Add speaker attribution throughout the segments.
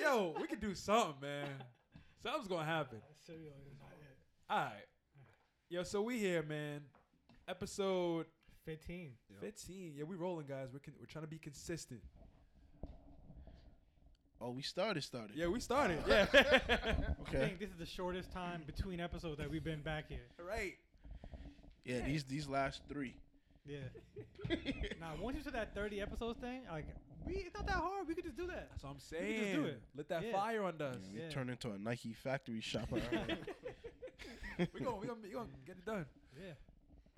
Speaker 1: yo, we could do something, man. Something's gonna happen.
Speaker 2: Cereal is not it.
Speaker 1: All right, yo. So we here, man. Episode
Speaker 2: 15.
Speaker 3: Yep.
Speaker 1: 15. Yeah, we rolling, guys. We're con- we're trying to be consistent.
Speaker 3: Oh, we started, started.
Speaker 1: Yeah, we started. Yeah.
Speaker 2: I
Speaker 3: Okay.
Speaker 2: think this is the shortest time between episodes that we've been back here.
Speaker 1: right.
Speaker 3: Yeah, these these last three.
Speaker 2: Yeah. now, once you said that 30 episodes thing, like, we it's not that hard. We could just do that.
Speaker 1: That's what I'm
Speaker 2: do
Speaker 1: saying.
Speaker 2: it.
Speaker 1: Let that
Speaker 2: Yeah.
Speaker 1: fire on us.
Speaker 3: We
Speaker 2: Yeah.
Speaker 3: turned into a Nike factory shop. Alright.
Speaker 1: We're gonna, we gonna, we gonna get it done.
Speaker 2: Yeah.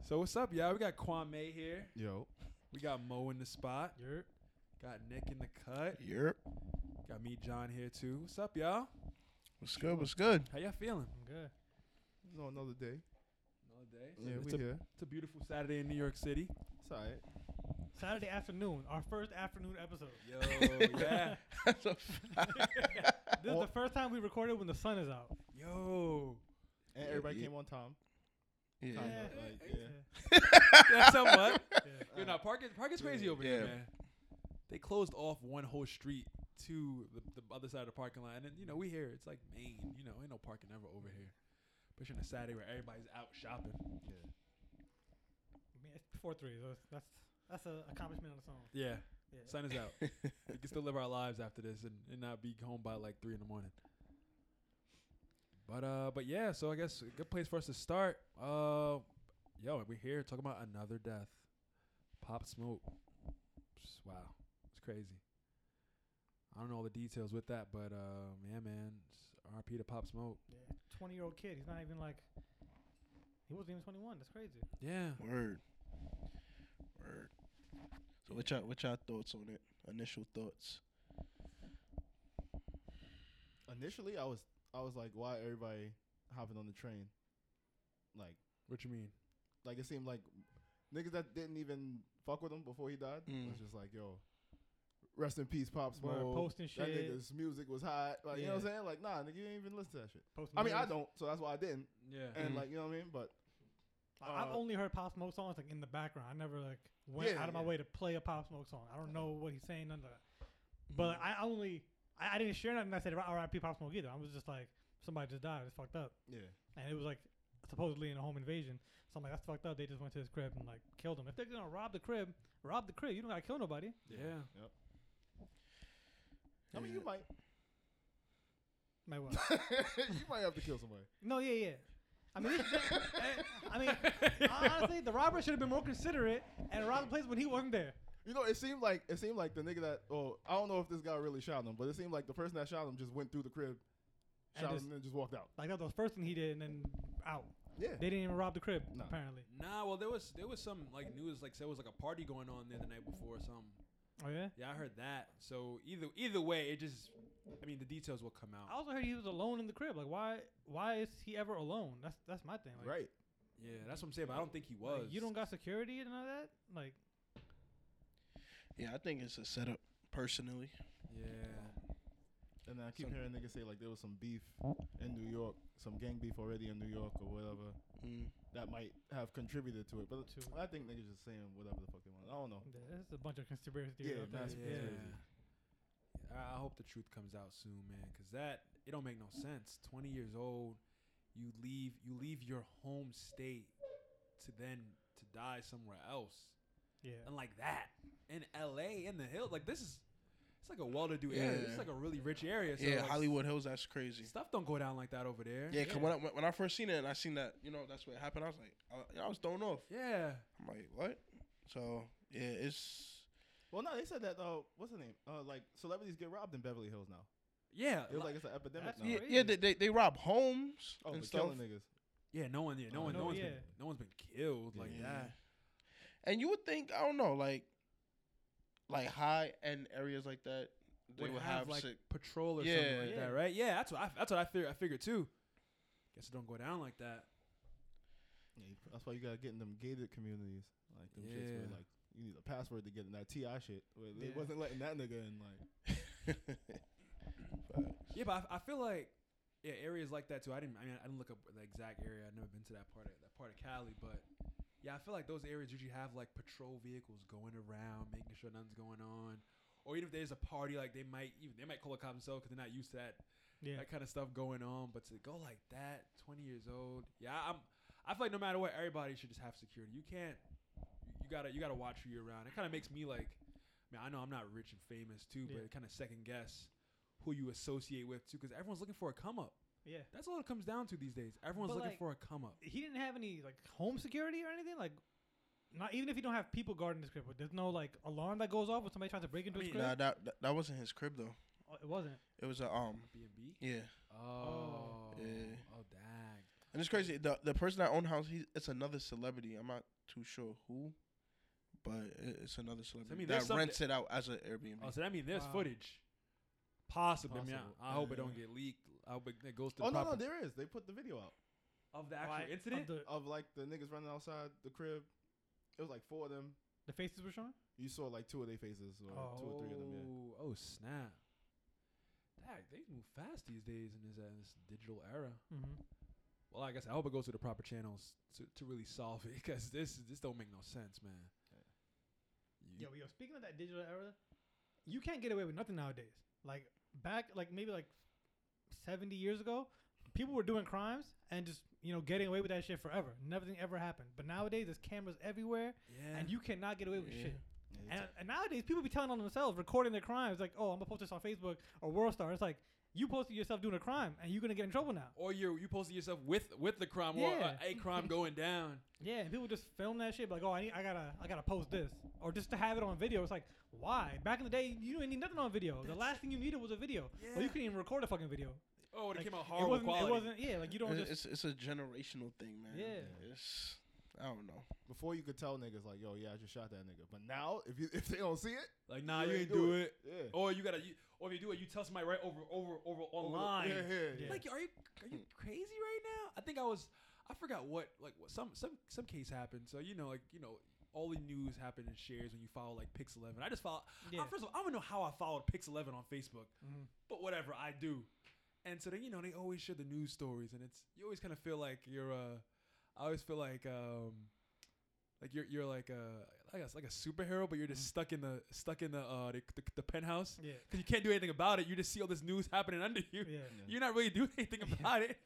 Speaker 1: So what's up, y'all? We got Kwame here.
Speaker 4: Yo,
Speaker 1: We got Mo in the spot.
Speaker 2: You're
Speaker 1: Got Nick in the cut.
Speaker 3: yep.
Speaker 1: Got me, John here too. What's up, y'all?
Speaker 3: What's good? What's good?
Speaker 1: How y'all feeling?
Speaker 2: I'm good.
Speaker 4: it's on another day.
Speaker 1: Another day.
Speaker 4: Yeah,
Speaker 1: it's,
Speaker 4: we
Speaker 1: a,
Speaker 4: here.
Speaker 1: it's a beautiful Saturday in New York City.
Speaker 4: It's alright.
Speaker 2: Saturday afternoon, our first afternoon episode.
Speaker 1: Yo, yeah.
Speaker 3: That's a fact.
Speaker 2: This is the first time we recorded when the sun is out.
Speaker 1: Yo.
Speaker 4: And
Speaker 3: Yeah,
Speaker 4: everybody
Speaker 3: yeah.
Speaker 4: came on time.
Speaker 3: Yeah.
Speaker 4: Kind of, like, yeah. Uh,
Speaker 1: That's somewhat.
Speaker 2: Yeah.
Speaker 1: Yo, now Park is, Park is crazy over here,
Speaker 3: Yeah.
Speaker 1: man. They closed off one whole street to the, the other side of the parking lot, and then you know we here. It's like Maine, you know, ain't no parking ever over here, especially on a Saturday where everybody's out shopping.
Speaker 2: I mean, it's before three. So it's- that's that's an accomplishment on its own.
Speaker 1: Yeah,
Speaker 2: Yeah.
Speaker 1: sun is out. we can still live our lives after this and, and not be home by like three in the morning. But uh, but yeah, so I guess a good place for us to start. Uh, yo, we're here talking about another death. Pop Smoke. Just, wow, it's crazy. I don't know all the details with that, but um, yeah, man, just RP to Pop Smoke.
Speaker 2: Yeah. 20 year old kid. He's not even like, he wasn't even 21. That's crazy.
Speaker 1: Yeah,
Speaker 3: Word. Word. So what y'all what y'all thoughts on it? Initial thoughts.
Speaker 4: Initially, I was I was like, why everybody hopping on the train? Like,
Speaker 1: what you mean?
Speaker 4: like it seemed like niggas that didn't even fuck with him before he died
Speaker 3: Mm.
Speaker 4: was just like, yo, rest in peace, Pop
Speaker 2: Word,
Speaker 4: Smoke.
Speaker 2: posting
Speaker 4: That
Speaker 2: shit.
Speaker 4: nigga's music was hot. Like, you know what I'm
Speaker 2: Yeah.
Speaker 4: saying? Like, nah, nigga, you ain't even listen to that shit.
Speaker 2: Post
Speaker 4: I mean, I
Speaker 2: Malone.
Speaker 4: don't, so that's why I didn't.
Speaker 1: Yeah, Mm.
Speaker 4: And
Speaker 3: Mhm.
Speaker 4: like, you know what I mean? But
Speaker 2: Like, I've
Speaker 4: Uh,
Speaker 2: only heard Pop Smoke songs like in the background. I never like went
Speaker 4: Yeah,
Speaker 2: out of my
Speaker 4: yeah.
Speaker 2: way to play a Pop Smoke song. I don't know what he's saying, none of that. But
Speaker 4: Mm-hmm.
Speaker 2: I only I, I didn't share nothing. that said R.I.P. Pop Smoke either. I was just like somebody just died. It's fucked up,
Speaker 4: yeah,
Speaker 2: and it was like supposedly in a home invasion. So I'm like, that's fucked up. They just went to his crib and like killed him. If they're gonna rob the crib, rob the crib. You don't gotta kill nobody.
Speaker 1: yeah.
Speaker 4: I mean,
Speaker 3: Yeah.
Speaker 4: you might
Speaker 2: My what?
Speaker 4: you might have to kill somebody.
Speaker 2: no, yeah, yeah. I mean, this- eh, I mean, honestly, the robber should have been more considerate and robbed the place when he wasn't there.
Speaker 4: You know, it seemed like it seemed like the nigga that oh I don't know if this guy really shot him, but it seemed like the person that shot him just went through the crib,
Speaker 2: And
Speaker 4: shot
Speaker 2: just-
Speaker 4: him, and then just walked out.
Speaker 2: Like that was the first thing he did, and then out.
Speaker 4: Yeah,
Speaker 2: They didn't even rob the crib,
Speaker 4: No.
Speaker 2: apparently.
Speaker 1: Nah, well, there was there was some like news like there was like a party going on the other night before or something.
Speaker 2: Oh yeah.
Speaker 1: Yeah, I heard that. So either either way, it just I mean the details will come
Speaker 2: I
Speaker 1: out.
Speaker 2: also heard he was alone in the crib. Like, why? Why is he ever alone? That's that's my thing. Like,
Speaker 4: right.
Speaker 1: Yeah, that's what I'm saying, but I don't think he
Speaker 2: like,
Speaker 1: was.
Speaker 2: you don't got security and all that. Like,
Speaker 3: Yeah, I think it's a setup personally.
Speaker 1: Yeah.
Speaker 4: And then I keep
Speaker 3: Some-
Speaker 4: hearing niggas say like there was some beef in New York, some gang beef already in New York or whatever
Speaker 3: Mm.
Speaker 4: that might have contributed to it. But
Speaker 2: To-
Speaker 4: I think niggas just saying whatever the fuck they want. I don't know.
Speaker 2: this is a bunch of conspiracy theories.
Speaker 4: Yeah,
Speaker 2: out there.
Speaker 4: massive
Speaker 1: yeah.
Speaker 4: conspiracy.
Speaker 1: I I hope the truth comes out soon, man, cuz that it don't make no sense. 20 years old, you leave you leave your home state to then to die somewhere else.
Speaker 2: yeah.
Speaker 1: And like that in LA in the hill, like this is it's like a well-to-do area. This
Speaker 3: Yeah.
Speaker 1: is like a really rich area. So
Speaker 3: yeah,
Speaker 1: like,
Speaker 3: Hollywood Hills, that's crazy.
Speaker 1: Stuff don't go down like that over there.
Speaker 3: Yeah, 'cause when I, when I first seen it and I seen that, you know, that's what happened. I was like, I, I was thrown off.
Speaker 1: Yeah.
Speaker 3: I'm like, what? So yeah, it's
Speaker 4: Well, no, they said that uh, what's the name? Uh, like celebrities get robbed in Beverly Hills now.
Speaker 1: Yeah.
Speaker 4: It was
Speaker 1: li-
Speaker 4: like it's an epidemic
Speaker 2: That's
Speaker 4: now.
Speaker 3: yeah,
Speaker 2: crazy.
Speaker 3: yeah they, they they rob homes
Speaker 4: Oh,
Speaker 3: and
Speaker 4: and
Speaker 3: stuff.
Speaker 4: killing niggas.
Speaker 1: Yeah, no one. Yeah, no
Speaker 4: Oh,
Speaker 1: one. No,
Speaker 2: no,
Speaker 1: one's
Speaker 2: yeah.
Speaker 1: been. No one's been killed like
Speaker 3: Yeah.
Speaker 1: that.
Speaker 3: And you would think, I don't know, like like high end areas like that, they
Speaker 1: Would
Speaker 3: would have,
Speaker 1: like
Speaker 3: sick.
Speaker 1: patrol or
Speaker 3: Yeah.
Speaker 1: something like
Speaker 2: Yeah.
Speaker 1: that, right? Yeah, that's what I, that's what I figured. I figured too. Guess it don't go down like that.
Speaker 4: Yeah, you- that's why you gotta get in them gated communities, like them shits where
Speaker 1: Yeah.
Speaker 4: like you need a password to get in that Ti shit. Where They
Speaker 1: Yeah.
Speaker 4: wasn't letting that nigga in. Like
Speaker 3: Facts.
Speaker 1: Yeah, but I, I feel like yeah, areas like that too. I didn't. I mean, I didn't look up the exact area. I've never been to that part of that part of Cali, but yeah, I feel like those areas usually have like patrol vehicles going around, making sure nothing's going on, or even if there's a party, like they might even they might call the cops themselves because they're not used to that
Speaker 2: Yeah.
Speaker 1: that kind of stuff going on. But to go like that, 20 years old, yeah, I'm. I feel like no matter what, everybody should just have security. You can't. You gotta. You gotta watch who you're around. It kind of makes me like. Man, I know I'm not rich and famous too,
Speaker 2: Yeah.
Speaker 1: but it kind of second guess who you associate with too, because everyone's looking for a come up.
Speaker 2: yeah.
Speaker 1: That's all it comes down to these days. Everyone's
Speaker 2: But,
Speaker 1: looking
Speaker 2: like,
Speaker 1: for a come up.
Speaker 2: He didn't have any like home security or anything. Like, not even if you don't have people guarding his crib, but there's no like alarm that goes off when somebody tries to break into
Speaker 1: I
Speaker 2: his
Speaker 1: mean,
Speaker 2: crib.
Speaker 3: Nah, that, that that wasn't his crib though.
Speaker 2: Oh, it wasn't.
Speaker 3: It was a um.
Speaker 1: B and B.
Speaker 3: Yeah,
Speaker 1: Oh.
Speaker 3: Yeah.
Speaker 1: Oh dang.
Speaker 3: and it's crazy. The the person that owned the house, he it's another celebrity. I'm not too sure who, but i- it's another celebrity
Speaker 1: mean, there's
Speaker 3: that
Speaker 1: some
Speaker 3: rents it out as an Airbnb.
Speaker 1: Oh, so that means there's
Speaker 2: Wow.
Speaker 1: footage. Possibly. I, mean,
Speaker 5: Possible.
Speaker 1: I, I hope it don't
Speaker 3: Yeah.
Speaker 1: get leaked. I hope it, it goes to
Speaker 5: Oh
Speaker 1: the
Speaker 5: no, no,
Speaker 1: proper-
Speaker 5: there is. They put the video out
Speaker 1: of the
Speaker 2: Why-
Speaker 1: actual
Speaker 2: of
Speaker 1: incident.
Speaker 2: The,
Speaker 5: of like the niggas running outside the crib. It was like four of them.
Speaker 2: the faces were shown.
Speaker 5: You saw like two of their faces, or two or three of them. Yeah.
Speaker 1: Oh, oh, snap. Dang, they move fast these days in this, uh, this digital era.
Speaker 2: Mm-hmm.
Speaker 1: Well, like I said, I hope it goes to the proper channels to, to really solve it because this this don't make no sense, man.
Speaker 5: Yeah.
Speaker 1: You-
Speaker 2: Yo, yo. Speaking of that digital era, you can't get away with nothing nowadays. Like back, like maybe like seventy years ago, people were doing crimes and just you know getting away with that shit forever. Nothing ever happened. But nowadays, there's cameras everywhere,
Speaker 1: yeah.
Speaker 2: and you cannot get away with
Speaker 3: Yeah.
Speaker 2: shit.
Speaker 5: Yeah, they
Speaker 2: And, and nowadays, people be telling on themselves, recording their crimes. Like, oh, I'm gonna post this on Facebook or World Star. It's like you posted yourself doing a crime, and you're gonna get in trouble now.
Speaker 1: or you you posted yourself with with the crime or uh,
Speaker 2: Yeah.
Speaker 1: a crime going down.
Speaker 2: Yeah, and people just film that shit. Like, oh, I need, I gotta, I gotta post this, or just to have it on video. It's like, why? Back in the day, you didn't need nothing on video. the last thing you needed was a video. Or
Speaker 1: Yeah.
Speaker 2: you couldn't even record a fucking video.
Speaker 1: Oh, it
Speaker 2: Like,
Speaker 1: came out
Speaker 2: it
Speaker 1: horrible
Speaker 2: wasn't,
Speaker 1: quality.
Speaker 2: It wasn't. Yeah, like you don't
Speaker 3: It-
Speaker 2: just.
Speaker 3: it's it's a generational thing, man.
Speaker 2: Yeah.
Speaker 3: It's I don't know.
Speaker 5: Before you could tell niggas like, yo, yeah, I just shot that nigga. But now, if you if they don't see it,
Speaker 1: like, nah,
Speaker 5: You
Speaker 1: you
Speaker 5: ain't
Speaker 1: ain't
Speaker 5: do
Speaker 1: do it.
Speaker 5: yeah.
Speaker 1: Or you gotta, you, or if you do it, you tell somebody right over, over, over online.
Speaker 5: Oh, Yeah, yeah, yeah.
Speaker 2: Yeah.
Speaker 1: Like, are you are you crazy right now? I think I was. I forgot what like what, some some some case happened. So you know, like you know, all the news happened in shares when you follow like Pix Eleven. I just follow.
Speaker 2: Yeah.
Speaker 1: I, first of all, I don't know how I followed Pix Eleven on Facebook,
Speaker 2: Mhm.
Speaker 1: but whatever I do. And so then you know they always share the news stories, and it's you always kind of feel like you're. Uh, I always feel like um, like you're you're like a like a, like a superhero, but you're just stuck in the stuck in the uh the, the, the penthouse
Speaker 2: Yeah.
Speaker 1: because you can't do anything about it. You just see all this news happening under you.
Speaker 2: Yeah.
Speaker 5: Yeah.
Speaker 1: You're not really doing anything about it.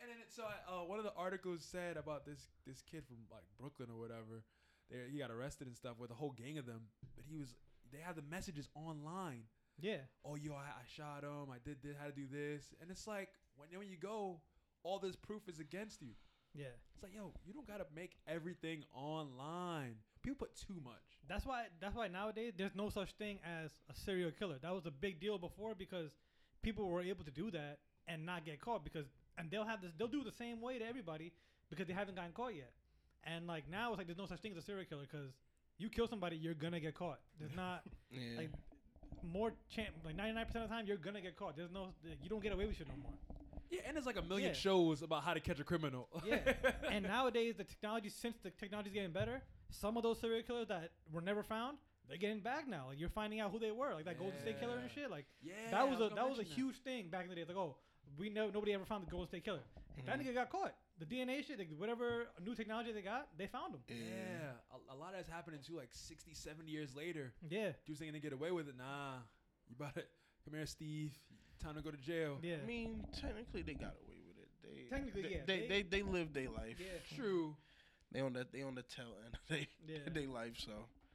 Speaker 1: And then it, so I, uh, one of the articles said about this this kid from like Brooklyn or whatever. They, he got arrested and stuff with a whole gang of them, but he was they had the messages online.
Speaker 2: Yeah.
Speaker 1: Oh yo, I, I shot him. I did this. How to do this? And it's like when when you go, all this proof is against you.
Speaker 2: Yeah.
Speaker 1: It's like yo, you don't gotta make everything online. People put too much.
Speaker 2: That's why. That's why nowadays there's no such thing as a serial killer. That was a big deal before because people were able to do that and not get caught because and they'll have this. They'll do it the same way to everybody because they haven't gotten caught yet. And like now it's like there's no such thing as a serial killer because you kill somebody you're gonna get caught. There's not
Speaker 3: Yeah.
Speaker 2: like more chance. Like 99 percent of the time you're gonna get caught. There's no you don't get away with shit no more.
Speaker 1: Yeah, and there's like a million
Speaker 2: Yeah.
Speaker 1: shows about how to catch a criminal.
Speaker 2: Yeah. and nowadays the technology since the technology's getting better some of those serial killers that were never found they're getting back now like you're finding out who they were like that golden state killer and
Speaker 1: Yeah.
Speaker 2: shit like
Speaker 1: yeah, I
Speaker 2: that was a
Speaker 1: gonna
Speaker 2: that was a
Speaker 1: mention
Speaker 2: huge thing back in the day like oh we know nobody ever found the golden state killer
Speaker 3: Mm.
Speaker 2: that
Speaker 3: Mm-hmm.
Speaker 2: nigga got caught the dna shit like, whatever new technology they got they found him
Speaker 3: yeah.
Speaker 1: Yeah, a, a lot of that's happening too. Like 60, 70 years later,
Speaker 2: yeah
Speaker 1: dudes ain't gonna get away with it. Nah, you about it. Come here, Steve. Time to go to jail.
Speaker 2: yeah
Speaker 3: I mean, technically they got away with it. They
Speaker 2: Technically,
Speaker 3: they,
Speaker 2: yeah,
Speaker 3: They
Speaker 2: they-
Speaker 3: they, they, live their life.
Speaker 2: Yeah.
Speaker 1: True,
Speaker 3: They on that they on the tail end of they
Speaker 2: yeah
Speaker 3: they life. So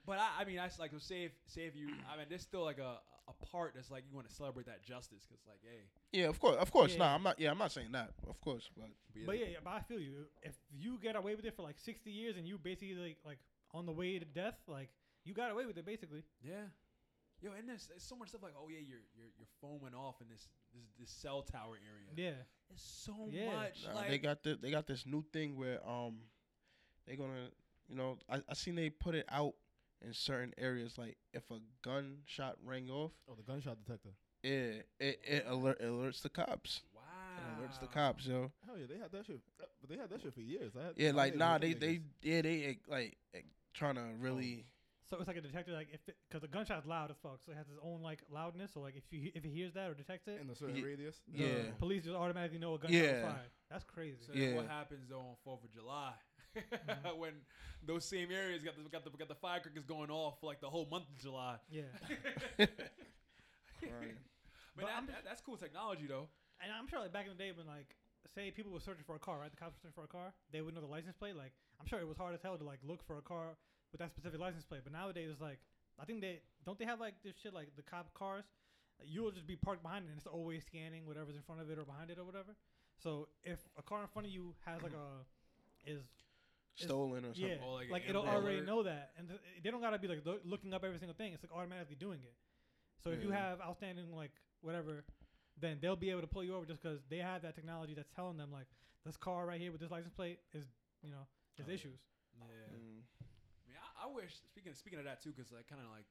Speaker 1: but I, I mean, I s- like so say if say if you. I mean, there's still like a a part that's like you want to celebrate that justice because like hey,
Speaker 3: yeah, of course, of course.
Speaker 2: Yeah.
Speaker 3: Nah, I'm not. Yeah, I'm not saying that. Of course, but
Speaker 2: But yeah, yeah, but I feel you. If you get away with it for like sixty years and you basically like like on the way to death, like you got away with it basically.
Speaker 1: yeah. Yo, and there's, there's so much stuff like oh yeah, your your your phone went off in this this, this cell tower area.
Speaker 2: Yeah.
Speaker 1: It's so
Speaker 2: Yeah.
Speaker 1: much
Speaker 3: nah,
Speaker 1: like
Speaker 3: they got the, they got this new thing where um they gonna you know I I seen they put it out in certain areas like if a gunshot rang off,
Speaker 5: Oh, the gunshot detector.
Speaker 3: it it, it alert it alerts the cops.
Speaker 1: wow.
Speaker 3: It alerts the cops, yo.
Speaker 5: Hell yeah, they had that shit. uh, But they had that shit for years. I had,
Speaker 3: Yeah,
Speaker 5: I
Speaker 3: like
Speaker 5: knew
Speaker 3: nah,
Speaker 5: them
Speaker 3: they
Speaker 5: niggas.
Speaker 3: they yeah they eh, like trying to really
Speaker 2: So it's like a detector, like if because the gunshot's loud as fuck, so it has its own like loudness. So like if you he- if it hears that or detects it,
Speaker 5: in a certain
Speaker 3: Ye-
Speaker 5: radius.
Speaker 2: the
Speaker 3: yeah.
Speaker 2: police just automatically know a gunshot was
Speaker 3: Yeah.
Speaker 2: fired. That's crazy.
Speaker 1: So then
Speaker 3: Yeah. Mm-hmm.
Speaker 1: what happens though on Fourth of July? when those same areas got the got the got the firecrackers going off for like the whole month of July.
Speaker 2: Yeah.
Speaker 1: but
Speaker 2: Oh.
Speaker 3: Right.
Speaker 2: But
Speaker 1: that,
Speaker 2: I'm-
Speaker 1: that, that's cool technology though.
Speaker 2: And I'm sure, like back in the day, when like say people were searching for a car, right? The cops were searching for a car, they would know the license plate. Like I'm sure it was hard as hell to like look for a car with that specific license plate. But nowadays, it's like I think they don't they have like this shit like the cop cars. You'll just be parked behind it, and it's always scanning whatever's in front of it or behind it or whatever. So if a car in front of you has like a is
Speaker 3: Stolen or something.
Speaker 2: yeah,
Speaker 1: Or, like,
Speaker 2: like,
Speaker 1: an
Speaker 2: it'll
Speaker 1: Amber
Speaker 2: already
Speaker 1: Alert.
Speaker 2: know that, and th- they don't gotta be like loo- looking up every single thing. It's like automatically doing it. So if you
Speaker 3: Yeah.
Speaker 2: have outstanding like whatever, then they'll be able to pull you over just because they have that technology that's telling them like this car right here with this license plate is you know is
Speaker 1: Oh, yeah.
Speaker 2: issues.
Speaker 1: Yeah.
Speaker 3: Mm.
Speaker 1: I mean, I, I wish speaking speaking of that too, because that kind of like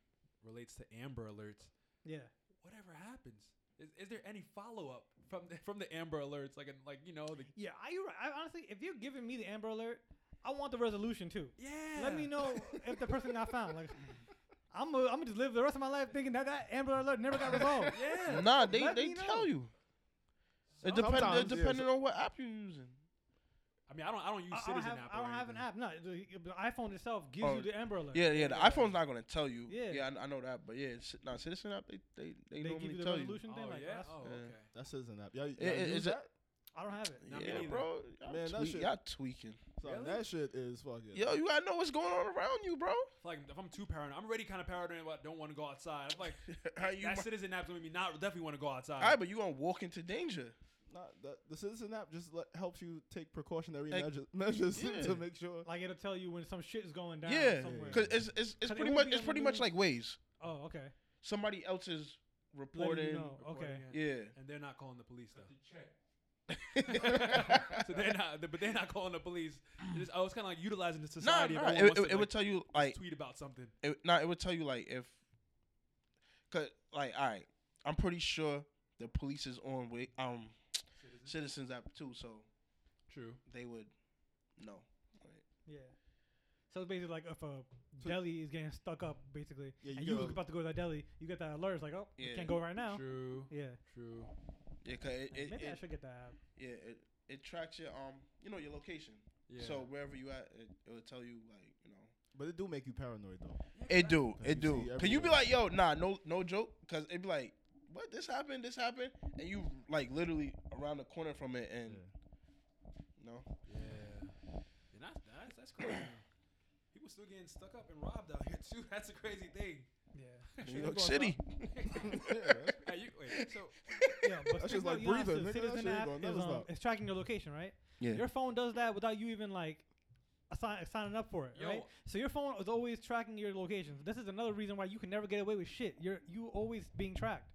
Speaker 1: relates to Amber Alerts.
Speaker 2: Yeah,
Speaker 1: Whatever happens, is, is there any follow up from the, from the Amber Alerts? Like in, like you know the
Speaker 2: yeah. I, you're right. I honestly, if you're giving me the Amber Alert, I want the resolution too.
Speaker 1: yeah.
Speaker 2: Let me know if the person got found. Like I'm gonna I'm gonna just live the rest of my life thinking that that Amber Alert never got resolved.
Speaker 1: Yeah.
Speaker 3: Nah, they,
Speaker 2: Let
Speaker 3: they
Speaker 2: me know.
Speaker 3: tell you. It
Speaker 5: Sometimes,
Speaker 3: depend, it
Speaker 5: yeah,
Speaker 3: depending on what app you're using.
Speaker 1: I mean, I don't I don't use
Speaker 2: I- I don't
Speaker 1: Citizen
Speaker 2: have,
Speaker 1: app.
Speaker 2: I
Speaker 1: or
Speaker 2: don't have an
Speaker 1: anything.
Speaker 2: app. No, the, the iPhone itself gives
Speaker 3: Oh,
Speaker 2: you the Amber Alert.
Speaker 3: Yeah, yeah. The
Speaker 2: Yeah.
Speaker 3: iPhone's not gonna tell you.
Speaker 2: Yeah.
Speaker 3: Yeah, I, I know that. But yeah, it's, nah, Citizen app, they they, they,
Speaker 2: They,
Speaker 3: normally
Speaker 2: give you the
Speaker 3: tell
Speaker 2: resolution
Speaker 1: Oh
Speaker 2: thing. Like,
Speaker 1: yeah.
Speaker 2: that's-
Speaker 1: Oh
Speaker 3: yeah.
Speaker 1: okay.
Speaker 5: That citizen app. Yeah,
Speaker 3: I- is
Speaker 5: use
Speaker 3: it-
Speaker 5: that?
Speaker 2: I don't have it.
Speaker 1: Not me
Speaker 3: you. Yeah,
Speaker 1: neither.
Speaker 3: bro. Y'all,
Speaker 5: Man, that
Speaker 3: tweak-
Speaker 5: shit-
Speaker 3: y'all tweaking.
Speaker 5: So
Speaker 1: Really?
Speaker 5: that shit is fucking.
Speaker 3: Yo, you gotta know what's going on around you, bro.
Speaker 1: It's Like if I'm too paranoid, I'm already kind of paranoid about don't want to go outside. I'm like
Speaker 3: How you?
Speaker 1: that
Speaker 3: mi-
Speaker 1: Citizen app's gonna make me not definitely want to go outside.
Speaker 3: All right, but you gonna walk into danger.
Speaker 5: Not the, the citizen app just let, helps you take precautionary
Speaker 3: Like,
Speaker 5: measures, measures
Speaker 3: yeah.
Speaker 5: to make sure.
Speaker 2: Like it'll tell you when some shit is going down.
Speaker 3: Yeah,
Speaker 2: somewhere.
Speaker 3: because it's it's, it's
Speaker 2: But it
Speaker 3: pretty
Speaker 2: won't
Speaker 3: much
Speaker 2: be
Speaker 3: it's
Speaker 2: on
Speaker 3: pretty
Speaker 2: the
Speaker 3: much
Speaker 2: news.
Speaker 3: like Waze.
Speaker 2: oh, okay.
Speaker 3: Somebody else is
Speaker 2: Letting you
Speaker 3: reporting.
Speaker 2: know. Okay.
Speaker 1: Recording it.
Speaker 3: Yeah.
Speaker 1: And they're not calling the police though. so they're not, but they're not calling the police. It is- I was kind of like utilizing the
Speaker 3: Nah,
Speaker 1: society. if
Speaker 3: nah. It,
Speaker 1: everyone wants
Speaker 3: it,
Speaker 1: to,
Speaker 3: it would
Speaker 1: like,
Speaker 3: tell you like
Speaker 1: tweet about something.
Speaker 3: it, nah, it would tell you like if, cause like all right, I'm pretty sure the police is on with um citizens app too, so
Speaker 1: True.
Speaker 3: they would know.
Speaker 2: Yeah. So it's basically like if a
Speaker 5: So-
Speaker 2: deli is getting stuck up, basically,
Speaker 5: Yeah, you
Speaker 2: and you
Speaker 5: go-
Speaker 2: was about to go to that deli, you get that alert. It's like, oh, you
Speaker 3: Yeah.
Speaker 2: can't go right now.
Speaker 1: True.
Speaker 2: Yeah.
Speaker 1: True.
Speaker 3: Yeah, cause it, it,
Speaker 2: Maybe I
Speaker 3: it-
Speaker 2: should get that app.
Speaker 3: yeah it, it tracks your um you know your location.
Speaker 1: Yeah.
Speaker 3: So wherever you at, it, it would tell you like you know
Speaker 5: But it do make you paranoid though.
Speaker 3: It do.
Speaker 5: Cause
Speaker 3: It
Speaker 5: you
Speaker 3: do.
Speaker 5: see
Speaker 3: Can you be
Speaker 5: everywhere.
Speaker 3: like, yo, nah, no, no joke? Because it'd be like, what? This happened. This happened, and you like literally around the corner from it, and no.
Speaker 1: yeah. And that's that's, that's crazy. man. People still getting stuck up and robbed out here too. That's a crazy thing.
Speaker 2: Yeah.
Speaker 1: Shit,
Speaker 3: New
Speaker 1: I'm
Speaker 3: York
Speaker 1: going
Speaker 3: City.
Speaker 5: yeah, that's-
Speaker 1: Hey, you, wait, so
Speaker 2: yeah but
Speaker 5: That's
Speaker 2: speaking
Speaker 5: just like
Speaker 2: of- you know,
Speaker 5: breathing,
Speaker 2: the
Speaker 5: nigga. That
Speaker 2: Citizen
Speaker 5: shit ain't
Speaker 2: app
Speaker 5: gonna
Speaker 2: is,
Speaker 5: never
Speaker 2: um,
Speaker 5: stop.
Speaker 2: it's tracking your location, right?
Speaker 3: Yeah.
Speaker 2: Your phone does that without you even like assign, signing up for it,
Speaker 1: Yo.
Speaker 2: right? So your phone is always tracking your locations. This is another reason why you can never get away with shit. You're you always being tracked.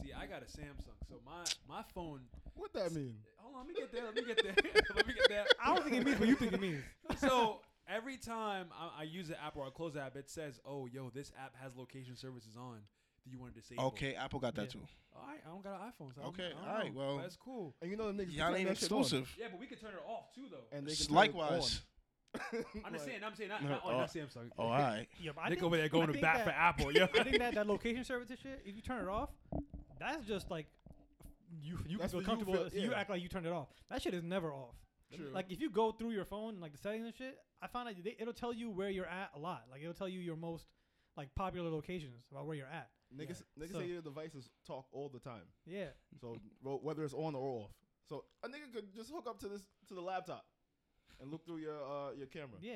Speaker 1: see, I got a Samsung, so my my phone.
Speaker 5: What that mean?
Speaker 1: Hold on, let me get there. Let me get there. let me get there.
Speaker 2: I don't think it means what you think it means.
Speaker 1: so every time I, I use the app or I close the app, it says, "Oh, yo, this app has location services on. Do you want to disable?"
Speaker 3: Okay, Apple got that
Speaker 2: Yeah.
Speaker 3: too.
Speaker 1: All right, I don't got an iPhone. So I don't-
Speaker 3: Okay,
Speaker 1: I don't
Speaker 3: all right,
Speaker 1: know.
Speaker 3: well-
Speaker 1: that's cool.
Speaker 5: And you know the niggas.
Speaker 3: Y'all
Speaker 5: turn
Speaker 3: ain't
Speaker 5: that shit on.
Speaker 3: exclusive.
Speaker 1: Yeah, but we could turn it off too, though.
Speaker 5: And they can turn it
Speaker 3: Likewise.
Speaker 5: on.
Speaker 1: I understand. I'm saying not,
Speaker 3: No,
Speaker 1: not, oh,
Speaker 3: oh,
Speaker 1: not Samsung.
Speaker 3: Oh, all right.
Speaker 2: Yeah, but I
Speaker 1: Nick
Speaker 2: think,
Speaker 1: over there
Speaker 2: I
Speaker 1: going to
Speaker 2: think
Speaker 1: bat
Speaker 2: that-
Speaker 1: for Apple. Yo,
Speaker 2: I think that that location service and shit, if you turn it off, that's just like you you
Speaker 5: That's
Speaker 2: feel
Speaker 5: what you
Speaker 2: comfortable.
Speaker 5: feel-
Speaker 2: so you
Speaker 5: yeah.
Speaker 2: act like you turned it off. That shit is never off.
Speaker 1: True.
Speaker 2: Like if you go through your phone, like the settings and shit, I find that they, it'll tell you where you're at a lot. Like it'll tell you your most like popular locations about where you're at.
Speaker 5: Niggas, niggas
Speaker 2: So-
Speaker 5: say your devices talk all the time.
Speaker 2: Yeah,
Speaker 5: So ro- whether it's on or off. So a nigga could just hook up to this to the laptop and look through your uh, your camera.
Speaker 2: yeah.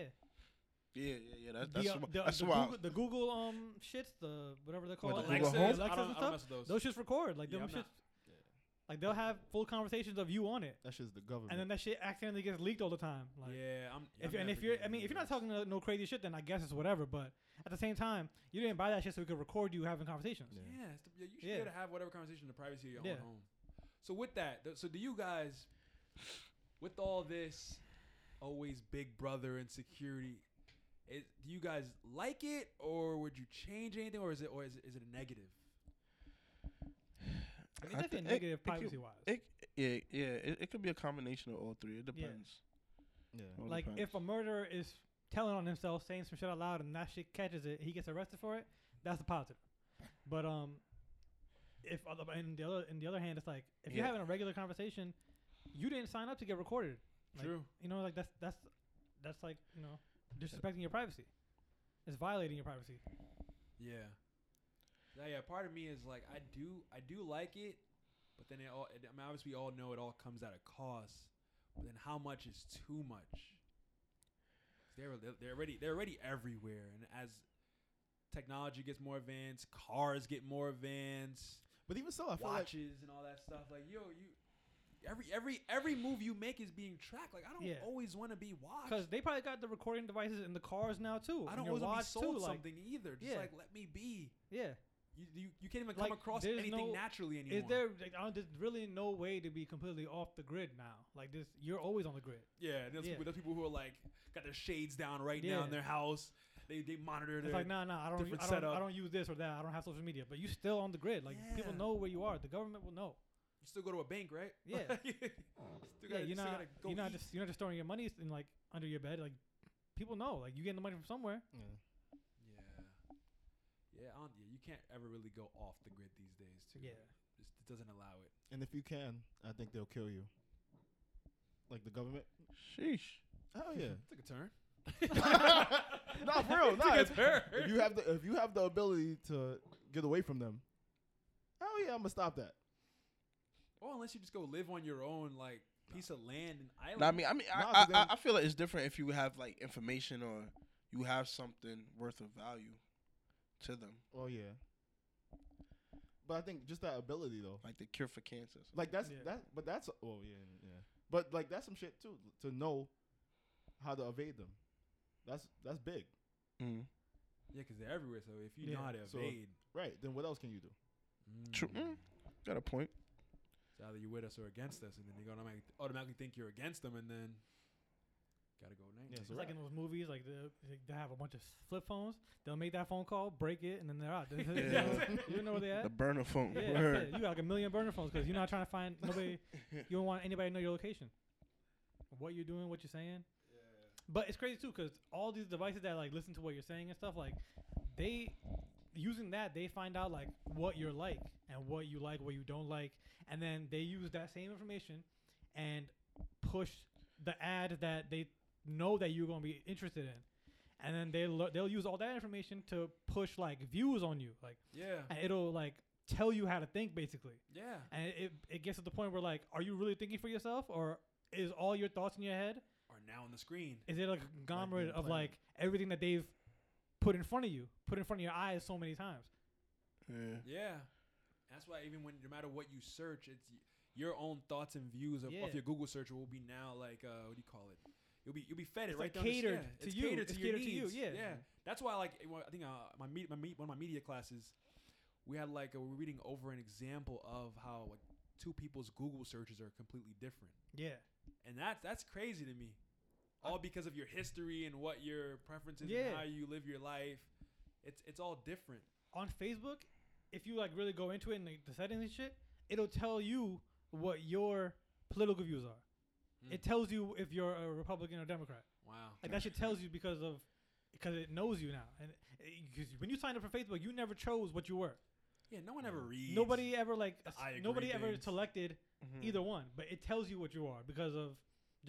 Speaker 3: Yeah, yeah, yeah. That, that's
Speaker 2: the, uh,
Speaker 3: wh-
Speaker 2: the,
Speaker 3: that's
Speaker 2: the,
Speaker 3: why.
Speaker 2: Google, the Google um shits, the whatever they're
Speaker 3: What,
Speaker 2: called,
Speaker 3: the
Speaker 1: Alexas,
Speaker 3: Google
Speaker 1: I
Speaker 2: Alexa, Alexas
Speaker 3: Home?
Speaker 1: don't,
Speaker 2: and
Speaker 1: I don't
Speaker 2: stuff.
Speaker 1: mess with those.
Speaker 2: Those shits record like
Speaker 1: Yeah,
Speaker 2: them
Speaker 1: I'm
Speaker 2: shits.
Speaker 1: not- yeah.
Speaker 2: Like they'll have full conversations of you on it,
Speaker 5: That shit's the government.
Speaker 2: and then that shit accidentally gets leaked all the time. Like,
Speaker 1: yeah, I'm.
Speaker 2: If,
Speaker 1: I'm
Speaker 2: and
Speaker 1: never
Speaker 2: if you're, I
Speaker 1: getting
Speaker 2: mean, if you're not
Speaker 1: those.
Speaker 2: talking no, no crazy shit, then I guess it's whatever. But at the same time, you didn't buy that shit so we could record you having conversations.
Speaker 5: Yeah.
Speaker 1: Yeah, it's the, yeah, you should
Speaker 2: Yeah.
Speaker 1: be able to have whatever conversation in the privacy of your
Speaker 2: Yeah.
Speaker 1: own home. So with that, th- so do you guys, with all this, always Big Brother and security, is, do you guys like it or would you change anything or is it or is it, is it a negative?
Speaker 2: It's
Speaker 3: I
Speaker 2: definitely
Speaker 3: thi- it-
Speaker 2: negative
Speaker 3: it could-
Speaker 2: privacy wise.
Speaker 3: It, yeah, yeah. It, it could be a combination of all three. It
Speaker 2: Yeah.
Speaker 3: depends.
Speaker 5: yeah.
Speaker 3: All
Speaker 2: Like
Speaker 3: depends.
Speaker 2: if a murderer is telling on himself, saying some shit out loud, and that shit catches it, he gets arrested for it. That's a positive. But um, if other and the other in the other hand, it's like if you're
Speaker 3: Yeah.
Speaker 2: having a regular conversation, you didn't sign up to get recorded. Like,
Speaker 1: True.
Speaker 2: You know, like that's that's that's like you know disrespecting your privacy. It's violating your privacy.
Speaker 1: Yeah. Yeah, yeah. Part of me is like, I do, I do like it, but then it all. It, I mean, obviously, we all know it all comes at a cost. But then, how much is too much? They're they're already they're already everywhere, and as technology gets more advanced, cars get more advanced,
Speaker 5: But even so, I feel like
Speaker 1: watches and all that stuff. Like, yo, you. Every every every move you make is being tracked. Like I don't
Speaker 2: Yeah.
Speaker 1: always want to be watched.
Speaker 2: Because they probably got the recording devices in the cars now too.
Speaker 1: I
Speaker 2: and
Speaker 1: don't always want
Speaker 2: your
Speaker 1: to be
Speaker 2: watch,
Speaker 1: sold
Speaker 2: too, like-
Speaker 1: something either. Just
Speaker 2: Yeah.
Speaker 1: like let me be.
Speaker 2: yeah.
Speaker 1: You, you, you can't even come
Speaker 2: Like,
Speaker 1: across
Speaker 2: there's
Speaker 1: anything
Speaker 2: no-
Speaker 1: naturally anymore.
Speaker 2: Is there? Like, I don't, there's really no way to be completely off the grid now. Like this, you're always on the grid.
Speaker 1: yeah, there's,
Speaker 2: Yeah.
Speaker 1: People, there's people who are like got their shades down right now
Speaker 2: Yeah.
Speaker 1: in their house. They they monitor
Speaker 2: It's
Speaker 1: their.
Speaker 2: like, nah, nah, I don't, u-
Speaker 1: different
Speaker 2: I don't,
Speaker 1: setup.
Speaker 2: I don't use this or that. I don't have social media, but you're still on the grid. Like people
Speaker 1: Yeah.
Speaker 2: know where you are. The government will know.
Speaker 1: you still go to a bank, right?
Speaker 2: Yeah.
Speaker 1: You still
Speaker 2: yeah,
Speaker 1: gotta-
Speaker 2: you're
Speaker 1: still
Speaker 2: not,
Speaker 1: gotta go
Speaker 2: you're not
Speaker 1: eat.
Speaker 2: just, you're not just storing your money in like under your bed. Like people know. Like you getting the money from somewhere.
Speaker 1: Yeah. Yeah, I don't, yeah, you can't ever really go off the grid these days, too.
Speaker 2: Yeah.
Speaker 1: Just, it doesn't allow it.
Speaker 4: And if you can, I think they'll kill you. Like the government.
Speaker 3: Sheesh.
Speaker 4: Hell Oh, yeah.
Speaker 1: Took a turn.
Speaker 4: not for real. Nah,
Speaker 1: Took
Speaker 4: if,
Speaker 1: a turn.
Speaker 4: if you have the if you have the ability to get away from them, hell yeah, I'm gonna stop that.
Speaker 1: Or unless you just go live on your own, like, piece of land and island.
Speaker 3: Nah, I mean, I mean,
Speaker 4: Nah,
Speaker 3: I,
Speaker 4: 'cause
Speaker 3: I, I,
Speaker 4: then-
Speaker 3: I feel like it's different if you have like information or you have something worth of value to them,
Speaker 4: Oh yeah. But I think just that ability though.
Speaker 3: like the cure for cancer. or something.
Speaker 4: Like that's
Speaker 2: Yeah.
Speaker 4: that, but that's oh yeah, yeah. But like that's some shit too to know how to evade them. That's that's big,
Speaker 3: Mm.
Speaker 1: yeah, because they're everywhere, so if you know
Speaker 2: Yeah.
Speaker 1: how to
Speaker 4: So-
Speaker 1: evade.
Speaker 4: right? Then what else can you do?
Speaker 3: True.
Speaker 2: Mm-hmm.
Speaker 1: Mm.
Speaker 3: Mm. Got a point.
Speaker 1: It's either you're with us or against us, and then they're gonna automatic- automatically think you're against them, and then gotta go
Speaker 4: Yeah,
Speaker 1: next.
Speaker 4: so
Speaker 2: It's
Speaker 4: right.
Speaker 2: like in those movies, like the, like they have a bunch of flip phones. They'll make that phone call, break it, and then they're out.
Speaker 3: Yeah.
Speaker 2: you know where they at.
Speaker 3: The burner phone.
Speaker 2: Yeah, that's
Speaker 3: Word.
Speaker 2: it. you got like a million burner phones because you're not trying to find nobody. You don't want anybody to know your location, what you're doing, what you're saying. But it's crazy too because all these devices that like listen to what you're saying and stuff like they using that they find out like what you're like and what you like, what you don't like, and then they use that same information and push the ad that they know that you're gonna be interested in. And then they lo- they'll use all that information to push like views on you, like
Speaker 1: Yeah,
Speaker 2: and it'll like tell you how to think basically
Speaker 1: yeah.
Speaker 2: and it, it- it gets to the point where like are you really thinking for yourself or is all your thoughts in your head
Speaker 1: Are now on the screen.
Speaker 2: is it like a conglomerate
Speaker 4: being
Speaker 2: of
Speaker 4: planned.
Speaker 2: like everything that they've put in front of you put in front of your eyes so many times
Speaker 3: Yeah.
Speaker 1: Yeah, that's why even when no matter what you search, it's y- your own thoughts and views of,
Speaker 2: Yeah.
Speaker 1: of your Google search will be now like uh, what do you call it? You'll be you'll be fed it
Speaker 2: It's,
Speaker 1: right
Speaker 2: like,
Speaker 1: down the-
Speaker 2: catered
Speaker 1: yeah,
Speaker 2: to
Speaker 1: it's
Speaker 2: you.
Speaker 1: Catered to
Speaker 2: It's
Speaker 1: your
Speaker 2: catered to you,
Speaker 1: needs.
Speaker 2: yeah.
Speaker 1: yeah. That's why like it wa- I think uh, my meet my meet one of my media classes, we had like uh, we were reading over an example of how like two people's Google searches are completely different.
Speaker 2: yeah
Speaker 1: and that's that's crazy to me. All because of your history and what your preferences
Speaker 2: Yeah.
Speaker 1: and how you live your life. It's it's all different.
Speaker 2: on facebook if you like really go into it and like, the settings and shit it'll tell you what your political views are
Speaker 1: Mm.
Speaker 2: it tells you if you're a republican or democrat
Speaker 1: Wow.
Speaker 2: Like that shit tells you because of because it knows you now, and because when you signed up for Facebook, you never chose what you were.
Speaker 1: Yeah, no one ever reads.
Speaker 2: Mm. Nobody ever like
Speaker 1: The
Speaker 2: s-
Speaker 1: I agree Hmm.
Speaker 2: nobody ever
Speaker 1: things.
Speaker 2: selected
Speaker 3: Mhm.
Speaker 2: either one, but it tells you what you are because of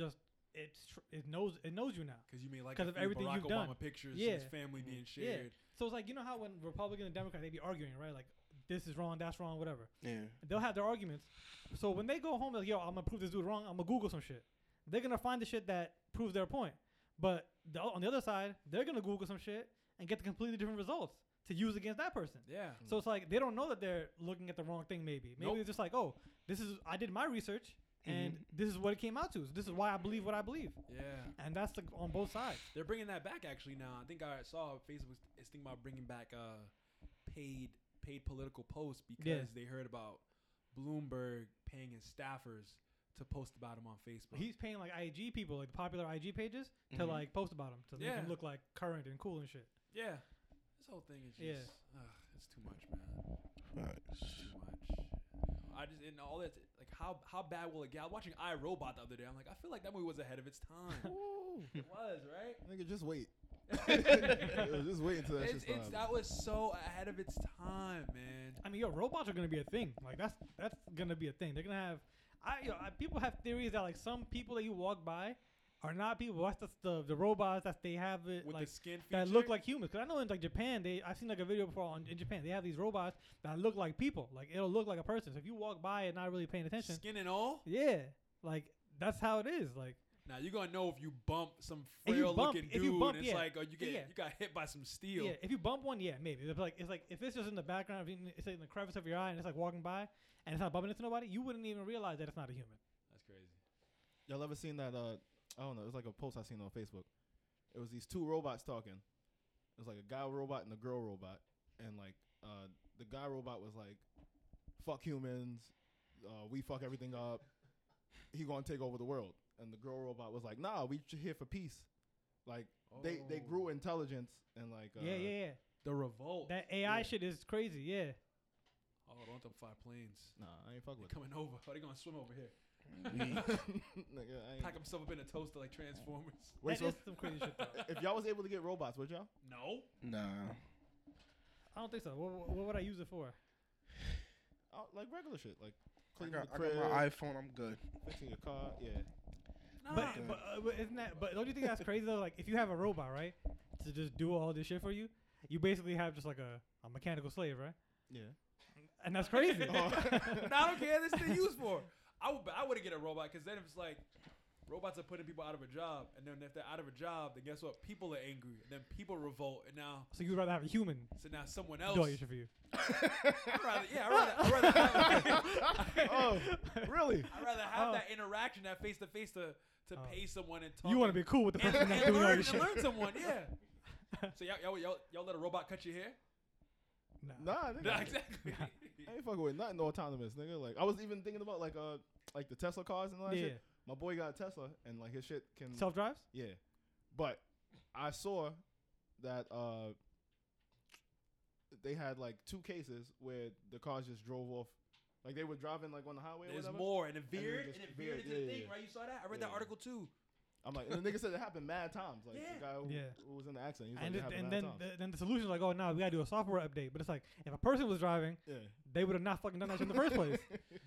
Speaker 2: just it's tr- it knows it knows you now.
Speaker 1: because you may like
Speaker 2: 'Cause
Speaker 1: a
Speaker 2: of
Speaker 1: few
Speaker 2: everything
Speaker 1: Barack
Speaker 2: you've
Speaker 1: Obama
Speaker 2: done.
Speaker 1: pictures,
Speaker 2: Yeah.
Speaker 1: yeah. his family being shared.
Speaker 2: So it's like you know how when Republican and Democrat they be arguing right like this is wrong, that's wrong, whatever.
Speaker 3: Yeah.
Speaker 2: They'll have their arguments. So when they go home, like yo, I'm gonna prove this dude wrong. I'm gonna Google some shit. They're gonna find the shit that proves their point. But the, on the other side, they're gonna Google some shit and get the completely different results to use against that person.
Speaker 1: Yeah.
Speaker 2: So it's like they don't know that they're looking at the wrong thing. Maybe maybe
Speaker 1: Nope.
Speaker 2: they're just like, oh, this is I did my research and
Speaker 1: Mm-hmm.
Speaker 3: Mhm.
Speaker 2: this is what it came out to. So this is why I believe what I believe,
Speaker 1: Yeah.
Speaker 2: and that's like on both sides.
Speaker 1: They're bringing that back actually now. I think I saw Facebook is thinking about bringing back uh paid paid political posts because
Speaker 2: Yeah.
Speaker 1: they heard about Bloomberg paying his staffers to post about him on Facebook.
Speaker 2: He's paying like IG people, like the popular IG pages, to
Speaker 3: Mhm.
Speaker 2: like post about him to make
Speaker 1: Mm-hmm. Yeah.
Speaker 2: him look like current and cool and shit.
Speaker 1: yeah. This whole thing is just
Speaker 2: Yeah.
Speaker 1: ugh, it's too much, man.
Speaker 3: Facts.
Speaker 1: too much. I just and all that like how how bad will it get? I was watching iRobot the other day. I'm like, I feel like that movie was ahead of its time.
Speaker 4: Ooh,
Speaker 1: it was, right?
Speaker 4: nigga, just wait. Yo, just wait until that
Speaker 1: It's,
Speaker 4: shit's
Speaker 1: it's
Speaker 4: done.
Speaker 1: that was so ahead of its time, man.
Speaker 2: I mean, yo, robots are gonna be a thing. Like that's that's gonna be a thing. They're gonna have, I, yo, I people have theories that like some people that you walk by are not people. That's the the, the robots that they have it,
Speaker 1: with
Speaker 2: like
Speaker 1: the skin feature.
Speaker 2: that look like humans. Cause I know in like Japan, they I've seen like a video before on, in Japan. They have these robots that look like people. Like it'll look like a person. So if you walk by and not really paying attention,
Speaker 1: skin and all.
Speaker 2: yeah, like that's how it is. Like
Speaker 1: Now you're gonna know if you bump some
Speaker 2: If you
Speaker 1: frail
Speaker 2: bump-
Speaker 1: looking
Speaker 2: if
Speaker 1: dude.
Speaker 2: you bump,
Speaker 1: and it's
Speaker 2: yeah.
Speaker 1: like, oh, you get
Speaker 2: Yeah.
Speaker 1: you got hit by some steel.
Speaker 2: yeah, if you bump one, yeah, maybe. It's like it's like if it's just in the background, if you- it's in the crevice of your eye, and it's like walking by, and it's not bumping into nobody, you wouldn't even realize that it's not a human.
Speaker 1: That's crazy.
Speaker 4: Y'all ever seen that? Uh, I don't know. It was like a post I seen on Facebook. It was these two robots talking. It was like a guy robot and a girl robot, and like uh, the guy robot was like, "Fuck humans, uh, we fuck everything up. He gonna take over the world." And the girl robot was like, "Nah, we ch- here for peace." Like they they grew intelligence and like uh,
Speaker 2: Oh. yeah, yeah, yeah.
Speaker 1: Oh. The revolt.
Speaker 2: That AI
Speaker 1: yeah.
Speaker 2: shit is crazy. Yeah.
Speaker 1: oh, don't them fly planes.
Speaker 4: Nah, I ain't fuck
Speaker 1: They're
Speaker 4: with.
Speaker 1: coming over. Are they gonna swim over here?
Speaker 4: Nigga, I ain't-
Speaker 1: Pack themselves up in a toaster like Transformers.
Speaker 4: Wait,
Speaker 2: that
Speaker 4: so
Speaker 2: is some crazy shit. Though.
Speaker 4: if y'all was able to get robots, would y'all?
Speaker 1: No.
Speaker 3: Nah.
Speaker 2: I don't think so. What, what, what would I use it for?
Speaker 4: Uh, like regular shit, like
Speaker 3: I
Speaker 4: cleaning
Speaker 3: got,
Speaker 4: the
Speaker 3: I
Speaker 4: crib,
Speaker 3: got my iPhone. I'm good.
Speaker 4: fixing your car. Yeah.
Speaker 1: Nah.
Speaker 2: But,
Speaker 3: Okay.
Speaker 2: but, uh, but isn't that? But don't you think that's crazy though? Like if you have a robot, right, to just do all this shit for you, you basically have just like a, a mechanical slave, right?
Speaker 4: Yeah.
Speaker 2: And that's crazy.
Speaker 1: no, I don't care. This thing used for. I would. I would get a robot because then it's like robots are putting people out of a job, and then if they're out of a job, then guess what? People are angry, and then people revolt, and now
Speaker 2: so you'd rather have a human
Speaker 1: so now someone
Speaker 2: do all
Speaker 1: else.
Speaker 2: your shit for you.
Speaker 1: I'd rather, yeah, I'd rather, I'd rather have,
Speaker 4: oh, really?
Speaker 1: I'd rather have
Speaker 2: Oh.
Speaker 1: that interaction, that face to face to to
Speaker 2: Oh.
Speaker 1: pay someone and talk.
Speaker 2: You want
Speaker 1: and-
Speaker 2: to be cool with the
Speaker 1: and,
Speaker 2: person that's
Speaker 1: and
Speaker 2: doing all
Speaker 1: learn, and
Speaker 2: your shit.
Speaker 1: learn someone, yeah. So y'all, y'all, y'all, y'all let a robot cut your hair?
Speaker 2: Nah.
Speaker 4: Nah, nigga.
Speaker 1: Nah, exactly.
Speaker 4: I ain't fucking with nothing autonomous, nigga. Like I was even thinking about like uh like the Tesla cars and all that
Speaker 2: Yeah.
Speaker 4: shit. My boy got a Tesla and like his shit can
Speaker 2: Self drives.
Speaker 4: yeah. But I saw that uh they had like two cases where the cars just drove off. Like they were driving like on the highway or
Speaker 1: There's
Speaker 4: whatever.
Speaker 1: more, and it
Speaker 4: then
Speaker 1: veered, and
Speaker 4: just
Speaker 1: it
Speaker 4: veered,
Speaker 1: veered into the
Speaker 4: yeah,
Speaker 1: thing,
Speaker 4: yeah.
Speaker 1: right? You saw that? I read
Speaker 4: Yeah.
Speaker 1: that article too.
Speaker 4: I'm like, and the nigga said it happened mad times. Like
Speaker 1: Yeah.
Speaker 4: the guy who,
Speaker 2: Yeah.
Speaker 4: who was in the accident, he was
Speaker 2: and
Speaker 4: like, it
Speaker 2: it-
Speaker 4: happened
Speaker 2: and
Speaker 4: mad
Speaker 2: then
Speaker 4: times.
Speaker 2: the, then the solution is like, oh no, we gotta do a software update. But it's like if a person was driving,
Speaker 4: yeah.
Speaker 2: they would have not fucking done that shit in the first place.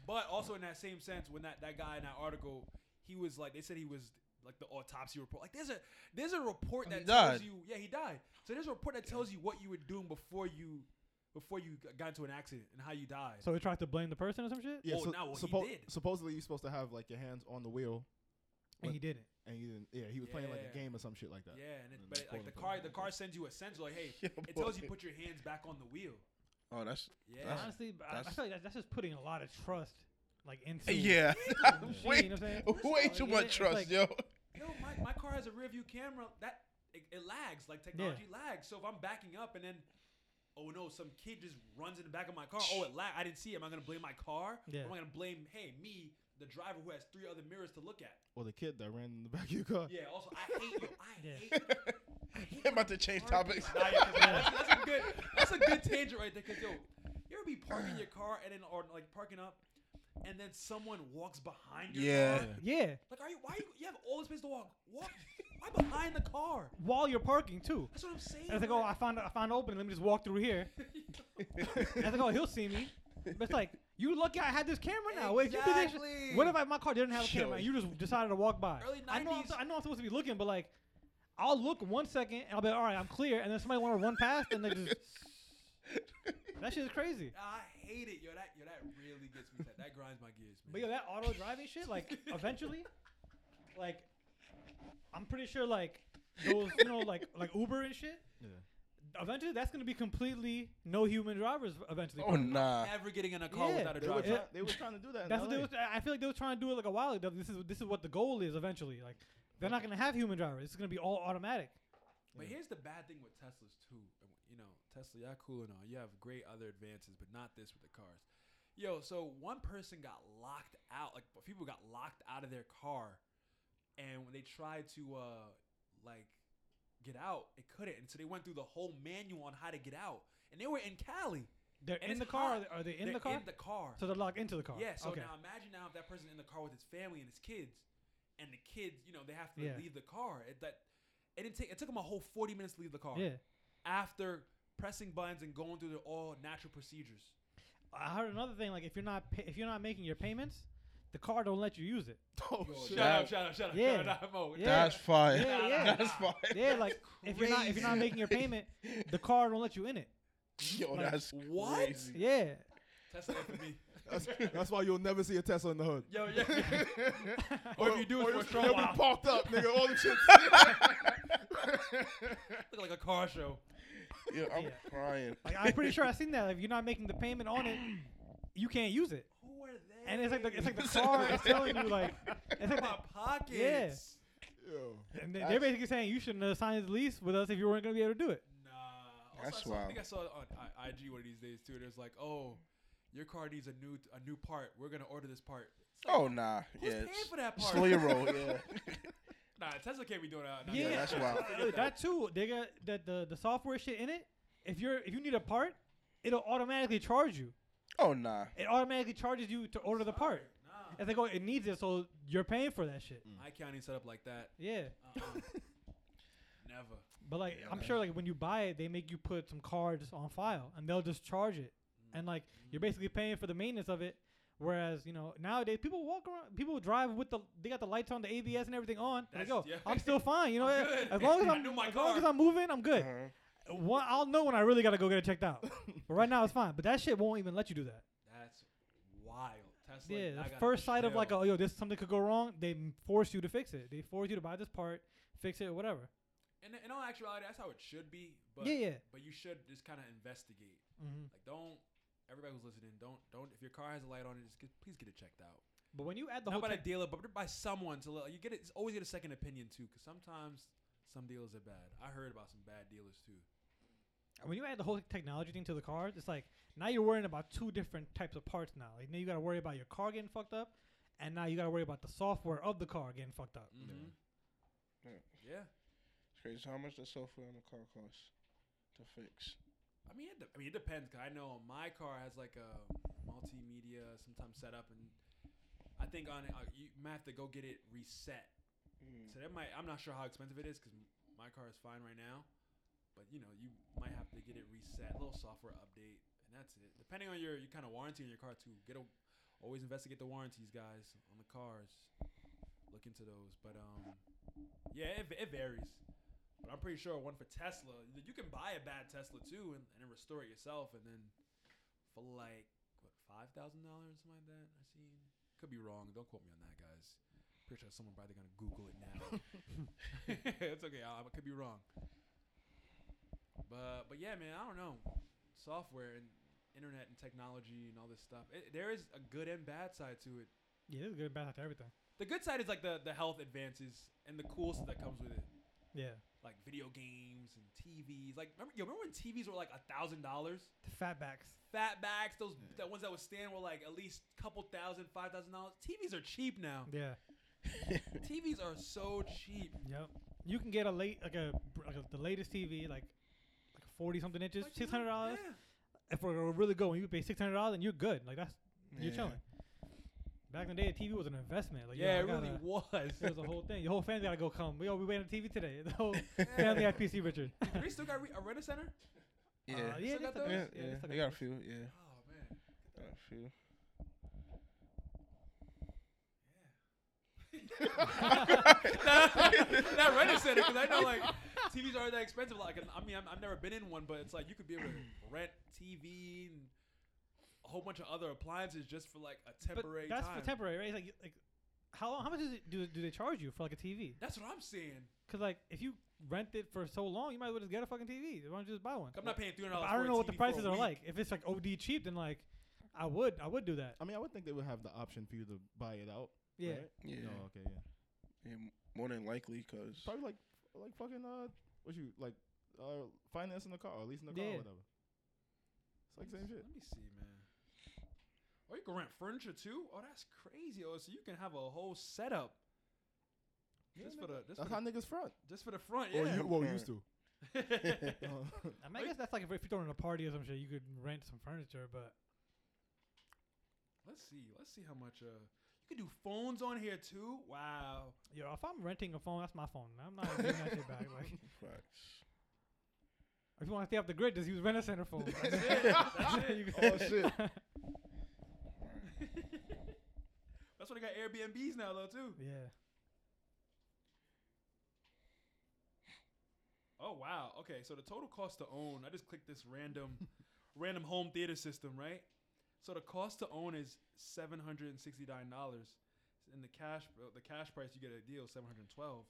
Speaker 1: But also in that same sense, when that, that guy in that article, he was like they said he was like the autopsy report. Like there's a there's a report
Speaker 3: He
Speaker 1: that
Speaker 3: died.
Speaker 1: tells you yeah he died. So there's a report that tells you what you were doing before you before you g- got into an accident and how you died.
Speaker 2: So they tried to blame the person or some shit,
Speaker 4: Yeah,
Speaker 1: Oh,
Speaker 4: so,
Speaker 1: nah, well, he
Speaker 4: suppo-
Speaker 1: did.
Speaker 4: supposedly you're supposed to have like your hands on the wheel,
Speaker 2: and he didn't.
Speaker 4: and you didn't. Yeah, he was playing like a
Speaker 1: Yeah.
Speaker 4: game or some shit like that.
Speaker 1: yeah, and it,
Speaker 4: Mm,
Speaker 1: but it, like the
Speaker 4: quote,
Speaker 1: car
Speaker 4: unquote.
Speaker 1: the car sends you a sense like hey
Speaker 3: Yeah,
Speaker 1: it tells you
Speaker 3: boy.
Speaker 1: put your hands back on the wheel.
Speaker 3: Oh, that's.
Speaker 1: Yeah.
Speaker 3: That's-
Speaker 2: Honestly, b- I, I
Speaker 3: that's-
Speaker 2: feel like that's, that's just putting a lot of trust, like into.
Speaker 3: Yeah.
Speaker 2: the machine,
Speaker 3: way,
Speaker 2: you know what I'm saying?
Speaker 3: way
Speaker 2: Like,
Speaker 3: too
Speaker 2: it-
Speaker 3: much
Speaker 2: it's
Speaker 3: trust,
Speaker 2: like-
Speaker 3: yo.
Speaker 1: Yo, my, my car has a rear view camera that it, it lags like technology lags. So if I'm backing up and then oh no, some kid just runs in the back of my car. Oh, it lag. I didn't see. it. Am I gonna blame my car?
Speaker 2: Yeah.
Speaker 1: Or am I gonna blame hey me, the driver who has three other mirrors to look at?
Speaker 4: Or the kid that ran in the back of your car.
Speaker 1: Yeah. Also, I hate you. I
Speaker 2: Yeah.
Speaker 1: hate. I hate
Speaker 3: I'm about to change
Speaker 1: parking.
Speaker 3: topics.
Speaker 1: Nah, yeah, 'cause that's, that's a good. That's a good tangent right there. Cause yo, you ever be parking your car and then or like parking up, and then someone walks behind your
Speaker 3: Yeah.
Speaker 1: car.
Speaker 2: Yeah,
Speaker 1: Like, are you? Why you? You have all the space to walk. Walk. Why behind the car?
Speaker 2: while you're parking too.
Speaker 1: That's what I'm saying.
Speaker 2: And it's like, oh, I found I found open. Let me just walk through here. and it's like, oh, he'll see me. But it's like, you lucky I had this camera now. Wait, if you did this-
Speaker 1: Exactly.
Speaker 2: what if I, my car didn't have a camera?
Speaker 3: Yo.
Speaker 2: And you just decided to walk by.
Speaker 1: Early
Speaker 2: I know, I'm,
Speaker 1: 90s.
Speaker 2: I know I'm supposed to be looking, but like, I'll look one second and I'll be like, all right, I'm clear. And then somebody want to run past and they just that shit is crazy.
Speaker 1: I hate it, yo. That yo, that really gets me. That, that grinds my gears, man.
Speaker 2: But yo, that auto driving shit, like eventually, like I'm pretty sure, like those, you know, like like Uber and shit.
Speaker 4: Yeah.
Speaker 2: Eventually, that's gonna be completely no human drivers. Eventually,
Speaker 3: Oh nah.
Speaker 1: Never getting in a car
Speaker 2: Yeah.
Speaker 1: without a
Speaker 4: They were,
Speaker 1: driver.
Speaker 2: Yeah.
Speaker 4: try- they were trying to do that. in
Speaker 2: that's what they
Speaker 4: LA.
Speaker 2: was, I I feel like they were trying to do it like a while ago. This is this is what the goal is eventually. Like they're not gonna have human drivers. It's gonna be all automatic.
Speaker 1: But here's the bad thing with Teslas too. And w- You know, Tesla, y'all cool and all. You have great other advances, but not this with the cars. Yo, so one person got locked out. Like people got locked out of their car, and when they tried to uh like get out, it couldn't. And so they went through the whole manual on how to get out. And they were in Cali.
Speaker 2: They're
Speaker 1: And it's
Speaker 2: in the car.
Speaker 1: hot.
Speaker 2: Are they in
Speaker 1: They're
Speaker 2: the car?
Speaker 1: In the car.
Speaker 2: so they're locked into the car.
Speaker 1: Yeah. So
Speaker 2: okay.
Speaker 1: now imagine now if that person in the car with his family and his kids, and the kids, you know, they have to
Speaker 2: Yeah.
Speaker 1: leave the car. It, that it didn't take. It took them a whole forty minutes to leave the car.
Speaker 2: yeah.
Speaker 1: After pressing buttons and going through the all natural procedures.
Speaker 2: I heard another thing. Like if you're not pay- if you're not making your payments, the car don't let you use it.
Speaker 5: Oh,
Speaker 1: Shut
Speaker 5: shit.
Speaker 1: up, shut up, shut up.
Speaker 2: Yeah.
Speaker 1: Shut up, Mo.
Speaker 2: Yeah.
Speaker 3: That's fire.
Speaker 2: Yeah, yeah.
Speaker 3: That's fire.
Speaker 2: Yeah, like if you're not if you're not making your payment, the car don't let you in it.
Speaker 3: Yo,
Speaker 2: Like,
Speaker 3: that's
Speaker 1: what?
Speaker 3: crazy.
Speaker 2: Yeah.
Speaker 1: Tesla for me.
Speaker 4: That's, that's why you'll never see a Tesla in the hood.
Speaker 1: Yo, yeah. or if you do,
Speaker 5: Or
Speaker 1: it's for a
Speaker 5: it's-
Speaker 1: strong
Speaker 5: they'll
Speaker 1: while.
Speaker 5: be parked up, nigga. All the shit.
Speaker 1: Look like a car show.
Speaker 3: Yo, I'm
Speaker 2: Yeah.
Speaker 3: crying.
Speaker 2: Like I'm pretty sure I seen that. If you're not making the payment on it, you can't use it.
Speaker 1: Who are they?
Speaker 2: And it's like the, it's like the car is telling you like it's like
Speaker 1: my
Speaker 2: the-
Speaker 1: pockets.
Speaker 5: Yo.
Speaker 2: and they- they're basically saying you shouldn't have signed the lease with us if you weren't gonna be able to do it.
Speaker 1: Nah. Also,
Speaker 3: That's
Speaker 1: I saw, I think
Speaker 3: wild.
Speaker 1: I saw it on I- IG one of these days too. There's like, oh, your car needs a new a new part. We're gonna order this part. It's like,
Speaker 3: Oh nah.
Speaker 1: Who's
Speaker 3: yeah.
Speaker 1: paying for that part?
Speaker 3: Slow your roll. Yeah.
Speaker 1: Nah, Tesla can't be doing that. Nah,
Speaker 2: Yeah,
Speaker 1: nah,
Speaker 3: that's
Speaker 1: nah,
Speaker 3: wild.
Speaker 1: forget
Speaker 2: Uh, that too, they got the, the the software shit in it. If you're if you need a part, it'll automatically charge you.
Speaker 3: Oh nah.
Speaker 2: It automatically charges you to order the part.
Speaker 1: Nah.
Speaker 2: It's like oh, it needs it, so you're paying for that shit.
Speaker 1: iCounty set up like that.
Speaker 2: Yeah,
Speaker 1: Uh-uh. Never.
Speaker 2: but like
Speaker 3: Yeah,
Speaker 2: I'm
Speaker 3: man.
Speaker 2: sure like when you buy it, they make you put some cards on file, and they'll just charge it.
Speaker 1: Mm.
Speaker 2: And like you're basically paying for the maintenance of it. Whereas you know nowadays people walk around, people drive with the they got the lights on, the ABS and everything on. They
Speaker 1: That's-
Speaker 2: go,
Speaker 1: yeah.
Speaker 2: I'm still fine. You know,
Speaker 1: I'm
Speaker 2: eh,
Speaker 1: good.
Speaker 2: as long as
Speaker 1: I
Speaker 2: I'm
Speaker 1: knew my
Speaker 2: as long as
Speaker 1: car.
Speaker 2: I'm moving, I'm good.
Speaker 3: Uh-huh.
Speaker 2: One, I'll know when I really gotta go get it checked out. but right now it's fine. But that shit won't even let you do that.
Speaker 1: That's wild. Tesla.
Speaker 2: yeah,
Speaker 1: I
Speaker 2: the
Speaker 1: gotta
Speaker 2: first sight of like,
Speaker 1: chill.
Speaker 2: oh, yo, this something could go wrong. They m- force you to fix it. They force you to buy this part, fix it, or whatever.
Speaker 1: In, in all actuality, that's how it should be. But Mm-hmm.
Speaker 2: yeah, yeah.
Speaker 1: But you should just kind of investigate.
Speaker 2: hmm
Speaker 1: Like, don't. Everybody who's listening, don't don't. If your car has a light on it, just get, please get it checked out.
Speaker 2: But when you add the
Speaker 1: Not
Speaker 2: whole
Speaker 1: by a
Speaker 2: tech-
Speaker 1: dealer, but by someone to let- you get it. it's Always get a second opinion too, because sometimes some dealers are bad. I heard about some bad dealers too.
Speaker 2: when you add the whole technology thing to the cars, it's like now you're worrying about two different types of parts now. Like now you gotta worry about your car getting fucked up, and now you gotta worry about the software of the car getting fucked up.
Speaker 1: Mhm.
Speaker 3: Yeah.
Speaker 1: Yeah.
Speaker 3: It's crazy. How much does software on the car cost to fix?
Speaker 1: I mean, it de- I mean, it depends. 'cause I know my car has like a multimedia sometimes set up, and I think on it, uh, you might have to go get it reset.
Speaker 3: Mm.
Speaker 1: So that might. I'm not sure how expensive it is because my car is fine right now, but you know, you might have to get it reset, a little software update, and that's it. Depending on your, your kind of warranty on your car too. Get a, always investigate the warranties, guys, on the cars. Look into those, but um, yeah, it, it varies. But I'm pretty sure one for Tesla, y- you can buy a bad Tesla too, and, and then restore it yourself, and then for like what five thousand dollars, something like that. I seen. Could be wrong. Don't quote me on that, guys. Pretty sure someone probably gonna Google it now. it's okay. I, I could be wrong. But but yeah, man, I don't know. Software and internet and technology and all this stuff. It, there is a good and bad side to it.
Speaker 2: Yeah, this is good back to everything.
Speaker 1: The good side is like the the health advances and the cool stuff that comes with it,
Speaker 2: Yeah,
Speaker 1: like video games and TVs. Like remember, yo, remember when TVs were like a thousand dollars?
Speaker 2: the fatbacks.
Speaker 1: Fatbacks, those
Speaker 4: Yeah.
Speaker 1: the ones that would stand were like at least couple thousand, five thousand dollars. TVs are cheap now.
Speaker 2: Yeah.
Speaker 1: TVs are so cheap.
Speaker 2: Yep. You can get a late like a, br- like a the latest TV like like forty something inches,
Speaker 1: Like,
Speaker 2: six hundred dollars.
Speaker 1: yeah.
Speaker 2: If we're really going, you pay six hundred dollars and you're good. Like that's you're
Speaker 3: Yeah.
Speaker 2: chilling. Back in the day, a TV was an investment. Like yo,
Speaker 1: yeah,
Speaker 2: I
Speaker 1: it really
Speaker 2: gotta-
Speaker 1: was.
Speaker 2: It was a whole thing. Your whole family gotta go come. We all we waiting on TV today. The whole
Speaker 1: Yeah.
Speaker 2: family at PC Richard.
Speaker 1: we still got re- a rent center.
Speaker 3: Yeah.
Speaker 2: Uh, yeah,
Speaker 1: Still got
Speaker 2: that's a-
Speaker 1: those?
Speaker 3: yeah,
Speaker 2: yeah,
Speaker 3: yeah.
Speaker 2: that's like
Speaker 3: They
Speaker 2: a-
Speaker 3: got a few. Yeah,
Speaker 1: Oh man.
Speaker 3: got a few.
Speaker 1: that Reddit said it because I know like TVs aren't that expensive. Like, and I mean, I'm, I've never been in one, but it's like you could be able to rent TV and a whole bunch of other appliances just for like a
Speaker 2: But
Speaker 1: temporary
Speaker 2: that's
Speaker 1: time.
Speaker 2: for temporary, right? It's Like like how long? How much is it, do do they charge you for like a TV?
Speaker 1: that's what I'm saying.
Speaker 2: Because like if you rent it for so long, you might as well just get a fucking TV. Why don't you just buy one?
Speaker 1: I'm not paying three hundred
Speaker 2: But
Speaker 1: dollars.
Speaker 2: I don't know what the prices are like. If it's like OD cheap, then like I would I would do that.
Speaker 4: I mean, I would think they would have the option for you to buy it out.
Speaker 2: Yeah.
Speaker 4: right?
Speaker 3: Yeah,
Speaker 4: No, okay, yeah.
Speaker 3: yeah m- more than likely, cause
Speaker 4: Probably like like fucking uh, what you like uh financing the car or leasing the car
Speaker 2: Yeah.
Speaker 4: or whatever. It's like same shit.
Speaker 1: Let me see, man. Or you can rent furniture too. Oh, that's crazy. Oh, so you can have a whole setup
Speaker 4: Yeah,
Speaker 1: just
Speaker 4: nigga.
Speaker 1: for the just for
Speaker 4: That's
Speaker 1: the,
Speaker 4: how niggas front.
Speaker 1: just for the front.
Speaker 2: Oh,
Speaker 4: Or
Speaker 1: Yeah.
Speaker 4: you, well, used to. Uh,
Speaker 2: I, mean, I guess that's like if, if you're throwing a party or some shit, you could rent some furniture, but
Speaker 1: Let's see. Let's see how much. Uh, you can do phones on here too. Wow.
Speaker 2: yo, if I'm renting a phone, that's my phone. I'm not giving that shit back. Like,
Speaker 3: facts.
Speaker 2: if you want to stay off the grid, just use rent a center phone. Like,
Speaker 1: That's it. That's it.
Speaker 2: you
Speaker 4: oh
Speaker 2: can-
Speaker 4: shit!
Speaker 1: That's That's why they got Airbnbs now, though, too.
Speaker 2: Yeah.
Speaker 1: Oh wow. Okay, so the total cost to own. I just clicked this random, random home theater system, right? So the cost to own is seven hundred and sixty nine dollars, and the cash uh, the cash price you get a deal seven hundred twelve,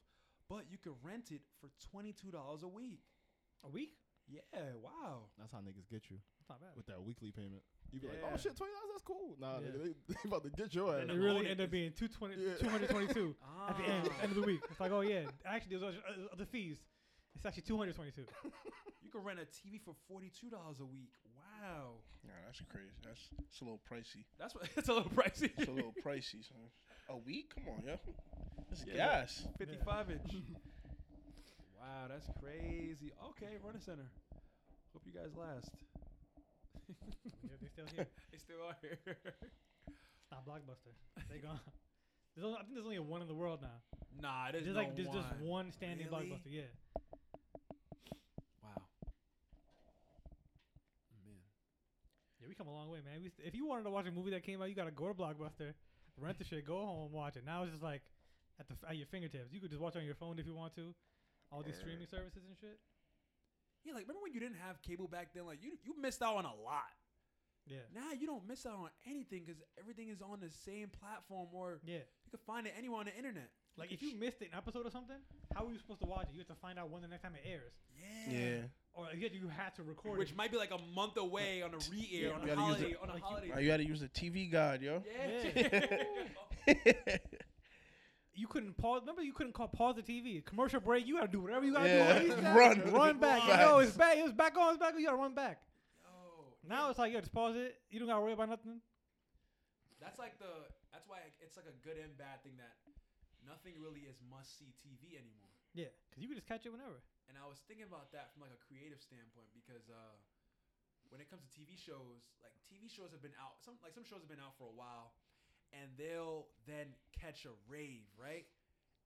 Speaker 1: but you could rent it for twenty two dollars a week.
Speaker 2: A week?
Speaker 1: Yeah. Wow.
Speaker 4: That's how niggas get you
Speaker 2: That's not bad.
Speaker 4: with that weekly payment. You be like,
Speaker 1: Yeah.
Speaker 4: oh shit, twenty dollars, that's cool. Nah,
Speaker 2: Yeah.
Speaker 4: nigga, they, they about to get your ass.
Speaker 1: And
Speaker 2: And it
Speaker 1: the
Speaker 2: really
Speaker 1: loan
Speaker 2: ended up
Speaker 1: is-
Speaker 2: being 220,
Speaker 4: Yeah.
Speaker 2: 222
Speaker 1: Ah.
Speaker 2: at the end, end of the week. It's like, oh yeah, actually there's uh, other- other fees. It's actually 222.
Speaker 1: you could rent a TV for forty two dollars a week. Wow.
Speaker 3: Nah, that's crazy. That's it's a little pricey.
Speaker 1: That's what. That's a little pricey.
Speaker 3: It's a little pricey, son. A week? Come on, yo. It's
Speaker 1: Yeah.
Speaker 3: gas.
Speaker 1: Fifty five inch. wow, that's crazy. Okay, run a center. Hope you guys last.
Speaker 2: yeah, they still here.
Speaker 1: They still are here.
Speaker 2: It's not Blockbuster. They gone. There's only, I think there's only one in the world now.
Speaker 1: nah, there's,
Speaker 2: There's,
Speaker 1: no
Speaker 2: like there's
Speaker 1: one.
Speaker 2: just one standing
Speaker 1: Really?
Speaker 2: Blockbuster. Yeah.
Speaker 1: Wow. Man.
Speaker 2: Yeah, we come a long way, man. We st- if you wanted to watch a movie that came out, you gotta go to Blockbuster, rent the shit, go home, watch it. Now it's just like at the f- at your fingertips. You could just watch on your phone if you want to. All these streaming services and shit.
Speaker 1: Yeah, like remember when you didn't have cable back then? Like you you missed out on a lot.
Speaker 2: Yeah.
Speaker 1: Now you don't miss out on anything because everything is on the same platform or
Speaker 2: Yeah.
Speaker 1: you can find it anywhere on the internet.
Speaker 2: Like if you missed an episode or something, how are you supposed to watch it? You have to find out when the next time it airs,
Speaker 1: Yeah.
Speaker 3: Yeah.
Speaker 2: or you had- you had to record
Speaker 1: Which
Speaker 2: it.
Speaker 1: might be like a month away on a re-air
Speaker 3: Yeah,
Speaker 1: on
Speaker 3: you
Speaker 1: a
Speaker 3: gotta use
Speaker 1: holiday
Speaker 2: it.
Speaker 1: on a
Speaker 2: Like you-
Speaker 1: holiday.
Speaker 3: Now you gotta use the TV guide, yo.
Speaker 1: Yeah.
Speaker 2: You couldn't pause. Remember, you couldn't call, pause the TV. Commercial break. You gotta do whatever you gotta
Speaker 3: Yeah.
Speaker 2: do.
Speaker 3: Run.
Speaker 2: run back. You
Speaker 3: Facts.
Speaker 2: know, it's back. It's back on. It's back on. You gotta run back.
Speaker 1: Yo,
Speaker 2: Now it's like yo, just pause it. You don't gotta worry about nothing.
Speaker 1: That's like the. That's why it's like a good and bad thing that nothing really is must see TV anymore.
Speaker 2: Yeah, because you can just catch it whenever.
Speaker 1: And I was thinking about that from like a creative standpoint because uh, when it comes to TV shows, like TV shows have been out. Some like some shows have been out for a while, and they'll then catch a rave, right?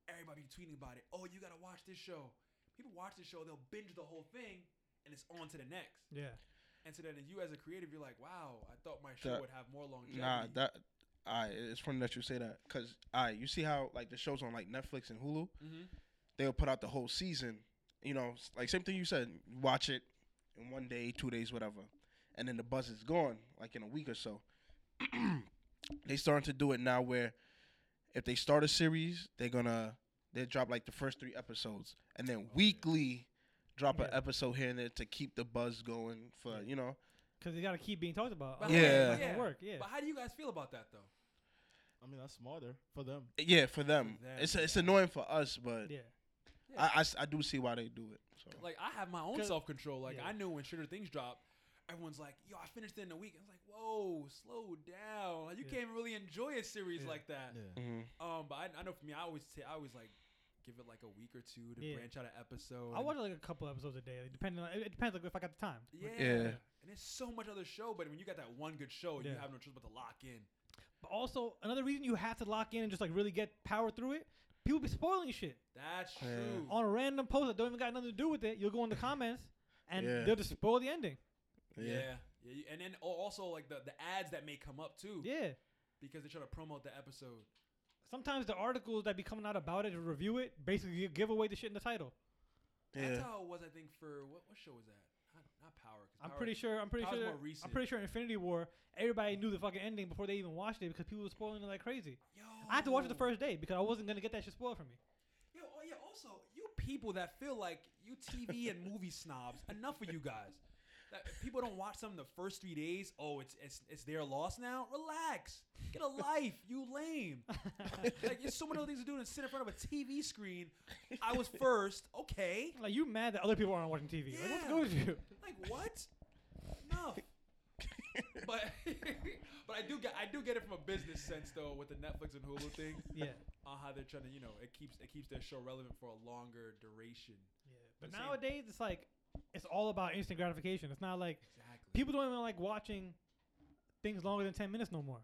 Speaker 1: Everybody be tweeting about it. Oh, you gotta watch this show. People watch this show, they'll binge the whole thing, and it's on to the next.
Speaker 2: Yeah.
Speaker 1: And so then, you as a creative, you're like, wow, I thought my show
Speaker 3: That-
Speaker 1: would have more longevity.
Speaker 3: Nah, that. I. It's funny that you say that, cause I. You see how like the shows on like Netflix and Hulu,
Speaker 1: Mhm.
Speaker 3: they'll put out the whole season. You know, s- like same thing you said. Watch it in one day, two days, whatever, and then the buzz is gone, like in a week or so. they starting to do it now, where if they start a series, they're gonna they drop like the first three episodes, and then weekly drop an
Speaker 2: Yeah.
Speaker 3: episode here and there to keep the buzz going for you know.
Speaker 2: Because they gotta keep being talked about.
Speaker 1: But
Speaker 2: otherwise
Speaker 3: Yeah.
Speaker 2: it's not gonna
Speaker 1: Yeah.
Speaker 2: work. Yeah.
Speaker 1: But how do you guys feel about that though?
Speaker 4: I mean, that's smarter for them.
Speaker 3: Yeah, for them,
Speaker 1: them,
Speaker 3: it's it's
Speaker 1: yeah.
Speaker 3: annoying for us, but
Speaker 2: Yeah.
Speaker 3: I, I s- I do see why they do it. So
Speaker 1: Like I have my own
Speaker 2: 'Cause-
Speaker 1: self control. Like
Speaker 2: yeah.
Speaker 1: I knew when Sugar Things dropped, everyone's like, "Yo, I finished it in a week." I was like, "Whoa, slow down! Like, you
Speaker 2: Yeah.
Speaker 1: can't really enjoy a series
Speaker 2: Yeah.
Speaker 1: like that."
Speaker 4: Yeah.
Speaker 3: Mhm.
Speaker 1: Um, but I, I know for me, I always say I always like give it like a week or two to
Speaker 2: Yeah.
Speaker 1: branch out an episode.
Speaker 2: I
Speaker 1: and-
Speaker 2: watch like a couple episodes a day. Like, depending on it it depends like if I got the time.
Speaker 1: yeah.
Speaker 3: Yeah.
Speaker 1: And there's so much other show, but when you got that one good show, you
Speaker 2: Yeah.
Speaker 1: have no choice but to lock in.
Speaker 2: But also another reason you have to lock in and just like really get power through it. People be spoiling shit
Speaker 1: That's
Speaker 3: Yeah.
Speaker 1: true.
Speaker 2: on a random post that don't even got nothing to do with it. You'll go in the comments and
Speaker 3: Yeah.
Speaker 2: they'll just spoil the ending.
Speaker 1: yeah. yeah, you- And then al- also like the the ads that may come up too,
Speaker 2: Yeah.
Speaker 1: because they're trying to promote the episode.
Speaker 2: Sometimes the articles that be coming out about it to review it basically gi- give away the shit in the title.
Speaker 1: That's
Speaker 3: Yeah.
Speaker 1: how it was, I think. For what what show was that? Not, not Power. 'cause
Speaker 2: I'm
Speaker 1: Power-
Speaker 2: pretty sure. I'm pretty
Speaker 1: Power's
Speaker 2: sure.
Speaker 1: more recent.
Speaker 2: I'm pretty sure Infinity War. Everybody knew the fucking ending before they even watched it because people were spoiling it like crazy.
Speaker 1: Yo.
Speaker 2: I had to watch it the first day because I wasn't gonna get that shit spoiled for me.
Speaker 1: Yo, oh yeah. Also, you people that feel like you TV and movie snobs, enough of you guys. That if people don't watch something the first three days. Oh, it's it's it's their loss now. Relax. Get a life. You lame. like there's so many other things to do than sit in front of a TV screen. I was first. Okay.
Speaker 2: Like you mad that other people aren't watching TV? Like what's
Speaker 1: Yeah.
Speaker 2: good with you?
Speaker 1: Like what? No. but but I do get I do get it from a business sense though with the Netflix and Hulu thing
Speaker 2: Yeah,
Speaker 1: on how they're trying to you know it keeps it keeps their show relevant for a longer duration.
Speaker 2: yeah. But
Speaker 1: The same-
Speaker 2: nowadays it's like it's all about instant gratification. It's not like
Speaker 1: Exactly.
Speaker 2: people don't even like watching things longer than ten minutes no more.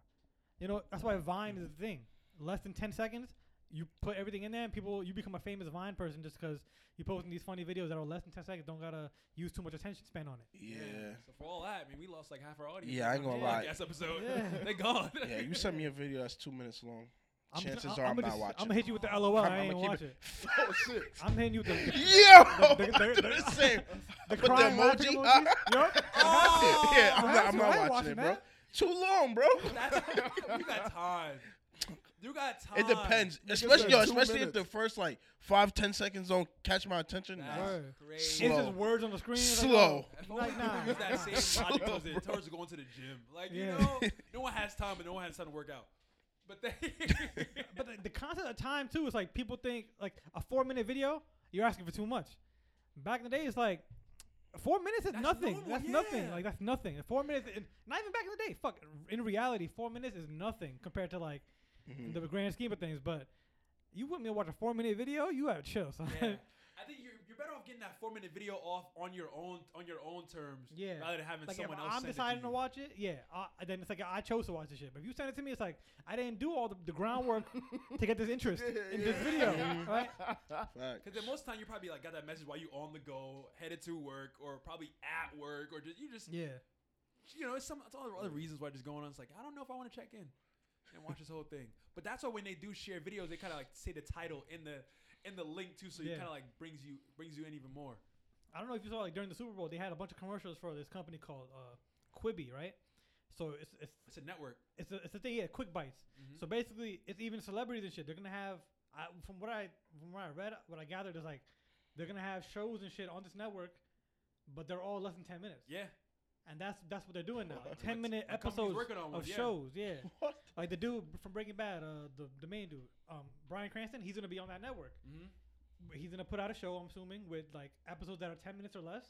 Speaker 2: You know that's why Vine is a thing. Less than ten seconds, you put everything in there, and people you become a famous Vine person just because you're posting these funny videos that are less than ten seconds. Don't gotta use too much attention span on it.
Speaker 3: Yeah.
Speaker 1: So for all that, I mean, we lost like half our audience.
Speaker 3: Yeah, I ain't
Speaker 1: on
Speaker 3: gonna
Speaker 1: the
Speaker 3: lie.
Speaker 1: Podcast episode.
Speaker 2: Yeah.
Speaker 1: they gone.
Speaker 3: Yeah, you sent me a video that's two minutes long.
Speaker 2: I'm
Speaker 3: Chances
Speaker 2: just,
Speaker 3: are I'm
Speaker 2: I'm
Speaker 3: not watching.
Speaker 2: I'm gonna hit you with the LOL.
Speaker 3: I'm-
Speaker 2: I
Speaker 3: I'ma
Speaker 2: ain't
Speaker 3: keep
Speaker 2: watch
Speaker 3: it-
Speaker 2: it.
Speaker 3: oh shit.
Speaker 2: I'm hitting you with the,
Speaker 3: Yeah, bro,
Speaker 2: the-
Speaker 3: I
Speaker 2: the-
Speaker 3: do the
Speaker 2: the-
Speaker 3: same.
Speaker 2: the
Speaker 3: With the
Speaker 2: crying laughing
Speaker 3: emoji.
Speaker 2: emojis. Yup.
Speaker 1: Oh,
Speaker 3: yeah, I'm not,
Speaker 2: that's
Speaker 3: I'm
Speaker 2: what
Speaker 3: not
Speaker 2: I
Speaker 3: watching,
Speaker 2: watching
Speaker 3: it, bro.
Speaker 2: that.
Speaker 3: Too long, bro.
Speaker 1: That's, you got time. You got time.
Speaker 3: It depends,
Speaker 5: just
Speaker 3: especially
Speaker 5: said
Speaker 3: yo,
Speaker 5: two
Speaker 3: especially if
Speaker 5: minutes.
Speaker 3: the first like five ten seconds don't catch my attention.
Speaker 1: That's
Speaker 3: Nah.
Speaker 2: Word.
Speaker 1: crazy.
Speaker 2: It's
Speaker 3: Slow.
Speaker 2: just words on the screen. it's like,
Speaker 3: Slow.
Speaker 2: oh,
Speaker 1: If
Speaker 2: Like,
Speaker 1: only people
Speaker 2: nah,
Speaker 1: use
Speaker 2: nah.
Speaker 1: that same logic
Speaker 3: Slow,
Speaker 1: towards it,
Speaker 3: bro.
Speaker 1: towards going to the gym. Like you
Speaker 2: Yeah.
Speaker 1: know, no one has time, but no one has time to work out. But they,
Speaker 2: But the, the concept of time too is like people think like a four minute video, you're asking for too much. Back in the day, it's like four minutes is
Speaker 1: That's
Speaker 2: nothing.
Speaker 1: normal,
Speaker 2: that's nothing.
Speaker 1: yeah.
Speaker 2: Like that's nothing. And Four minutes, in, not even back in the day. Fuck. In reality, four minutes is nothing compared to like
Speaker 3: Mhm.
Speaker 2: the grand scheme of things. But you want me to watch a four minute video? You have chill. son.
Speaker 1: yeah. I think you're, you're better off getting that four minute video off on your own on your own terms,
Speaker 2: Yeah.
Speaker 1: rather than having
Speaker 2: Like if
Speaker 1: someone else.
Speaker 2: I'm
Speaker 1: send it
Speaker 2: deciding
Speaker 1: to,
Speaker 2: to
Speaker 1: you.
Speaker 2: watch it, yeah. I, then it's like I chose to watch this shit. But if you send it to me, it's like I didn't do all the, the groundwork to get this interest in this video,
Speaker 3: Mhm.
Speaker 2: right?
Speaker 3: Facts.
Speaker 1: Because then most of the time you probably like got that message while you on the go, headed to work, or probably at work, or just you just
Speaker 2: Yeah.
Speaker 1: you know, it's some it's all the other reasons why just going on. It's like I don't know if I want to check in and watch this whole thing. But that's why when they do share videos, they kind of like say the title in the in the link too, so it
Speaker 2: Yeah.
Speaker 1: kind of like brings you brings you in even more.
Speaker 2: I don't know if you saw like during the Super Bowl, they had a bunch of commercials for this company called uh, Quibi, right? So it's it's
Speaker 1: It's a network.
Speaker 2: it's a, it's a thing, yeah, quick bites.
Speaker 1: Mhm.
Speaker 2: So basically, it's even celebrities and shit. They're gonna have, I, from what I from what I read, what I gathered is like they're gonna have shows and shit on this network, but they're all less than ten minutes,
Speaker 1: Yeah,
Speaker 2: and that's that's what they're doing now.
Speaker 3: What?
Speaker 2: Like, ten minute
Speaker 1: My company's
Speaker 2: episodes
Speaker 1: working on one,
Speaker 2: of
Speaker 1: Oh, yeah.
Speaker 2: shows, yeah.
Speaker 3: What?
Speaker 2: Like the dude from Breaking Bad, uh, the the main dude, um, Brian Cranston, he's gonna be on that network
Speaker 1: Mhm.
Speaker 2: he's gonna put out a show. I'm assuming with like episodes that are ten minutes or less,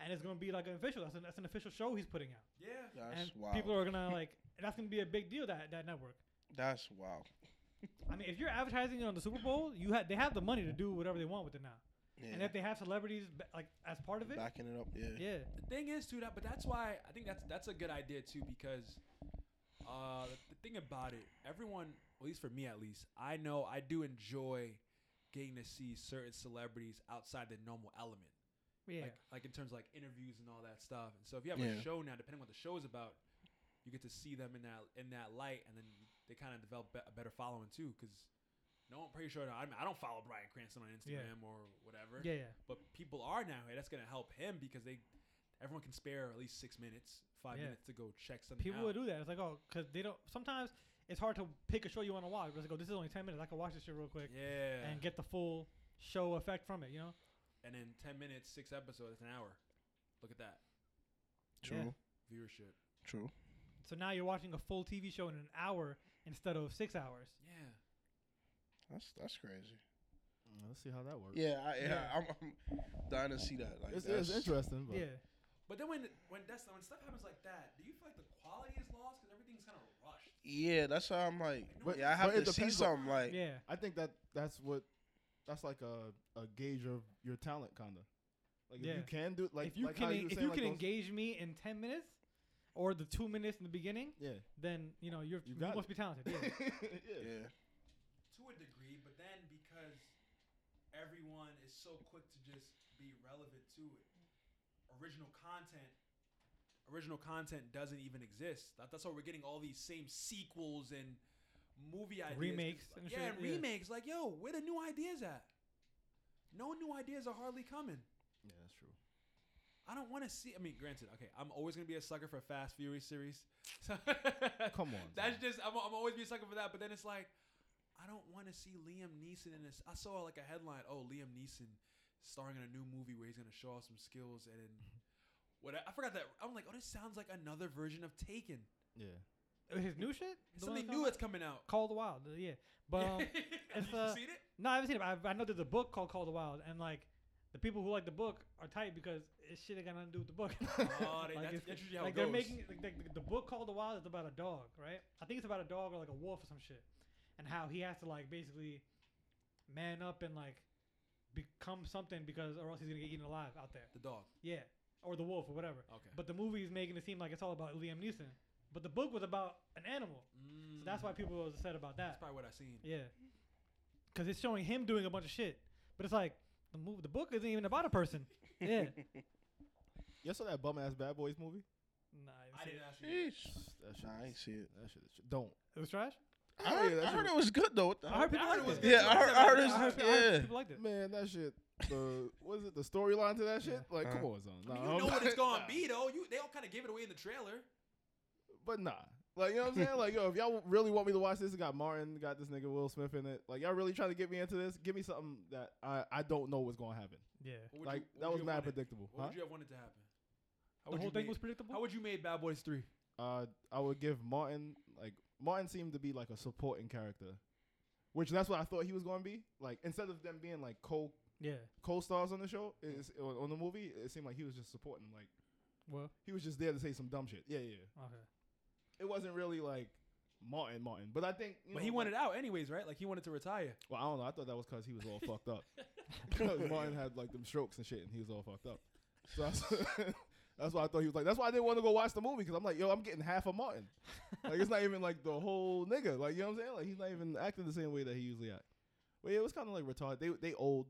Speaker 2: and it's gonna be like an official. That's an, that's an official show he's putting out,
Speaker 1: yeah.
Speaker 3: That's
Speaker 2: and
Speaker 3: wild.
Speaker 2: people are gonna like that's gonna be a big deal that that network.
Speaker 3: That's wild.
Speaker 2: I mean, if you're advertising it on the Super Bowl, you ha- they have the money to do whatever they want with it now, and
Speaker 3: Yeah.
Speaker 2: if they have celebrities ba- like as part of it,
Speaker 3: Backing it up. Yeah.
Speaker 2: yeah,
Speaker 1: The thing is too that, but that's why I think that's that's a good idea too because uh, the, the thing about it, everyone, at least for me at least, I know I do enjoy getting to see certain celebrities outside the normal element.
Speaker 2: yeah.
Speaker 1: like, like in terms of like interviews and all that stuff. And so if you have
Speaker 3: Yeah.
Speaker 1: a show now, depending on what the show is about, you get to see them in that in that light, and then they kind of develop be- a better following too. Because no, I'm pretty sure that I, mean, I don't follow Brian Cranston on Instagram or whatever.
Speaker 2: yeah, yeah,
Speaker 1: But people are now, and that's gonna help him because they everyone can spare at least six minutes, five
Speaker 2: Yeah.
Speaker 1: minutes to go check something
Speaker 2: People
Speaker 1: out.
Speaker 2: will do that. It's like oh, because they don't. Sometimes it's hard to pick a show you want to watch. But it's like oh, this is only ten minutes. I can watch this shit real quick
Speaker 1: yeah, and,
Speaker 2: and get the full show effect from it. You know,
Speaker 1: then ten minutes, six episodes, that's an hour. Look at that
Speaker 3: True.
Speaker 2: Yeah.
Speaker 1: viewership.
Speaker 3: True.
Speaker 2: so now you're watching a full TV show in an hour instead of six hours.
Speaker 1: Yeah.
Speaker 3: That's that's crazy.
Speaker 4: Mm, Let's see how that works.
Speaker 3: Yeah. I, yeah.
Speaker 2: Yeah.
Speaker 3: I'm, I'm dying to see that. Like
Speaker 4: It's,
Speaker 3: that's
Speaker 4: it's interesting, but
Speaker 2: Yeah.
Speaker 1: But then when when that's when stuff happens like that, do you feel like the quality is lost because everything's kind of rushed?
Speaker 3: Yeah. That's how I'm like.
Speaker 1: But-
Speaker 3: yeah. I
Speaker 4: but
Speaker 3: have
Speaker 4: it
Speaker 3: to see
Speaker 4: depends on-
Speaker 3: something like.
Speaker 2: Yeah.
Speaker 4: I think that that's what that's like a, a gauge of your talent, kinda. Like if
Speaker 2: Yeah.
Speaker 4: you can do like
Speaker 2: if you
Speaker 4: like how
Speaker 2: can e-
Speaker 4: were
Speaker 2: if
Speaker 4: saying,
Speaker 2: you
Speaker 4: like
Speaker 2: can
Speaker 4: those-
Speaker 2: engage me in ten minutes or the two minutes in the beginning,
Speaker 4: yeah,
Speaker 2: then you know you're
Speaker 4: You
Speaker 2: you,
Speaker 4: got it.
Speaker 2: must be talented.
Speaker 4: yeah,
Speaker 2: Yeah.
Speaker 3: Yeah.
Speaker 1: To a degree, but then because everyone is so quick to just be relevant to it, original content, original content doesn't even exist. That, that's why we're getting all these same sequels and movie ideas. 'cause,
Speaker 2: Remakes
Speaker 1: like,
Speaker 2: and
Speaker 1: yeah,
Speaker 2: shit,
Speaker 1: and
Speaker 2: yeah.
Speaker 1: remakes. Like, yo, where the new ideas at? No new ideas are hardly coming.
Speaker 4: yeah, that's true.
Speaker 1: I don't want to see. I mean, granted, okay, I'm always gonna be a sucker for Fast Furious series. So
Speaker 4: Come on,
Speaker 1: that's
Speaker 4: son.
Speaker 1: just I'm, I'm always be a sucker for that. But then it's like, I don't want to see Liam Neeson in this. I saw like a headline, oh Liam Neeson starring in a new movie where he's gonna show off some skills and then what I, I forgot that I'm like, oh, this sounds like another version of Taken.
Speaker 4: Yeah,
Speaker 2: Uh, His new shit? The one
Speaker 1: Something
Speaker 2: that's
Speaker 1: new
Speaker 2: out?
Speaker 1: that's coming out.
Speaker 2: Call of the Wild. uh, Yeah. But um,
Speaker 1: Have
Speaker 2: it's,
Speaker 1: you
Speaker 2: uh,
Speaker 1: seen it?
Speaker 2: no, I haven't seen it. But I, I know there's a book called Call of the Wild, and like the people who like the book are tight because it shit ain't got nothing to do with the book.
Speaker 1: Oh, they,
Speaker 2: Like,
Speaker 1: that's,
Speaker 2: it's-
Speaker 1: that's usually how
Speaker 2: like
Speaker 1: it goes.
Speaker 2: they're making like, like, the, the book called The Wild is about a dog, right? I think it's about a dog or like a wolf or some shit, and how he has to like basically man up and like become something because or else he's gonna get eaten alive out there.
Speaker 1: the dog.
Speaker 2: Yeah, or the wolf or whatever.
Speaker 1: Okay.
Speaker 2: But the movie is making it seem like it's all about Liam Neeson, but the book was about an animal, so that's why people was upset about
Speaker 1: Mm, That's
Speaker 2: that.
Speaker 1: probably what I seen.
Speaker 2: Yeah, because it's showing him doing a bunch of shit. But it's like the move, the book isn't even about a person. Yeah.
Speaker 4: You saw that bum ass Bad Boys movie?
Speaker 2: nah, it was,
Speaker 3: Sheesh.
Speaker 4: That shit.
Speaker 3: Nah, I ain't
Speaker 4: is-
Speaker 3: see it.
Speaker 4: That shit. Is, don't.
Speaker 2: it was trash.
Speaker 3: I
Speaker 4: Oh,
Speaker 3: heard,
Speaker 4: yeah, that
Speaker 3: I
Speaker 4: shit
Speaker 3: heard it was good though. What the
Speaker 2: I heard
Speaker 3: hell?
Speaker 2: people liked it.
Speaker 3: Yeah, I heard- I heard
Speaker 2: I heard,
Speaker 3: it's-
Speaker 2: I heard
Speaker 3: yeah.
Speaker 2: people liked it.
Speaker 4: Man, that shit. The what is it? The storyline to that shit? Like, come
Speaker 3: Uh.
Speaker 2: Uh-huh.
Speaker 4: on, son.
Speaker 1: I
Speaker 4: Nah,
Speaker 1: mean, you know
Speaker 4: I'm-
Speaker 1: what it's gonna
Speaker 4: nah.
Speaker 1: be though. You they all kind of gave it away in the trailer.
Speaker 4: But nah. Like, you know what I'm saying? Like, yo, if y'all really want me to watch this, it got Martin, got this nigga Will Smith in it. Like, y'all really trying to get me into this? Give me something that I, I don't know what's going to happen.
Speaker 2: Yeah.
Speaker 1: What would
Speaker 4: like,
Speaker 1: you- what
Speaker 4: that
Speaker 1: would
Speaker 4: was
Speaker 1: you have
Speaker 4: mad
Speaker 1: wanted?
Speaker 4: predictable.
Speaker 1: What
Speaker 4: Huh?
Speaker 1: would you have wanted to happen? How
Speaker 2: The
Speaker 1: would
Speaker 2: whole
Speaker 1: you
Speaker 2: thing
Speaker 1: made-
Speaker 2: was predictable.
Speaker 1: How would you made Bad Boys Three?
Speaker 4: Uh, I would give Martin, like, Martin seemed to be like a supporting character, which that's what I thought he was going to be. Like, instead of them being like co
Speaker 2: yeah.
Speaker 4: co stars on the show, it's, on on the movie, it seemed like he was just supporting. Like,
Speaker 2: Well.
Speaker 4: he was just there to say some dumb shit. Yeah, yeah.
Speaker 2: Okay.
Speaker 4: It wasn't really like Martin, Martin. But I think. You
Speaker 1: But
Speaker 4: know,
Speaker 1: he
Speaker 4: like-
Speaker 1: wanted out anyways, right? Like he wanted to retire.
Speaker 4: Well, I don't know. I thought that was because he was all fucked up. Because Martin had like them strokes and shit, and he was all fucked up. So that's, that's why I thought he was like. That's why I didn't want to go watch the movie because I'm like, yo, I'm getting half of Martin. Like it's not even like the whole nigga. Like you know what I'm saying? Like he's not even acting the same way that he usually act. But yeah, it was kind of like retarded. They they old.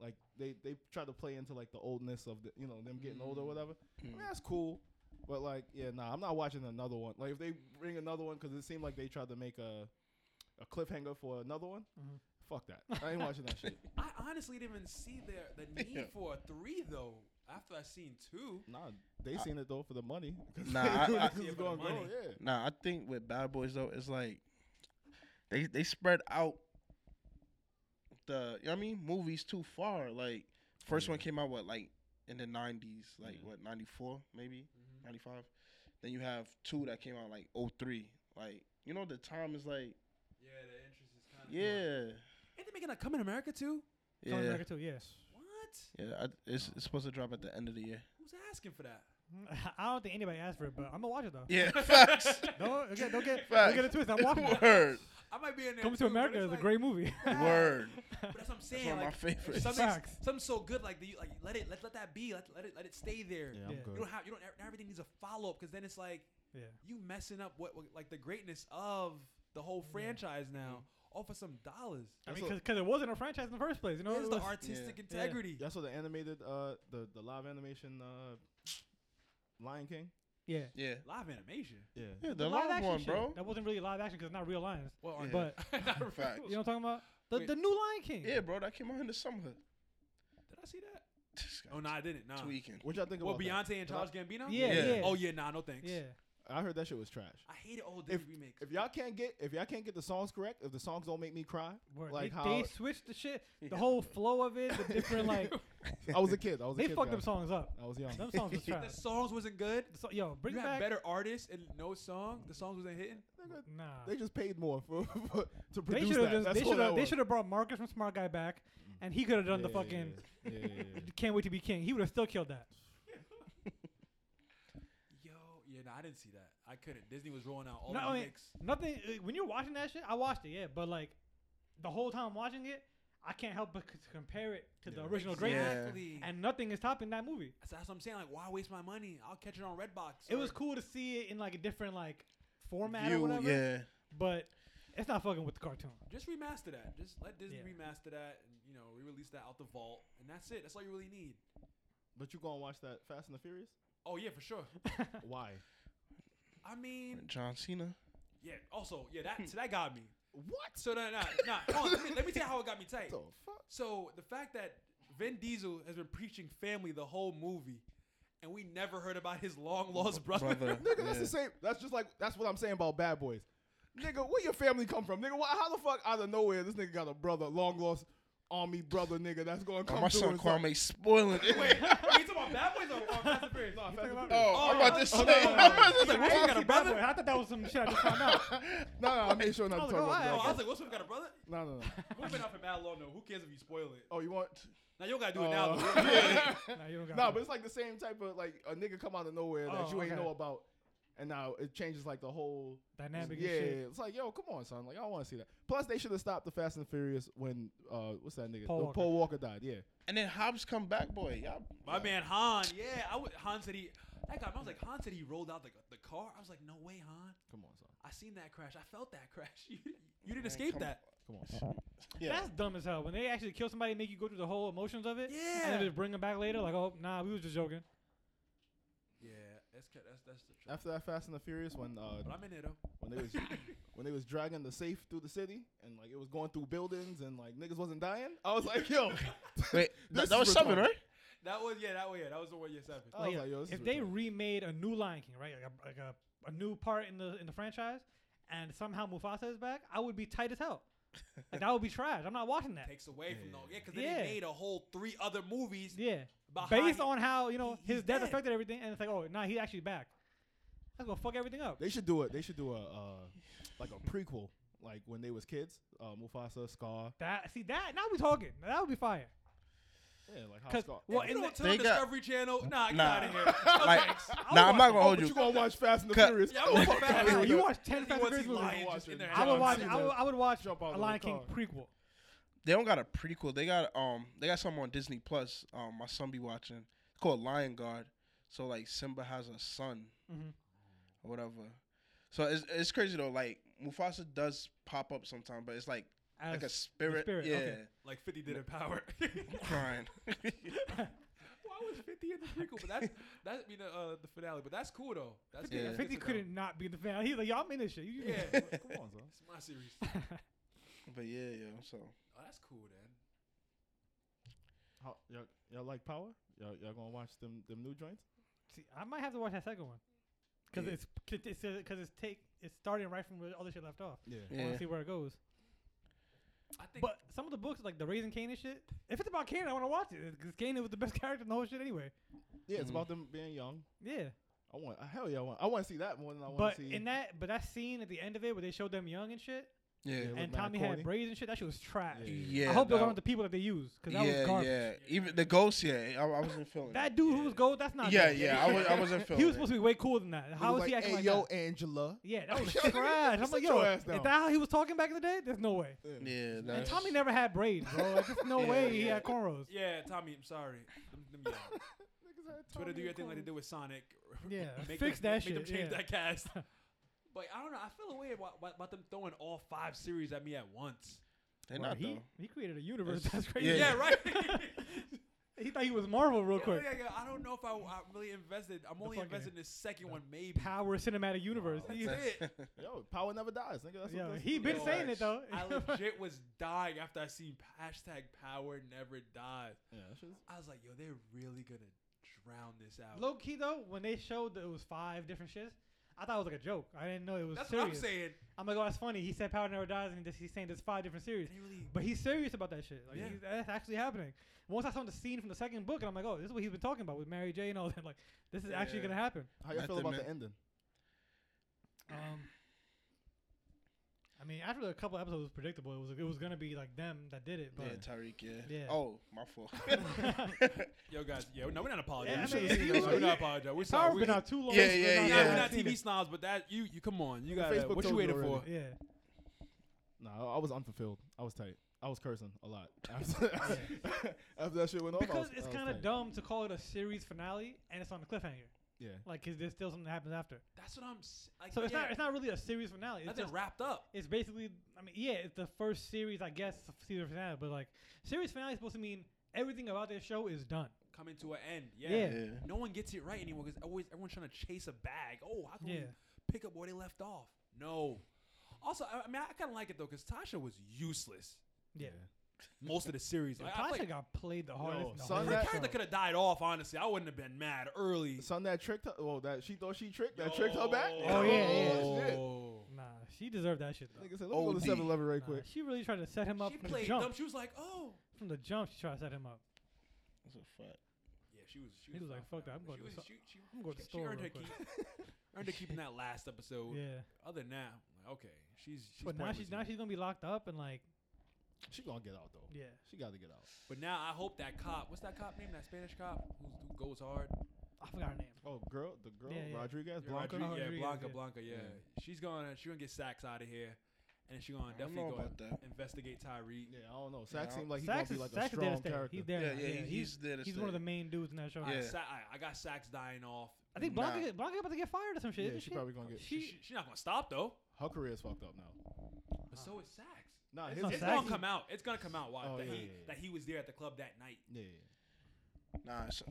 Speaker 4: Like they they tried to play into like the oldness of the you know them getting older or whatever. I mean, that's cool. But like, yeah, nah, I'm not watching another one. Like, if they bring another one, because it seemed like they tried to make a a cliffhanger for another one.
Speaker 2: Mhm.
Speaker 4: Fuck that. I ain't watching that shit.
Speaker 1: I honestly didn't even see the the need
Speaker 3: Yeah.
Speaker 1: for a three though. After I seen two,
Speaker 4: Nah, they seen it though for the money. 'Cause
Speaker 3: Nah,
Speaker 4: they
Speaker 3: I-
Speaker 4: knew
Speaker 3: I-
Speaker 4: this was
Speaker 1: Yeah, for the
Speaker 4: gonna go,
Speaker 1: money.
Speaker 4: yeah.
Speaker 3: Nah, I think with Bad Boys though, it's like they they spread out the you know what I mean movies too far. Like first one came out what like in the nineties, like
Speaker 4: Yeah.
Speaker 3: what ninety four maybe ninety five. Then you have two that came out like 03. Like you know the time is like
Speaker 1: yeah, the interest is kind
Speaker 3: yeah
Speaker 1: Ain't they making a Come in America too?
Speaker 3: yeah
Speaker 2: Coming back to yes.
Speaker 1: What?
Speaker 3: yeah. I, it's, it's supposed to drop at the end of the year.
Speaker 1: Who's asking for that?
Speaker 2: I don't think anybody asked for it, but I'm gonna watch it though.
Speaker 3: Yeah, facts.
Speaker 2: Don't get don't get don't
Speaker 3: Facts.
Speaker 2: get it twisted. I'm watching it.
Speaker 3: Word,
Speaker 1: I might be in there.
Speaker 2: Coming
Speaker 1: too,
Speaker 2: to
Speaker 1: but
Speaker 2: America
Speaker 1: it's
Speaker 2: is a
Speaker 1: like-
Speaker 2: great movie.
Speaker 3: word.
Speaker 1: But that's what I'm
Speaker 3: That's
Speaker 1: saying.
Speaker 3: one of my
Speaker 1: like,
Speaker 3: favorites.
Speaker 1: something,
Speaker 2: Facts.
Speaker 1: something so good like the like let it let, let that be let, let it let it stay there.
Speaker 4: Yeah, I'm
Speaker 2: Yeah.
Speaker 4: good.
Speaker 1: You don't have you don't not everything needs a follow up because then it's like
Speaker 2: Yeah.
Speaker 1: you messing up what, what like the greatness of the whole franchise now all for some dollars.
Speaker 2: I mean,
Speaker 4: That's
Speaker 2: because it wasn't a franchise in the first place. You know,
Speaker 1: Where's
Speaker 2: it
Speaker 1: the
Speaker 2: was-
Speaker 1: artistic
Speaker 3: Yeah.
Speaker 1: integrity?
Speaker 4: Y'all saw the animated, uh, the the live animation, uh, Lion King.
Speaker 2: yeah.
Speaker 3: Yeah,
Speaker 1: Live animation.
Speaker 4: Yeah.
Speaker 3: yeah.
Speaker 2: The
Speaker 3: The live
Speaker 2: action
Speaker 3: one,
Speaker 2: shit.
Speaker 3: bro.
Speaker 2: That wasn't really live action because it's not real lions.
Speaker 1: Well,
Speaker 3: Yeah.
Speaker 2: But
Speaker 1: not
Speaker 3: Facts.
Speaker 2: you know what I'm talking about? The,
Speaker 1: Wait.
Speaker 2: the new Lion King.
Speaker 3: Yeah, bro. That came out in the summer.
Speaker 1: Did I see that?
Speaker 3: This guy
Speaker 1: Oh no, I didn't. Nah.
Speaker 3: tweaking.
Speaker 4: What y'all think
Speaker 1: Well,
Speaker 4: about that?
Speaker 1: Beyonce and
Speaker 4: Can I-
Speaker 1: Charles Gambino.
Speaker 2: Yeah,
Speaker 3: Yeah.
Speaker 2: yeah.
Speaker 1: Oh yeah, nah, no thanks.
Speaker 2: Yeah.
Speaker 4: I heard that shit was trash.
Speaker 1: I hate all Disney remakes.
Speaker 4: If y'all can't get if y'all can't get the songs correct, if the songs don't make me cry,
Speaker 2: Word.
Speaker 4: like
Speaker 2: they,
Speaker 4: how
Speaker 2: they switched the shit,
Speaker 3: Yeah.
Speaker 2: the whole flow of it, the different like
Speaker 4: I was a kid. I was a
Speaker 2: they
Speaker 4: kid.
Speaker 2: fucked them
Speaker 4: guys.
Speaker 2: songs up.
Speaker 4: I was young.
Speaker 2: Them songs was trash.
Speaker 1: the songs wasn't good.
Speaker 2: So, yo, bring
Speaker 1: you
Speaker 2: it
Speaker 1: had
Speaker 2: back.
Speaker 1: better artists and no song. The songs wasn't hitting.
Speaker 4: Nigga,
Speaker 2: Nah.
Speaker 4: They just paid more for, for to
Speaker 2: They
Speaker 4: produce
Speaker 2: should
Speaker 4: that.
Speaker 2: have just
Speaker 4: That's
Speaker 2: they
Speaker 4: all
Speaker 2: should
Speaker 4: that
Speaker 2: have they
Speaker 4: was. Mm.
Speaker 2: should have brought Marcus from Smart Guy back, and he could have done the
Speaker 4: Yeah,
Speaker 2: fucking
Speaker 4: Yeah, yeah, yeah, yeah.
Speaker 2: "Can't Wait to Be King." He would have still killed that.
Speaker 1: Yo, yeah, nah, I didn't see that. I couldn't. Disney was rolling out all
Speaker 2: No,
Speaker 1: the
Speaker 2: I mean-
Speaker 1: remakes.
Speaker 2: Nothing. uh, When you're watching that shit, I watched it, yeah, but like the whole time I'm watching it, I can't help but c- compare it to the
Speaker 4: Yeah.
Speaker 2: original
Speaker 3: Yeah.
Speaker 2: greatness,
Speaker 1: Exactly.
Speaker 2: and nothing is topping that movie.
Speaker 1: So that's what I'm saying. Like, why waste my money? I'll catch it on Redbox.
Speaker 2: It was
Speaker 1: or-
Speaker 2: cool to see it in like a different like format or
Speaker 3: You,
Speaker 2: whatever,
Speaker 3: yeah.
Speaker 2: but it's not fucking with the cartoon.
Speaker 1: Just remaster that. Just let Disney
Speaker 2: Yeah.
Speaker 1: remaster that, and you know, re-release that out the vault, and that's it. That's all you really need.
Speaker 4: But you gonna watch that Fast and the Furious?
Speaker 1: Oh yeah, for sure.
Speaker 4: Why?
Speaker 1: I mean,
Speaker 3: John Cena.
Speaker 1: yeah. Also, yeah, that so that got me.
Speaker 4: What
Speaker 1: So no, no, no. hold on, let, me, let me tell you how it got me tight.
Speaker 4: the fuck?
Speaker 1: So the fact that Vin Diesel has been preaching family the whole movie, and we never heard about his long lost brother.
Speaker 4: Nigga, that's
Speaker 3: Yeah.
Speaker 4: the same. That's just like that's what I'm saying about Bad Boys. Nigga, where your family come from? Nigga, why, how the fuck out of nowhere this nigga got a brother, long lost army brother, nigga, that's gonna
Speaker 3: Oh,
Speaker 4: come
Speaker 3: my
Speaker 4: through
Speaker 3: son
Speaker 4: and start-
Speaker 3: Kwame spoiling
Speaker 1: Wait,
Speaker 3: it.
Speaker 1: are you talking about Bad Boys or, or Fast and Furious?
Speaker 4: Nah, Fast and
Speaker 2: about-
Speaker 4: Furious.
Speaker 3: Oh, I'm about to say.
Speaker 2: Oh, no, no, no, no.
Speaker 3: I'm about to
Speaker 2: He's
Speaker 3: say,
Speaker 2: like, "Wait, you
Speaker 3: what?
Speaker 2: got a brother? I thought that was some shit I just found out.
Speaker 4: No, no, I made sure not to
Speaker 2: Oh,
Speaker 4: talk
Speaker 2: go
Speaker 4: about
Speaker 1: Oh,
Speaker 4: that.
Speaker 1: I was
Speaker 4: again.
Speaker 1: like, what's up? Got a brother?
Speaker 4: No, no, no.
Speaker 1: We've been out for mad long though. Who cares if you spoil it?
Speaker 4: Oh, you want?
Speaker 1: Now you don't gotta do
Speaker 2: Oh,
Speaker 1: it now.
Speaker 4: Uh,
Speaker 1: Though.
Speaker 2: Nah, you don't got
Speaker 4: no,
Speaker 2: it.
Speaker 4: but it's like the same type of like a nigga come out of nowhere that
Speaker 2: Oh,
Speaker 4: you ain't
Speaker 2: okay.
Speaker 4: know about, and now it changes like the whole
Speaker 2: dynamic
Speaker 4: yeah,
Speaker 2: and shit.
Speaker 4: it's like, yo, come on, son. Like, I don't want to see that. Plus, they should have stopped the Fast and Furious when, uh, what's that nigga?
Speaker 2: Paul
Speaker 4: The
Speaker 2: Walker.
Speaker 4: Paul Walker died. Yeah,
Speaker 3: And then Hobbs come back, boy. Y'all,
Speaker 1: My man Han, yeah, I would. Han said he. That guy, I was like, Han said he rolled out the, the car. I was like, no way, Han.
Speaker 4: come on, son.
Speaker 1: I seen that crash. I felt that crash. You, you didn't
Speaker 3: Man,
Speaker 1: escape
Speaker 3: come-
Speaker 1: that.
Speaker 6: Come on.
Speaker 3: Yeah.
Speaker 2: That's dumb as hell. When they actually kill somebody, and make you go through the whole emotions of it, and
Speaker 1: Yeah.
Speaker 2: then just bring them back later. Like, oh, nah, we was just joking.
Speaker 1: Yeah, that's ca- that's that's the truth.
Speaker 4: After that Fast and the Furious, when uh,
Speaker 1: But I'm in it though.
Speaker 4: when they was when they was dragging the safe through the city and like it was going through buildings and like niggas wasn't dying, I was like, yo,
Speaker 3: Wait, that,
Speaker 4: This
Speaker 3: that
Speaker 4: is
Speaker 3: was seven,
Speaker 4: retarded.
Speaker 3: right?
Speaker 1: That was yeah, that was yeah, that was the one year seven.
Speaker 4: I was
Speaker 2: yeah,
Speaker 4: like, yo, this
Speaker 2: if
Speaker 4: is
Speaker 2: they
Speaker 4: retarded.
Speaker 2: remade a new Lion King, right, like a, like a, a new part in the in the franchise, and somehow Mufasa is back, I would be tight as hell. Like that would be trash. I'm not watching that.
Speaker 1: Takes away from
Speaker 4: Yeah.
Speaker 1: the yeah, because then
Speaker 2: Yeah.
Speaker 1: they made a whole three other movies
Speaker 2: Yeah,
Speaker 1: about how
Speaker 2: based
Speaker 1: he-
Speaker 2: on how you know
Speaker 1: he- he's
Speaker 2: his death
Speaker 1: dead.
Speaker 2: affected everything, and it's like, oh, nah, he's actually back. That's gonna fuck everything up.
Speaker 4: they should do it. They should do a uh, like a prequel, like when they was kids, uh, Mufasa, Scar,
Speaker 2: That see that now we talking. That would be fire.
Speaker 4: yeah, like how
Speaker 2: 'Cause-
Speaker 4: Scar.
Speaker 2: well,
Speaker 1: If
Speaker 2: in
Speaker 1: you
Speaker 2: the-
Speaker 1: don't turn
Speaker 3: They got-
Speaker 1: Discovery Channel. Nah, get
Speaker 3: Nah.
Speaker 1: out of here. No
Speaker 3: Like-
Speaker 1: thanks.
Speaker 3: Nah,
Speaker 2: watch
Speaker 3: I'm not
Speaker 2: it.
Speaker 3: gonna hold
Speaker 4: but
Speaker 3: you.
Speaker 4: you gonna watch Fast and the
Speaker 3: Cut.
Speaker 4: Furious?
Speaker 1: Yeah, I'm gonna
Speaker 4: Fuck
Speaker 1: Fast
Speaker 4: outta
Speaker 1: and the
Speaker 4: here.
Speaker 2: You
Speaker 1: Furious.
Speaker 2: watch ten Fast and Furious movies.
Speaker 4: lying.
Speaker 2: I
Speaker 4: John
Speaker 2: would watch.
Speaker 4: Cena.
Speaker 2: I would, I would watch
Speaker 4: Jump out
Speaker 2: a
Speaker 4: of
Speaker 2: Lion
Speaker 4: the
Speaker 2: King
Speaker 4: car.
Speaker 2: prequel.
Speaker 3: They don't got a prequel. They got um they got something on Disney Plus. Um my son be watching. It's called Lion Guard. So like Simba has a son
Speaker 2: Mhm.
Speaker 3: or whatever. So it's it's crazy though. Like Mufasa does pop up sometime, but it's like
Speaker 2: As
Speaker 3: like a spirit.
Speaker 2: spirit,
Speaker 3: yeah,
Speaker 2: okay.
Speaker 1: Like Fifty did in Power.
Speaker 3: crying.
Speaker 1: Why was Fifty in the prequel? But that's that's you know uh, the finale. But that's cool though. That's
Speaker 3: Yeah.
Speaker 1: good.
Speaker 2: Fifty
Speaker 1: Good to know.
Speaker 2: couldn't not be the fan. He's like, y'all in this shit. You,
Speaker 1: Yeah,
Speaker 4: Come on, son.
Speaker 1: it's my series.
Speaker 3: but yeah, yo. So
Speaker 1: Oh, that's cool then.
Speaker 4: How, y'all, y'all like Power? Y'all, y'all gonna watch them them new joints?
Speaker 2: See, I might have to watch that second one because
Speaker 3: Yeah.
Speaker 2: it's because it's, 'cause it's take it's starting right from where all the shit left off.
Speaker 4: Yeah.
Speaker 2: I want
Speaker 3: yeah.
Speaker 2: to see where it goes.
Speaker 1: I think.
Speaker 2: But some of the books, like the Raising Canaan shit, if it's about Canaan, I want to watch it because Canaan was the best character in the whole shit anyway.
Speaker 4: Yeah, it's
Speaker 3: Mhm.
Speaker 4: about
Speaker 2: Mm-hmm.
Speaker 4: them being young.
Speaker 2: Yeah,
Speaker 4: I want uh, hell yeah, I want I want to see that more than I want
Speaker 2: but
Speaker 4: to see.
Speaker 2: in that but that scene at the end of it where they showed them young and shit,
Speaker 3: Yeah.
Speaker 4: It looked
Speaker 2: and
Speaker 4: mad
Speaker 2: Tommy
Speaker 4: corny.
Speaker 2: had braids and shit, that shit was trash.
Speaker 4: Yeah.
Speaker 3: Yeah.
Speaker 2: I hope those
Speaker 3: that-
Speaker 2: aren't the people that they use because that
Speaker 3: yeah,
Speaker 2: was garbage.
Speaker 3: yeah. Even the ghost, yeah. I, I wasn't feeling it.
Speaker 2: That dude who was gold, that's not.
Speaker 3: Yeah,
Speaker 2: gold.
Speaker 3: yeah. I, was, I wasn't feeling
Speaker 2: He was
Speaker 3: it.
Speaker 2: supposed to be way cooler than that.
Speaker 4: It
Speaker 2: How
Speaker 4: was
Speaker 2: was he
Speaker 4: like,
Speaker 2: acting
Speaker 4: "Hey,
Speaker 2: like
Speaker 4: yo,
Speaker 2: that?
Speaker 4: Angela?
Speaker 2: Yeah, that was
Speaker 4: Yo,
Speaker 2: trash. I'm
Speaker 4: sit
Speaker 2: like,
Speaker 4: your
Speaker 2: yo,
Speaker 4: ass
Speaker 2: is
Speaker 4: down.
Speaker 2: that how he was talking back in the day? There's no way.
Speaker 3: Yeah,
Speaker 2: And
Speaker 3: that's,
Speaker 2: Tommy never had braids, bro. Like, there's no
Speaker 3: Yeah,
Speaker 2: way he
Speaker 3: yeah.
Speaker 2: had cornrows.
Speaker 1: yeah, Tommy. I'm sorry. Them- them young. Twitter do your thing like they did with Sonic.
Speaker 2: Yeah,
Speaker 1: Make
Speaker 2: fix
Speaker 1: them,
Speaker 2: that
Speaker 1: make
Speaker 2: shit,
Speaker 1: them change
Speaker 2: yeah.
Speaker 1: that cast. But I don't know. I feel a way about, about- about them throwing all five series at me at once.
Speaker 3: they're
Speaker 2: Bro,
Speaker 3: not
Speaker 2: he,
Speaker 3: though.
Speaker 2: he created a universe.
Speaker 4: That's-
Speaker 2: That's crazy.
Speaker 3: Yeah.
Speaker 1: Yeah, right.
Speaker 2: he thought he was Marvel real
Speaker 1: Yeah,
Speaker 2: quick.
Speaker 1: yeah, yeah. I don't know if I, I really invested. I'm only
Speaker 2: fucking-
Speaker 1: invested in the second
Speaker 2: the
Speaker 1: one, maybe.
Speaker 2: Power cinematic universe.
Speaker 1: Oh, That's
Speaker 2: He-
Speaker 1: it.
Speaker 4: Yo, Power never dies, nigga. That's
Speaker 2: yo,
Speaker 4: what that's
Speaker 2: he been
Speaker 1: Yo,
Speaker 2: saying it though.
Speaker 1: I legit was dying after I seen hashtag Power Never Dies.
Speaker 4: Yeah, that shit's-
Speaker 1: I was like, yo, they're really gonna drown this out.
Speaker 2: Low key though, when they showed that it was five different shits, I thought it was like a joke. I didn't know it was
Speaker 1: That's
Speaker 2: serious.
Speaker 1: what I'm saying.
Speaker 2: I'm like, oh, that's funny. He said Power Never Dies, and this, he's saying there's five different series.
Speaker 1: And he really,
Speaker 2: But he's serious about that shit. Like
Speaker 1: Yeah.
Speaker 2: he's, that's actually happening. Once I saw the scene from the second book, and I'm like, oh, this is what he's been talking about with Mary J and all that. Like, this is actually
Speaker 1: Yeah.
Speaker 2: gonna happen.
Speaker 4: How you feel
Speaker 3: Nothing,
Speaker 4: about
Speaker 3: man.
Speaker 4: the ending?
Speaker 2: Um, I mean, after a couple episodes, it was predictable. It was it was gonna be like them that did it, but.
Speaker 3: Yeah, Tyreek. Yeah.
Speaker 2: Yeah.
Speaker 3: Oh, my fault.
Speaker 1: yo, guys, yeah, no, we're not apologizing.
Speaker 2: Yeah,
Speaker 1: We
Speaker 2: I
Speaker 1: should've
Speaker 2: mean,
Speaker 1: seen
Speaker 2: you-
Speaker 1: that. we're
Speaker 2: you-
Speaker 1: not apologizing. We're
Speaker 2: Power's
Speaker 1: sorry. We're,
Speaker 2: been out too long.
Speaker 3: Yeah,
Speaker 2: so we're not-
Speaker 3: yeah,
Speaker 1: Nah,
Speaker 3: yeah.
Speaker 2: we're
Speaker 1: we're
Speaker 2: not
Speaker 1: not
Speaker 2: seeing
Speaker 1: TV
Speaker 2: it.
Speaker 1: snobs, but that you you come on, you
Speaker 4: The
Speaker 1: got what
Speaker 4: Facebook
Speaker 1: you
Speaker 4: told you
Speaker 1: waiting for?
Speaker 4: already.
Speaker 2: Yeah,
Speaker 4: Nah, I- I was unfulfilled. I was tight. I was cursing a lot after, after that shit went off. I
Speaker 2: because
Speaker 4: was-
Speaker 2: it's
Speaker 4: I was
Speaker 2: kind of
Speaker 4: tight.
Speaker 2: dumb to call it a series finale and it's on a cliffhanger.
Speaker 4: Yeah,
Speaker 2: Like, 'cause there's still something that happens after.
Speaker 1: That's what I'm. s- Like,
Speaker 2: So it's
Speaker 1: yeah,
Speaker 2: not it's not really a series finale. It's
Speaker 1: nothing
Speaker 2: just
Speaker 1: wrapped up.
Speaker 2: it's basically I mean yeah it's the first series I guess of season finale but like series finale is supposed to mean everything about this show is done.
Speaker 1: coming to an end. Yeah.
Speaker 2: Yeah.
Speaker 1: No one gets it right anymore because always everyone's trying to chase a bag. Oh, how can we
Speaker 2: Yeah.
Speaker 1: pick up where they left off? No. Also, I, I mean, I kind of like it though because Tasha was useless
Speaker 2: Yeah.
Speaker 1: most of the series. Like, I
Speaker 2: Tasha
Speaker 1: feel like
Speaker 2: got played the
Speaker 4: Yo,
Speaker 2: hardest. in the
Speaker 4: son,
Speaker 2: whole
Speaker 1: her
Speaker 4: that-
Speaker 2: show.
Speaker 1: character could have died off. Honestly, I wouldn't have been mad early.
Speaker 4: The son that tricked her. Well, that she thought she tricked. That tricked her back.
Speaker 2: Oh, yeah, yeah.
Speaker 4: shit.
Speaker 1: Oh.
Speaker 2: Nah, she deserved that shit though.
Speaker 4: Nigga said, let me go to
Speaker 3: OD.
Speaker 4: 7 Eleven right
Speaker 2: Nah,
Speaker 4: quick.
Speaker 2: she really tried to set him up
Speaker 1: She
Speaker 2: from the
Speaker 1: played
Speaker 2: jump.
Speaker 1: dumb. She was like, "Oh,
Speaker 2: From the jump, she tried to set him up.
Speaker 3: That's a fact.
Speaker 1: yeah." She was. She
Speaker 2: He
Speaker 1: was,
Speaker 2: was like,
Speaker 1: off
Speaker 2: "Fuck
Speaker 1: now,
Speaker 2: that, I'm
Speaker 1: but
Speaker 2: going
Speaker 1: she
Speaker 2: to
Speaker 1: was-
Speaker 2: the
Speaker 1: she- she-
Speaker 2: I'm going to
Speaker 1: she- she
Speaker 2: the store
Speaker 1: earned
Speaker 2: real
Speaker 1: her
Speaker 2: quick.
Speaker 1: keep. Earned her keep in that last episode.
Speaker 2: Yeah,
Speaker 1: Other than that, I'm like, okay, she's. she's
Speaker 2: but now
Speaker 1: pointless
Speaker 2: she's now
Speaker 1: anyway.
Speaker 2: she's gonna be locked up and like
Speaker 4: She gonna get out though.
Speaker 2: yeah.
Speaker 4: She gotta get out.
Speaker 1: But now I hope that cop. What's that cop name? That Spanish cop who, who goes hard.
Speaker 2: I forgot her name.
Speaker 4: Oh, girl, the girl
Speaker 2: Yeah, yeah.
Speaker 4: Rodriguez
Speaker 1: Yeah,
Speaker 4: Blanca.
Speaker 1: Rodri-
Speaker 2: Rodriguez,
Speaker 1: yeah, Blanca,
Speaker 2: yeah.
Speaker 1: Blanca, yeah. She's gonna she gonna get Sacks out of here, and then she gonna
Speaker 3: I don't
Speaker 1: definitely
Speaker 3: know
Speaker 1: go
Speaker 3: about that.
Speaker 1: investigate Tyreek.
Speaker 4: Yeah, I don't know. Sax
Speaker 3: Yeah.
Speaker 4: seemed like he
Speaker 2: Sax
Speaker 4: gonna
Speaker 2: is
Speaker 4: be like
Speaker 2: Sax
Speaker 4: a
Speaker 2: is there to
Speaker 4: strong
Speaker 2: stay.
Speaker 4: character.
Speaker 2: He's there.
Speaker 3: Yeah,
Speaker 2: now.
Speaker 3: yeah,
Speaker 2: yeah,
Speaker 3: he's,
Speaker 2: he's
Speaker 3: there to
Speaker 2: he's
Speaker 3: stay.
Speaker 2: one of the main dudes in that show.
Speaker 1: I,
Speaker 3: Yeah.
Speaker 1: Sa- I, I got Sacks dying off.
Speaker 2: I think
Speaker 3: Nah.
Speaker 2: Blanca Blanca about to get fired or some shit.
Speaker 4: Yeah,
Speaker 2: isn't
Speaker 4: she probably gonna get.
Speaker 1: She,
Speaker 2: She-
Speaker 1: she, she not gonna stop though.
Speaker 4: Her career is fucked up now.
Speaker 1: But so is Sacks.
Speaker 4: Nah,
Speaker 1: It's,
Speaker 4: his
Speaker 2: not
Speaker 1: it's
Speaker 2: sad.
Speaker 1: gonna come out. It's gonna come out. Why?
Speaker 4: Oh,
Speaker 1: that,
Speaker 4: yeah,
Speaker 1: he,
Speaker 4: yeah, yeah.
Speaker 1: that he was there at the club that night.
Speaker 4: Yeah, yeah, yeah.
Speaker 3: Nah, it's,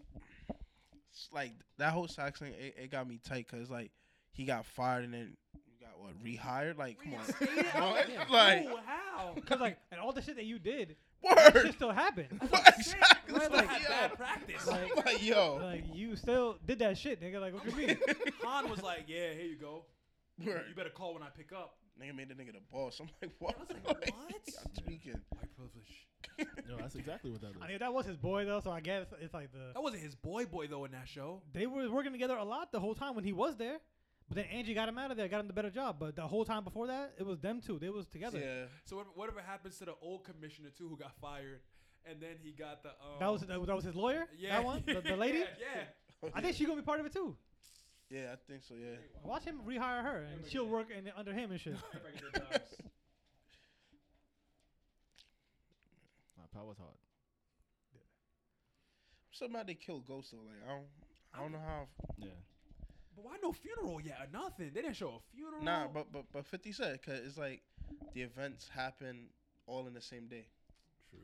Speaker 3: it's like that whole Sox thing. It, it got me tight because like he got fired and then you got what rehired. Like come on,
Speaker 1: Reinstated?
Speaker 3: Come on.
Speaker 1: Yeah.
Speaker 3: Like-
Speaker 1: Ooh, how?
Speaker 2: Cause like, and all the shit that you did, that shit
Speaker 3: word.
Speaker 2: still happened.
Speaker 3: What? Exactly.
Speaker 1: That's
Speaker 2: Right,
Speaker 1: like,
Speaker 2: like-
Speaker 1: bad practice.
Speaker 2: Like,
Speaker 3: Like yo,
Speaker 2: like you still did that shit, nigga. Like, what you mean?
Speaker 1: Han was like, "Yeah, here you go. You
Speaker 3: word.
Speaker 1: better call when I pick up."
Speaker 3: Nigga made the nigga the boss. I'm like what?
Speaker 1: I was like, what?
Speaker 3: I'm tweaking.
Speaker 1: White privilege.
Speaker 4: No, that's exactly what that
Speaker 2: I
Speaker 4: is.
Speaker 2: mean, that was his boy though, so I guess it's like the
Speaker 1: That wasn't his boy boy though in that show.
Speaker 2: they were working together a lot the whole time when he was there. But then Angie got him out of there, got him the better job. But the whole time before that, it was them two. They was together.
Speaker 3: Yeah.
Speaker 1: So whatever, whatever happens to the old commissioner too, who got fired, and then he got the um,
Speaker 2: That was that, was his lawyer.
Speaker 1: yeah
Speaker 2: that one, the, the lady.
Speaker 1: yeah, yeah.
Speaker 2: I think she gonna be part of it too.
Speaker 3: Yeah, I think so. Yeah.
Speaker 2: Watch him rehire her, and she'll work in, under him and shit.
Speaker 4: My power's hard.
Speaker 3: Somehow they killed Ghost though. Like I don't, I don't know how.
Speaker 4: Yeah.
Speaker 1: But why no funeral yet or nothing? They didn't show a funeral.
Speaker 3: Nah, but but but Fifty said because it's like the events happen all in the same day.
Speaker 7: True.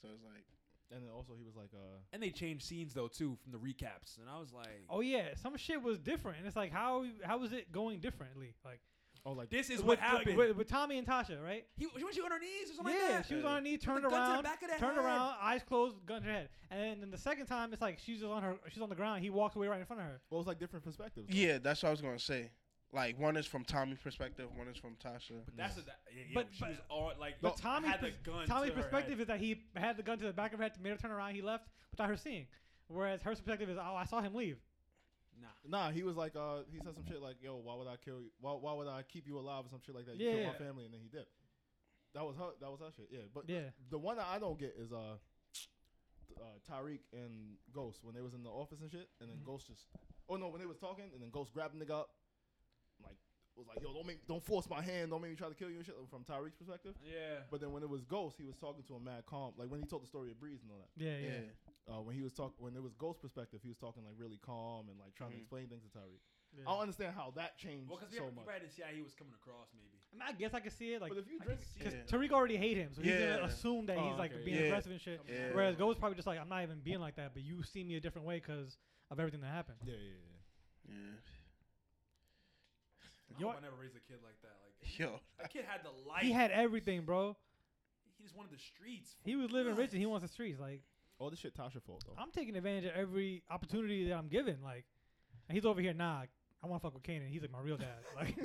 Speaker 3: So it's like
Speaker 4: And then also he was like, uh,
Speaker 1: and they changed scenes though too from the recaps, and I was like,
Speaker 2: Oh yeah, some shit was different, and it's like how how is it going differently? Like
Speaker 4: oh like
Speaker 1: "This is
Speaker 2: with-
Speaker 1: what
Speaker 2: like,
Speaker 1: happened."
Speaker 2: with, with Tommy and Tasha, right?
Speaker 1: he she was she on her knees or something
Speaker 2: yeah,
Speaker 1: like that.
Speaker 2: she was on her knee, turned
Speaker 1: the gun to the
Speaker 2: around,
Speaker 1: back of the
Speaker 2: turned
Speaker 1: head.
Speaker 2: around, eyes closed, gun to her head, and then, then the second time it's like she's just on her, she's on the ground. He walked away right in front of her.
Speaker 4: well, it's like different perspectives. though.
Speaker 3: yeah, that's what I was gonna say. Like one is from Tommy's perspective, one is from Tasha.
Speaker 1: But that's a, that, yeah, yeah,
Speaker 2: But-
Speaker 1: she
Speaker 2: but-
Speaker 1: was all like,
Speaker 2: But Tommy's
Speaker 1: had the
Speaker 2: pers-
Speaker 1: gun.
Speaker 2: Tommy's
Speaker 1: to her
Speaker 2: perspective
Speaker 1: head.
Speaker 2: is that he had the gun to the back of her head, made her turn around, he left without her seeing. Whereas her perspective is, oh, I saw him leave.
Speaker 1: Nah,
Speaker 4: Nah, he was like, uh, he said some shit like, "Yo, why would I kill you? Why, why would I keep you alive?" Or some shit like that. You killed
Speaker 2: Yeah.
Speaker 4: my family, and then he did. That was her. That was her shit. Yeah, but
Speaker 2: Yeah.
Speaker 4: the one that I don't get is uh, uh, Tyreek and Ghost when they was in the office and shit,
Speaker 2: Mm-hmm.
Speaker 4: and then Ghost just, oh no, when they was talking, and then Ghost grabbed the nigga up, like was like, "Yo, don't make, don't force my hand, don't make me try to kill you and shit." like, From Tyreek's perspective.
Speaker 1: yeah.
Speaker 4: But then when it was Ghost, he was talking to him mad calm, like when he told the story of Breeze and all that
Speaker 2: Yeah,
Speaker 3: Yeah.
Speaker 2: yeah.
Speaker 4: uh, when he was talking when it was Ghost perspective, he was talking like really calm and like trying
Speaker 3: Mhm.
Speaker 4: to explain things to Tyreek.
Speaker 2: Yeah.
Speaker 4: I don't understand how that changed
Speaker 1: Well, because we
Speaker 4: so
Speaker 1: have- we
Speaker 4: much.
Speaker 1: probably didn't see how he was coming across, maybe.
Speaker 2: I, mean, I guess I could see it, like,
Speaker 4: but if you
Speaker 1: I
Speaker 4: drink,
Speaker 1: can see
Speaker 2: because
Speaker 1: it.
Speaker 2: Tariq already hate him, so he's
Speaker 3: Yeah.
Speaker 2: gonna assume that
Speaker 4: Oh,
Speaker 2: he's like
Speaker 4: okay,
Speaker 2: being
Speaker 3: yeah.
Speaker 2: aggressive and shit.
Speaker 1: Coming
Speaker 3: Yeah.
Speaker 1: at
Speaker 2: Whereas
Speaker 1: him.
Speaker 2: Gold's probably just like, I'm not even being like that, but you see me a different way because of everything that happened.
Speaker 4: yeah, yeah,
Speaker 3: yeah.
Speaker 4: yeah.
Speaker 1: I
Speaker 2: You
Speaker 1: hope
Speaker 2: know-
Speaker 1: I never raised a kid like that. Like
Speaker 3: Yo,
Speaker 1: that kid had the life.
Speaker 2: He had everything, bro.
Speaker 1: He just wanted the streets.
Speaker 2: He was living rich and he wants the streets. Like
Speaker 4: all this shit Tasha fault though.
Speaker 2: I'm taking advantage of every opportunity that I'm given. Like, and he's over here, nah. I want to fuck with Kanan. He's like my real dad. Like,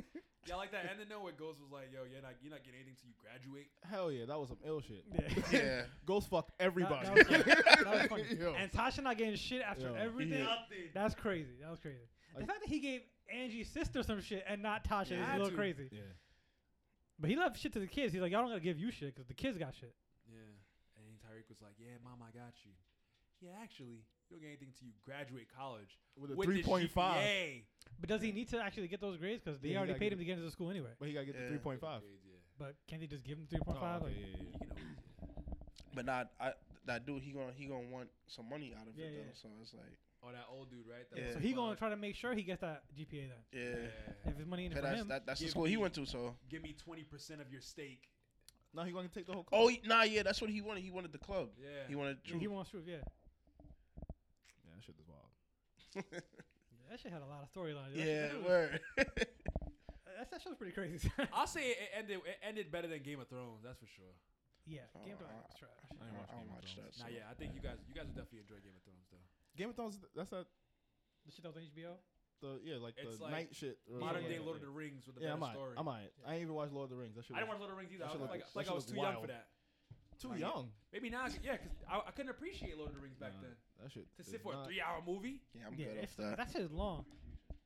Speaker 1: Yeah, I like that. And then nowhere goes was like, yo, you're not you're not getting anything till you graduate.
Speaker 4: Hell yeah, that was some ill shit.
Speaker 2: yeah.
Speaker 3: yeah.
Speaker 4: Ghost fucked everybody.
Speaker 2: That, that was funny. That was funny.
Speaker 4: Yo.
Speaker 2: And Tasha not getting shit after
Speaker 4: Yo.
Speaker 2: everything.
Speaker 3: Yeah.
Speaker 1: Nothing.
Speaker 2: That's crazy. That was crazy. the
Speaker 4: Like-
Speaker 2: fact that he gave Angie's sister some shit and not Tasha
Speaker 1: Yeah,
Speaker 2: is
Speaker 1: had
Speaker 2: a little
Speaker 1: to.
Speaker 2: crazy.
Speaker 4: yeah,
Speaker 2: But he left shit to the kids. He's like, y'all don't gotta give you shit because the kids got shit.
Speaker 1: Yeah. And Tyreek was like, yeah, mom, I got you. Yeah, actually, you don't get anything till you graduate college.
Speaker 4: with a
Speaker 1: With the
Speaker 4: three point five.
Speaker 1: GPA.
Speaker 2: But does he need to actually get those grades? Because they
Speaker 4: Yeah, he
Speaker 2: already
Speaker 4: gotta
Speaker 2: paid
Speaker 4: get
Speaker 2: him to get into the school anyway.
Speaker 4: But he gotta get
Speaker 3: Yeah.
Speaker 4: the three point five. Oh,
Speaker 1: Grades, yeah.
Speaker 2: But can't they just give him three point five?
Speaker 3: Oh,
Speaker 4: okay,
Speaker 2: Like,
Speaker 4: yeah, yeah,
Speaker 1: You can always, yeah.
Speaker 3: But nah, I that dude he gonna he gonna want some money out of
Speaker 2: Yeah,
Speaker 3: it though.
Speaker 2: yeah.
Speaker 3: So it's like
Speaker 1: Oh, that old dude, right?
Speaker 3: Yeah.
Speaker 2: So he gonna
Speaker 1: going
Speaker 2: try to make sure he gets that GPA then.
Speaker 3: yeah.
Speaker 2: If his money in it
Speaker 3: But
Speaker 2: for
Speaker 3: that's
Speaker 2: him,
Speaker 3: that, that's the
Speaker 1: Give
Speaker 3: school he
Speaker 1: me-
Speaker 3: went to. So
Speaker 1: Give me twenty percent of your stake.
Speaker 4: No, he gonna take the whole. Club.
Speaker 3: oh nah yeah, that's what he wanted. He wanted the club.
Speaker 1: Yeah.
Speaker 3: He wanted
Speaker 2: yeah, he
Speaker 3: Drew.
Speaker 2: wants truth. Yeah.
Speaker 4: yeah, that shit is wild.
Speaker 2: Yeah, That shit had a lot of storylines. That shit-
Speaker 3: yeah,
Speaker 2: that shit was-
Speaker 3: word.
Speaker 2: That, that show was pretty crazy.
Speaker 1: I'll say it ended. It ended better than Game of Thrones. That's for sure.
Speaker 2: yeah,
Speaker 3: Oh,
Speaker 2: Game of Thrones
Speaker 3: I-
Speaker 2: was trash.
Speaker 4: I ain't watch
Speaker 3: I don't
Speaker 4: Game of
Speaker 3: watch
Speaker 4: Thrones.
Speaker 3: that. So.
Speaker 1: Nah, yeah, I think you guys, you guys would definitely enjoy Game of Thrones though.
Speaker 4: Game of Thrones. That's that.
Speaker 2: The shit that was on HBO.
Speaker 4: The yeah, like
Speaker 1: It's
Speaker 4: the
Speaker 1: like
Speaker 4: night shit. or
Speaker 1: Modern
Speaker 4: something
Speaker 1: day
Speaker 4: like
Speaker 1: Lord of
Speaker 4: that.
Speaker 1: the Rings with a
Speaker 4: Yeah,
Speaker 1: better
Speaker 4: I'm alright.
Speaker 1: story.
Speaker 4: I'm alright. I ain't even watch Lord of the Rings. That shit.
Speaker 1: I didn't
Speaker 4: was
Speaker 1: watch Lord of the Rings either.
Speaker 4: that
Speaker 1: I
Speaker 4: shit
Speaker 1: was
Speaker 4: look-
Speaker 1: like,
Speaker 4: that
Speaker 1: like I
Speaker 4: shit
Speaker 1: was
Speaker 4: look
Speaker 1: too young for
Speaker 4: wild.
Speaker 1: that.
Speaker 4: too
Speaker 1: Like,
Speaker 4: young.
Speaker 1: Maybe now, yeah, because I, I couldn't appreciate Lord of the Rings back
Speaker 4: Nah,
Speaker 1: then.
Speaker 4: That shit.
Speaker 1: To
Speaker 4: is
Speaker 1: sit for a
Speaker 4: not-
Speaker 1: three-hour movie,
Speaker 3: Yeah, I'm
Speaker 2: yeah,
Speaker 3: good
Speaker 2: it's-
Speaker 3: off that.
Speaker 2: that shit is long.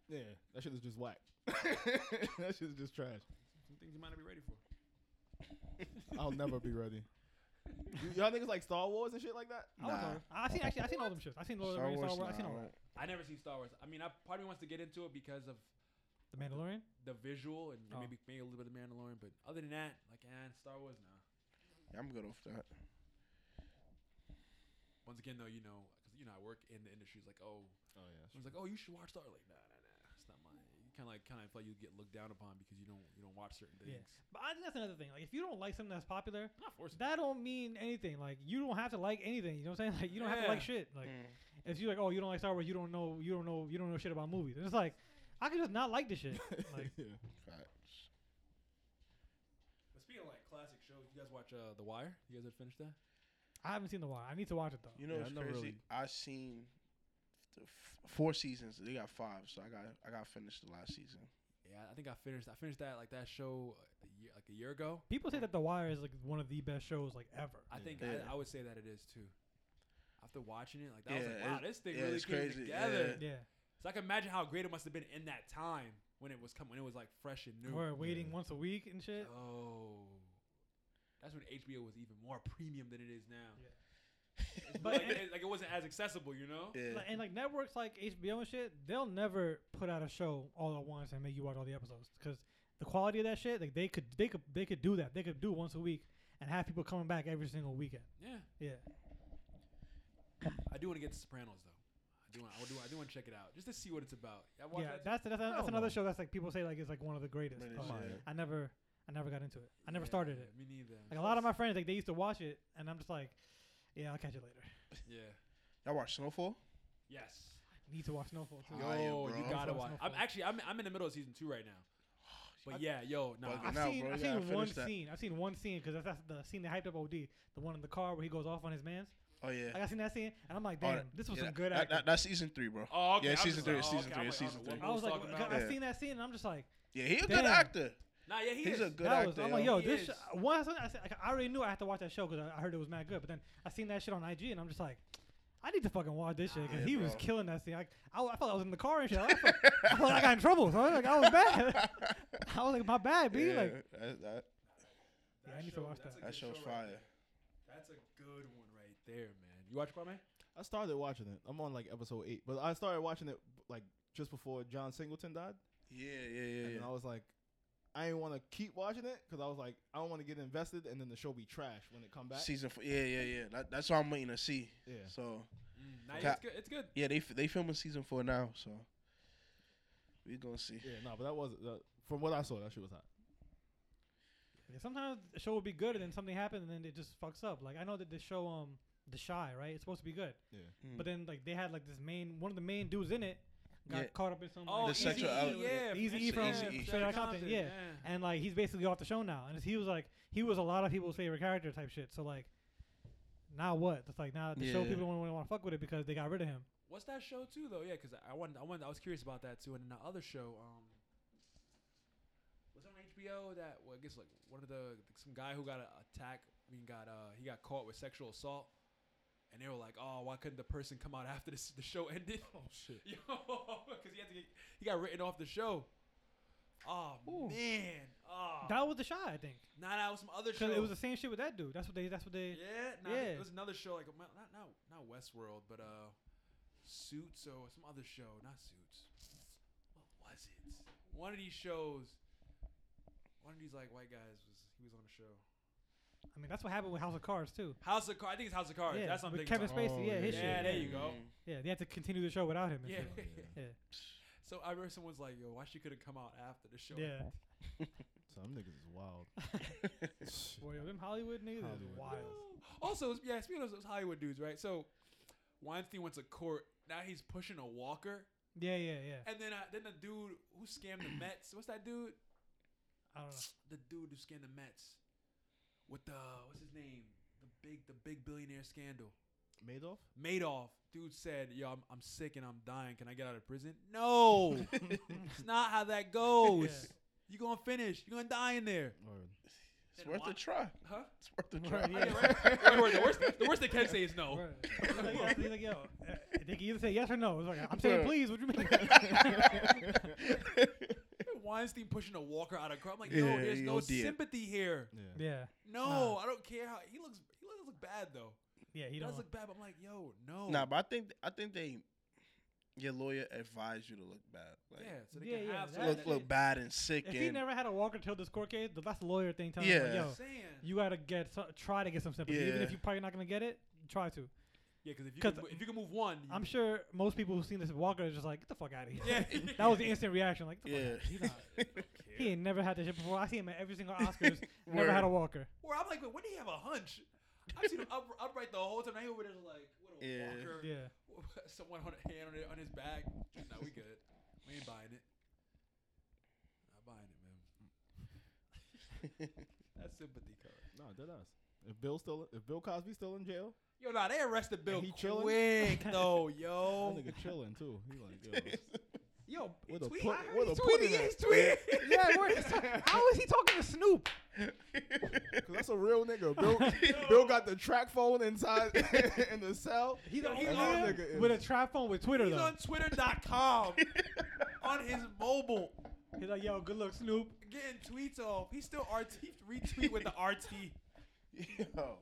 Speaker 4: Yeah, that shit is just whack. that shit is just trash.
Speaker 1: some things you might not be ready for.
Speaker 4: I'll never be ready. You, y'all niggas like Star Wars and shit like that?
Speaker 2: I don't
Speaker 3: Nah.
Speaker 2: know. I seen actually. I seen all them shows. I seen Lord of the
Speaker 3: Star
Speaker 2: Rings, Star
Speaker 3: Wars.
Speaker 2: Wars. I seen
Speaker 3: nah,
Speaker 2: all
Speaker 3: I
Speaker 2: that.
Speaker 3: won't.
Speaker 1: I never seen Star Wars. I mean, I probably wants to get into it because of
Speaker 2: The Mandalorian.
Speaker 1: the visual and
Speaker 2: Oh.
Speaker 1: maybe maybe a little bit of Mandalorian. But other than that, like, eh, Star Wars, nah.
Speaker 3: Yeah, I'm good off that.
Speaker 1: Once again, though, you know, 'cause, you know, I work in the industry. It's like, oh,
Speaker 4: Oh yeah.
Speaker 1: I was like, oh, you should watch Star. Like, nah, nah, nah, it's not mine. You kind of like kind of like you get looked down upon because you don't you don't watch certain
Speaker 2: Yeah.
Speaker 1: things.
Speaker 2: But I think that's another thing. Like if you don't like something that's popular,
Speaker 1: I'm not forcing.
Speaker 2: that don't mean anything. Like you don't have to like anything. You know what I'm saying? Like you don't have to
Speaker 1: Yeah.
Speaker 2: like shit.
Speaker 3: Mm.
Speaker 2: Like if you're like, oh, you don't like Star Wars, you don't know, you don't know, you don't know shit about movies. It's like I could just not like this shit. Like
Speaker 4: yeah.
Speaker 1: But speaking of like classic shows, you guys watch uh, The Wire? You guys have finished that?
Speaker 2: I haven't seen the wire. I need to watch it though.
Speaker 3: You
Speaker 1: Yeah,
Speaker 3: know
Speaker 1: I
Speaker 3: what's
Speaker 1: never
Speaker 3: crazy?
Speaker 1: really-
Speaker 3: I seen the f- four seasons. They got five, so I got I got finished the last season.
Speaker 1: Yeah, I think I finished. I finished that like that show a year, like a year ago.
Speaker 2: People say that The Wire is like one of the best shows like ever.
Speaker 1: I think
Speaker 3: Yeah.
Speaker 1: I, I would say that it is too. After watching it, like that was
Speaker 3: Yeah,
Speaker 1: like, wow,
Speaker 3: it-
Speaker 1: this thing
Speaker 3: yeah,
Speaker 1: really
Speaker 3: it's
Speaker 1: came
Speaker 3: crazy,
Speaker 1: together.
Speaker 3: yeah.
Speaker 2: Yeah,
Speaker 1: So I can imagine how great it must have been in that time when it was coming, when it was like fresh and new.
Speaker 2: we're waiting once a week and shit.
Speaker 1: Oh, that's when HBO was even more premium than it is now.
Speaker 2: But
Speaker 1: like,
Speaker 2: and-
Speaker 1: it, like it wasn't as accessible, you know.
Speaker 3: Yeah.
Speaker 2: Like- and like networks like HBO and shit, they'll never put out a show all at once and make you watch all the episodes because the quality of that shit, like they could, they could, they could do that. They could do once a week and have people coming back every single weekend.
Speaker 1: Yeah,
Speaker 2: Yeah,
Speaker 1: I do want to get The Sopranos though. I do want. I do. I do want to check it out just to see what it's about. I watched
Speaker 2: yeah.
Speaker 1: that-
Speaker 2: That's that's, that's,
Speaker 4: Hell
Speaker 2: another
Speaker 4: no.
Speaker 2: show that's like people say like it's like one of the greatest.
Speaker 3: Greatest,
Speaker 2: Uh,
Speaker 3: yeah.
Speaker 2: I never, I never got into it. I never
Speaker 1: Yeah,
Speaker 2: started it.
Speaker 1: Me neither.
Speaker 2: Like a lot of my friends, like they used to watch it, and I'm just like, yeah, I'll catch it later.
Speaker 1: Yeah.
Speaker 3: Y'all watch Snowfall?
Speaker 1: Yes.
Speaker 2: Need to watch Snowfall too.
Speaker 3: Fire,
Speaker 1: yo,
Speaker 3: bro.
Speaker 1: you gotta
Speaker 2: Snowfall,
Speaker 1: watch. I'm
Speaker 2: Snowfall.
Speaker 1: actually. I'm. I'm in the middle of season two right now. But yeah, yo, nah.
Speaker 3: Bugging
Speaker 2: I've
Speaker 3: out,
Speaker 2: seen,
Speaker 3: bro.
Speaker 2: I've
Speaker 3: You gotta
Speaker 2: seen one
Speaker 3: finish that.
Speaker 2: scene. I've seen one scene because that's, that's the scene they hyped up OD, the one in the car where he goes off on his man's.
Speaker 3: Oh yeah.
Speaker 2: Like I seen that scene, and I'm like,
Speaker 3: Oh,
Speaker 2: damn, this was
Speaker 3: Yeah,
Speaker 2: some good
Speaker 3: that-
Speaker 2: acting.
Speaker 3: that- that's season three, bro.
Speaker 1: Oh, okay.
Speaker 3: Yeah,
Speaker 1: I'm just
Speaker 3: season three,
Speaker 1: like, oh,
Speaker 3: season
Speaker 1: okay,
Speaker 3: three,
Speaker 1: I'm
Speaker 3: season
Speaker 1: like,
Speaker 3: three.
Speaker 1: what
Speaker 2: I was
Speaker 1: Will's
Speaker 2: like,
Speaker 1: talking about.
Speaker 2: I
Speaker 3: Yeah.
Speaker 2: seen that scene, and I'm just like,
Speaker 3: Yeah, he a
Speaker 2: Damn.
Speaker 3: good actor.
Speaker 1: Nah, yeah, he
Speaker 3: He's
Speaker 1: is.
Speaker 3: a good
Speaker 2: that was,
Speaker 3: actor.
Speaker 2: I'm like, yo,
Speaker 1: He
Speaker 2: this.
Speaker 1: is.
Speaker 2: Sh- when I, saw that, I, said, like, I already knew I had to watch that show because I, I heard it was mad good. But then I seen that shit on IG, and I'm just like. I need to fucking watch this shit because
Speaker 3: Yeah,
Speaker 2: he was
Speaker 3: bro.
Speaker 2: killing that scene. I, I, I felt I was in the car and shit. I felt, I felt like I got in trouble. So I was like, I was bad. I was like, my bad, B. Like,
Speaker 3: Yeah, that, that,
Speaker 2: Yeah, I need to watch
Speaker 1: that's
Speaker 2: that.
Speaker 1: a
Speaker 3: that
Speaker 1: good
Speaker 3: show's
Speaker 1: show right
Speaker 3: fire.
Speaker 1: there. That's a good one right there, man. You watch Kwame?
Speaker 4: I started watching it. I'm on like episode eight, but I started watching it like just before John Singleton died,
Speaker 3: Yeah, yeah, yeah,
Speaker 4: and
Speaker 3: yeah.
Speaker 4: then I was like, I didn't want to keep watching it because I was like, I don't want to get invested, and then the show be trash when it come back.
Speaker 3: Season four. Yeah, yeah, yeah. That, that's what I'm waiting to see.
Speaker 4: yeah,
Speaker 3: So
Speaker 1: Mm, nah,
Speaker 3: Okay.
Speaker 1: yeah, it's good. It's good.
Speaker 3: yeah, they f- they filming season four now. So we gonna see.
Speaker 4: yeah, no, but that was uh, from what I saw. That shit was hot.
Speaker 2: Yeah, sometimes the show will be good and then something happens and then it just fucks up. Like I know that the show um The Shy, right? It's supposed to be good.
Speaker 4: Yeah.
Speaker 3: Mm.
Speaker 2: But then like they had like this main one of the main dudes in it got
Speaker 3: Yeah.
Speaker 2: caught up in some
Speaker 1: Oh,
Speaker 2: like,
Speaker 3: The sexual out-
Speaker 1: Eazy-E, yeah,
Speaker 2: Easy
Speaker 3: Eazy-E
Speaker 2: E from
Speaker 3: Eazy-E.
Speaker 2: Straight
Speaker 1: Straight
Speaker 2: Outta
Speaker 1: Outta
Speaker 2: Compton, yeah. And like he's basically off the show now. And he was like he was a lot of people's favorite character type shit. So like now what? It's like now the show
Speaker 3: Yeah.
Speaker 2: people don't want to fuck with it because they got rid of him.
Speaker 1: What's that show too though? Yeah, because I wanted, I wanted, I was curious about that too. And then the other show, um, was on HBO that well, I guess like one of the some guy who got a attack. I mean, got uh, he got caught with sexual assault, and they were like, oh, why couldn't the person come out after this, the show ended? Oh shit, yo, because he had to get, he got written off the show. Oh
Speaker 2: Ooh.
Speaker 1: man, oh,
Speaker 2: That was the shy, I think.
Speaker 1: nah, that was some other show.
Speaker 2: Because it was the same shit with that dude. That's what they. That's what they.
Speaker 1: Yeah, nah,
Speaker 2: Yeah.
Speaker 1: It was another show like well, not not not Westworld, but uh, Suits or some other show, not Suits. What was it? One of these shows. One of these like white guys was he was on a show.
Speaker 2: I mean, that's what happened with House of Cards too.
Speaker 1: House of Cards. I think it's House of Cards.
Speaker 2: yeah,
Speaker 1: That's something.
Speaker 2: with Kevin
Speaker 4: about.
Speaker 2: Spacey.
Speaker 4: Oh,
Speaker 2: yeah,
Speaker 4: yeah.
Speaker 2: his shit.
Speaker 1: Yeah, there
Speaker 2: yeah.
Speaker 1: you go.
Speaker 2: Yeah, they had to continue the show without him. And
Speaker 1: Yeah.
Speaker 2: shit. Yeah.
Speaker 1: so I remember someone's like, "Yo, why she couldn't come out after the show?"
Speaker 2: Yeah.
Speaker 4: Some niggas is wild. Shit.
Speaker 2: Boy, yo, them Hollywood niggas
Speaker 4: Hollywood
Speaker 2: is wild.
Speaker 1: Also, yeah, speaking of those Hollywood dudes, right? So Weinstein went to court. Now he's pushing a walker,
Speaker 2: Yeah, yeah, yeah.
Speaker 1: and then uh, then the dude who scammed the Mets. What's that dude?
Speaker 2: I don't know.
Speaker 1: the dude who scammed the Mets with the what's his name? The big the big billionaire scandal.
Speaker 4: Madoff.
Speaker 1: Madoff. Dude said, "Yo, I'm, I'm sick and I'm dying. Can I get out of prison?" No,
Speaker 3: Mm.
Speaker 1: it's not how that goes.
Speaker 2: Yeah.
Speaker 1: You're gonna finish. You're gonna die in there,
Speaker 4: Word.
Speaker 3: It's
Speaker 1: Then
Speaker 3: worth
Speaker 1: why-
Speaker 3: a try.
Speaker 1: huh?
Speaker 3: It's worth a try.
Speaker 2: Right, yeah,
Speaker 1: right, right, right. The worst the worst they can say is no.
Speaker 2: Right. He's like, yeah, he's like, yo, uh, they can either say yes or no. It's like, I'm saying
Speaker 3: Bruh.
Speaker 2: please. What you mean?
Speaker 1: Weinstein pushing a walker out of car. I'm like,
Speaker 3: Yeah,
Speaker 1: no, there's
Speaker 3: he
Speaker 1: no
Speaker 3: OD'd.
Speaker 1: sympathy here.
Speaker 4: Yeah.
Speaker 2: yeah,
Speaker 1: No, I don't care how he looks. He does look bad though.
Speaker 2: yeah. He
Speaker 1: He
Speaker 2: don't.
Speaker 1: does look bad. But I'm like, yo, no.
Speaker 3: nah, but I think I think they your lawyer advised you to look bad. Like,
Speaker 1: yeah, so they
Speaker 2: Yeah,
Speaker 1: can
Speaker 2: yeah,
Speaker 1: have
Speaker 2: that-
Speaker 1: some of
Speaker 3: look
Speaker 1: that
Speaker 3: look
Speaker 1: shit.
Speaker 3: bad and sick
Speaker 2: if he
Speaker 3: and
Speaker 2: never had a Walker till this court case, the that's the lawyer thing telling him,
Speaker 3: Yeah.
Speaker 2: like, yo,
Speaker 1: I'm saying.
Speaker 2: you gotta get so, try to get some sympathy, even
Speaker 3: Yeah.
Speaker 2: if you're probably not gonna get it. Try to.
Speaker 1: Yeah, because if you
Speaker 2: 'Cause
Speaker 1: can, mo- if you can move one, you-
Speaker 2: I'm sure most people who've seen this Walker are just like, get the fuck out of here.
Speaker 1: yeah,
Speaker 2: that was the instant reaction. Like, get the
Speaker 3: Yeah.
Speaker 2: fuck outta here. He not- he ain't never had that shit before. I see him at every single Oscars. never
Speaker 3: Word.
Speaker 2: had a Walker.
Speaker 1: Or I'm like, wait, when do you have a hunch? I've seen him up, upright the whole time. I hear over there's like, what a
Speaker 3: Yeah.
Speaker 1: walker.
Speaker 2: Yeah.
Speaker 1: Someone on a hand on, it, on his back. No, we good. We ain't buying it. Not buying it, man. That's sympathy color.
Speaker 4: No, dead ass. If Bill still, if Bill Cosby's still in jail,
Speaker 1: Yo, nah, they arrested Bill
Speaker 4: he chilling?
Speaker 1: quick though,
Speaker 4: that
Speaker 1: yo.
Speaker 4: nigga chilling too. He like, yo,
Speaker 1: Yo, he
Speaker 4: Where the
Speaker 1: tweet,
Speaker 4: put-
Speaker 1: I heard
Speaker 4: where
Speaker 1: he's
Speaker 4: the
Speaker 1: tweeting.
Speaker 4: pudding
Speaker 1: He's
Speaker 4: at?
Speaker 1: tweeting.
Speaker 2: yeah, how is he talking to Snoop?
Speaker 4: cause that's a real nigga. Bill, Bill got the track phone inside in the cell.
Speaker 2: He's
Speaker 1: Yo,
Speaker 2: on
Speaker 1: he
Speaker 2: Instagram
Speaker 4: that nigga is-
Speaker 2: with a trap phone with Twitter
Speaker 1: He's
Speaker 2: though.
Speaker 1: on Twitter.com on his mobile,
Speaker 2: He's like, yo, good luck, Snoop.
Speaker 1: getting tweets off. He still RT retweet with the RT.
Speaker 3: Yo.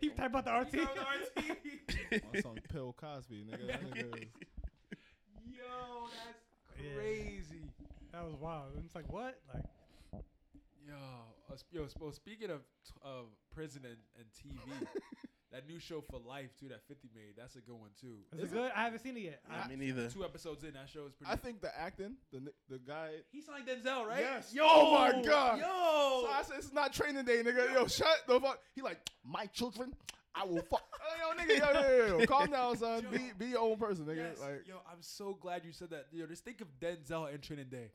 Speaker 2: He type out the RT.
Speaker 1: You know the RT.
Speaker 4: My son Oh, Bill Cosby, nigga. That nigga is,
Speaker 1: Yo, that's
Speaker 2: Yeah.
Speaker 1: crazy.
Speaker 2: that was wild. It's like what? Like
Speaker 1: Yo, uh, sp- yo. sp- Well, speaking of t- of prison and, and TV, that new show for life too that Fifty made. That's a good one too.
Speaker 2: is, it good? I haven't seen it yet. I-
Speaker 3: I, mean, either.
Speaker 1: Two episodes in, that show is pretty.
Speaker 4: I think the acting, the ni- the guy.
Speaker 1: he's like Denzel, right?
Speaker 4: Yes.
Speaker 1: Yo.
Speaker 4: Oh my God.
Speaker 1: Yo.
Speaker 4: So I said, it's not training day, nigga. Yo, shut the fuck. He like, my children, I will fuck. yo, nigga, yo, yo, yo, yo, calm down, son. Be be your own person, nigga.
Speaker 1: Yes.
Speaker 4: Like,
Speaker 1: yo, I'm so glad you said that. Yo, just think of Denzel in Training Day.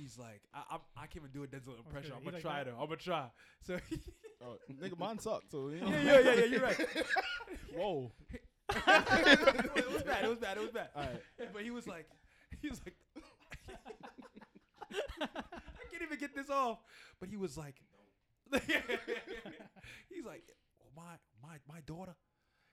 Speaker 1: He's like, I, I'm, I can't even do a Denzel impression.
Speaker 2: good.
Speaker 1: I'm
Speaker 2: He's
Speaker 1: gonna
Speaker 2: like
Speaker 1: try
Speaker 2: that.
Speaker 1: though. I'm gonna try. So
Speaker 4: oh, nigga, mine sucked. So you know.
Speaker 1: yeah, yeah, yeah, yeah. You're right.
Speaker 4: Whoa.
Speaker 1: it was bad. It was bad. It was bad.
Speaker 4: All right.
Speaker 1: But he was like, he was like, I can't even get this off. But he was like, he's like, "Oh, my my my daughter.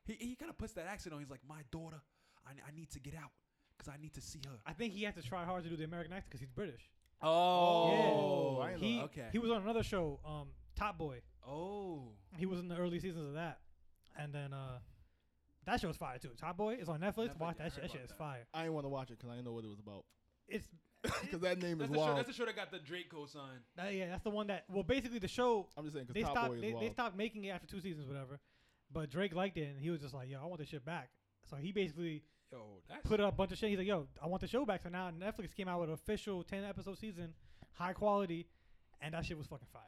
Speaker 1: He he kind of puts that accent on. He's like, my daughter. I I need to get out because I need to see her.
Speaker 2: I think he had to try hard to do the American accent because he's British.
Speaker 4: Oh, I ain't know
Speaker 2: he
Speaker 4: that.
Speaker 1: okay.
Speaker 2: he was on another show, um, Top Boy.
Speaker 1: oh,
Speaker 2: He was in the early seasons of that, and then uh, that show is fire too. Top Boy is on Netflix.
Speaker 1: Netflix,
Speaker 2: Watch
Speaker 1: yeah, I
Speaker 2: that shit.
Speaker 1: heard
Speaker 2: That shit
Speaker 1: about
Speaker 2: is
Speaker 1: that.
Speaker 2: fire.
Speaker 4: I didn't want to watch it because I didn't know what it was about.
Speaker 2: It's
Speaker 4: Because that name
Speaker 1: that's
Speaker 4: is
Speaker 1: the show.
Speaker 4: wild.
Speaker 1: That's the show that got the Drake co-sign.
Speaker 2: that, yeah, that's the one that. Well, basically the show
Speaker 4: I'm just saying
Speaker 2: they
Speaker 4: because Top Boy
Speaker 2: stopped
Speaker 4: is
Speaker 2: they,
Speaker 4: wild.
Speaker 2: they stopped making it after two seasons, whatever. But Drake liked it, and he was just like, "Yo, I want this shit back." So he basically
Speaker 1: Yo, that's
Speaker 2: put up a bunch of shit. He's like, "Yo, I want the show back." So now Netflix came out with an official ten episode season, high quality, and that shit was fucking fire.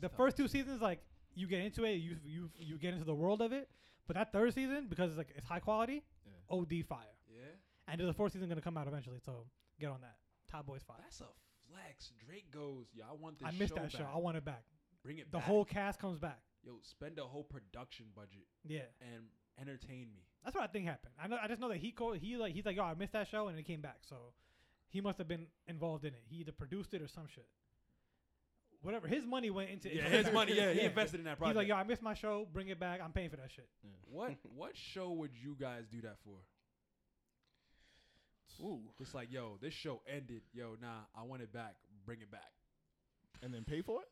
Speaker 1: That's
Speaker 2: the
Speaker 1: tough.
Speaker 2: first two seasons, like you get into it, you you you get into the world of it. But that third season, because it's like it's high quality,
Speaker 4: Yeah.
Speaker 2: OD fire.
Speaker 1: yeah.
Speaker 2: And there's a fourth season gonna come out eventually, so get on that. Top Boys fire.
Speaker 1: That's a flex. Drake goes. Yeah, I want this.
Speaker 2: I missed
Speaker 1: show
Speaker 2: that show.
Speaker 1: back.
Speaker 2: I want it back.
Speaker 1: Bring it
Speaker 2: The
Speaker 1: back.
Speaker 2: whole cast comes back.
Speaker 1: yo spend a whole production budget
Speaker 2: Yeah,
Speaker 1: and entertain me.
Speaker 2: that's what I think happened. I know. I just know that he called. He like he's like, "Yo, I missed that show," and it came back. So he must have been involved in it. He either produced it or some shit. Whatever. His money went into it.
Speaker 1: Yeah, his money. Yeah, he invested in that
Speaker 2: He's
Speaker 1: project.
Speaker 2: like, yo, I missed my show. Bring it back. I'm paying for that shit.
Speaker 1: what what show would you guys do that for?
Speaker 3: Ooh.
Speaker 1: Just like, yo, this show ended. Yo, nah, I want it back. Bring it back.
Speaker 4: and then pay for it?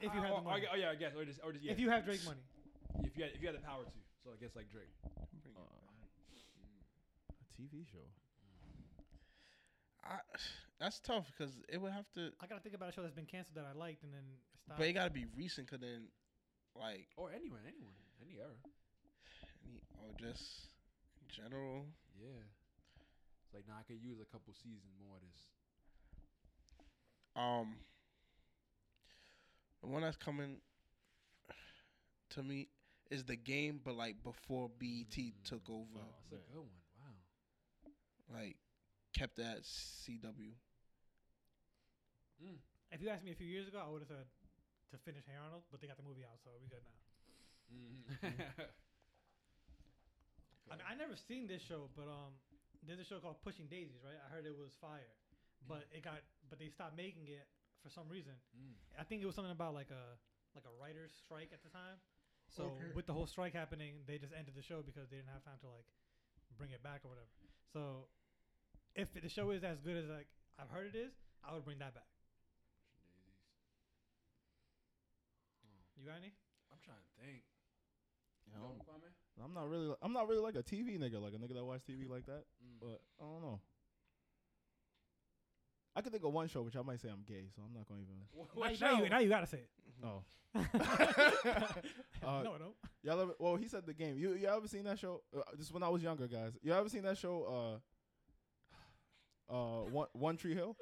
Speaker 2: If you
Speaker 1: Uh,
Speaker 2: have
Speaker 1: or,
Speaker 2: the money.
Speaker 1: or- oh yeah, I guess, or just, or just yeah.
Speaker 2: If you have Drake money.
Speaker 1: if you had, if you had the power to, so I guess like Drake. Oh,
Speaker 4: Uh, a TV show.
Speaker 3: I, that's tough because it would have to,
Speaker 2: I gotta think about a show that's been canceled that I liked and then stop.
Speaker 3: but it got to be recent. Cause then, like,
Speaker 1: or anyone, anyone, any era.
Speaker 3: any- or just in general.
Speaker 1: Yeah, it's like nah, I could use a couple season more of this.
Speaker 3: Um, the one that's coming to me is the game, but like before BET took over,
Speaker 1: Wow, that's a good one. Wow.
Speaker 3: like kept that CW.
Speaker 2: if you asked me a few years ago, I would have said to finish Hey Arnold, but they got the movie out, so we good now.
Speaker 1: Mm-hmm.
Speaker 2: I mean, I never seen this show, but um, there's a show called Pushing Daisies, right? I heard it was fire, but it got, but they stopped making it for some reason.
Speaker 1: Mm.
Speaker 2: I think it was something about like a like a writer's strike at the time. So
Speaker 3: Okay.
Speaker 2: with the whole strike happening, they just ended the show because they didn't have time to like bring it back or whatever. So if the show is as good as like I've heard it is, I would bring that back. You got any?
Speaker 1: I'm trying to think.
Speaker 4: Yeah, I
Speaker 1: No,
Speaker 4: don't-
Speaker 1: Kwame?
Speaker 4: I'm not really. I'm not really like a TV nigga, like a nigga that watch TV like that.
Speaker 1: Mm.
Speaker 4: But I don't know. I could think of one show, which I might say I'm gay, so I'm not going to even.
Speaker 1: Wh-
Speaker 2: Now
Speaker 1: what
Speaker 2: you, now,
Speaker 1: show?
Speaker 2: you, now you gotta say it.
Speaker 4: Oh,
Speaker 2: no, no.
Speaker 4: Y'all ever? Well, he said the game. You you ever seen that show? Uh, this is when I was younger, guys. You ever seen that show? Uh, uh, one One Tree Hill.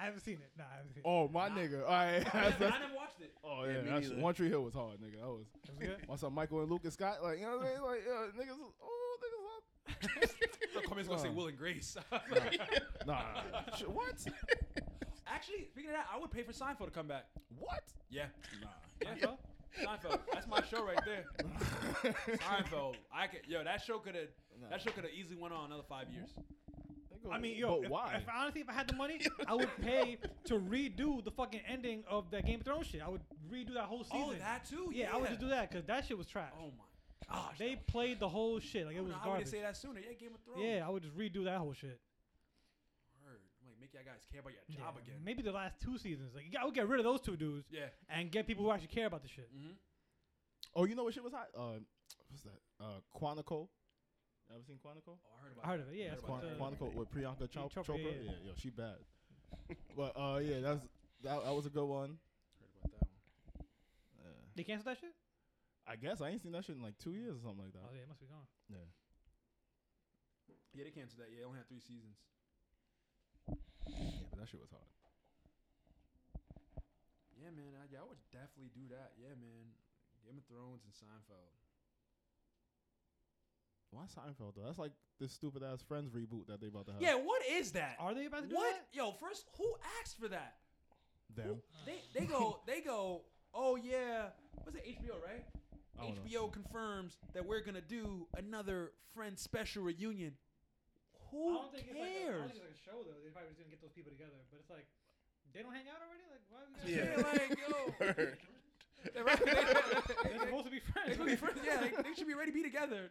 Speaker 2: I haven't seen it. No, I haven't seen it.
Speaker 4: Oh my nigga! All right,
Speaker 1: I
Speaker 4: That's-
Speaker 1: never,
Speaker 4: that's-
Speaker 1: I never watched it.
Speaker 4: oh
Speaker 3: Yeah,
Speaker 4: yeah,
Speaker 3: me
Speaker 4: that's-
Speaker 3: neither.
Speaker 4: One Tree Hill was hard, nigga. That was
Speaker 2: It was good.
Speaker 4: once Michael and Lucas Scott, like you know what I mean? Like yeah, niggas, was- oh niggas,
Speaker 1: The comments gonna say
Speaker 4: Uh.
Speaker 1: Will and Grace.
Speaker 4: was- nah, Shit, what?
Speaker 1: Actually, speaking of that, I would pay for Seinfeld to come back.
Speaker 4: What?
Speaker 1: Yeah. Nah. Yeah.
Speaker 2: Seinfeld?
Speaker 1: Seinfeld. That's my show right there. Seinfeld. I could. Yo, that show could have. That show could have easily went on another five years.
Speaker 2: I mean, yo,
Speaker 4: but
Speaker 2: if,
Speaker 4: why?
Speaker 2: if honestly, if I had the money, I would pay to redo the fucking ending of that Game of Thrones shit. I would redo that whole season.
Speaker 1: Oh, that too.
Speaker 2: yeah,
Speaker 1: Yeah,
Speaker 2: I would just do that because that shit was trash.
Speaker 1: Oh my gosh.
Speaker 2: they played the whole shit like
Speaker 1: I
Speaker 2: it
Speaker 1: don't
Speaker 2: was
Speaker 1: know how would
Speaker 2: garbage.
Speaker 1: they say that sooner? Yeah, Game of Thrones.
Speaker 2: Yeah, I would just redo that whole shit.
Speaker 1: Word. I'm like, make y'all guys care about your job
Speaker 2: Yeah,
Speaker 1: again.
Speaker 2: Maybe the last two seasons. Like, yeah, I would get rid of those two dudes
Speaker 1: yeah. Oh,
Speaker 2: and get people who actually care about the shit.
Speaker 1: Mm-hmm.
Speaker 4: Oh, you know what shit was hot? Uh, what's that? Uh, Quantico. Ever seen Quantico?
Speaker 1: Oh, I heard about.
Speaker 2: I heard of it. Yeah,
Speaker 1: Heard
Speaker 2: it's
Speaker 1: about
Speaker 4: Quan-
Speaker 2: with,
Speaker 1: that.
Speaker 2: uh,
Speaker 4: Quantico with Priyanka Chop-
Speaker 2: Chopra,
Speaker 4: Chopra.
Speaker 2: yeah,
Speaker 4: Yeah,
Speaker 2: yeah.
Speaker 4: yo, she bad. but uh, yeah, that's that, that was a good one.
Speaker 1: Heard about that one.
Speaker 4: Yeah.
Speaker 2: they canceled that shit.
Speaker 4: I guess I ain't seen that shit in like two years or something like
Speaker 2: Oh
Speaker 4: that.
Speaker 2: yeah, it must be gone.
Speaker 4: Yeah.
Speaker 1: Yeah, they canceled that. Yeah, they only had three seasons.
Speaker 4: Yeah, but that shit was hard.
Speaker 1: Yeah, man. I, yeah, I would definitely do that. Yeah, man. Game of Thrones and Seinfeld.
Speaker 4: Why Seinfeld though? That's like this stupid ass Friends reboot that they about to have.
Speaker 1: Yeah, what is that?
Speaker 2: Uh, Are they about to do
Speaker 1: What?
Speaker 2: that?
Speaker 1: Yo, first, who asked for that?
Speaker 4: Damn.
Speaker 1: Who- They they go they go. Oh yeah, what's it? HBO, right?
Speaker 4: I don't know.
Speaker 1: HBO confirms that we're gonna do another Friends special reunion. Who cares?
Speaker 2: it's like a show though. They probably just gonna get those people together, but it's like they don't hang out already. Like why?
Speaker 3: we gotta- Yeah.
Speaker 1: like yo,
Speaker 3: Word.
Speaker 1: they're, right, they-
Speaker 2: They're
Speaker 1: they-
Speaker 2: supposed to be friends.
Speaker 1: they're gonna be friends. Yeah, they, they should be ready to be together.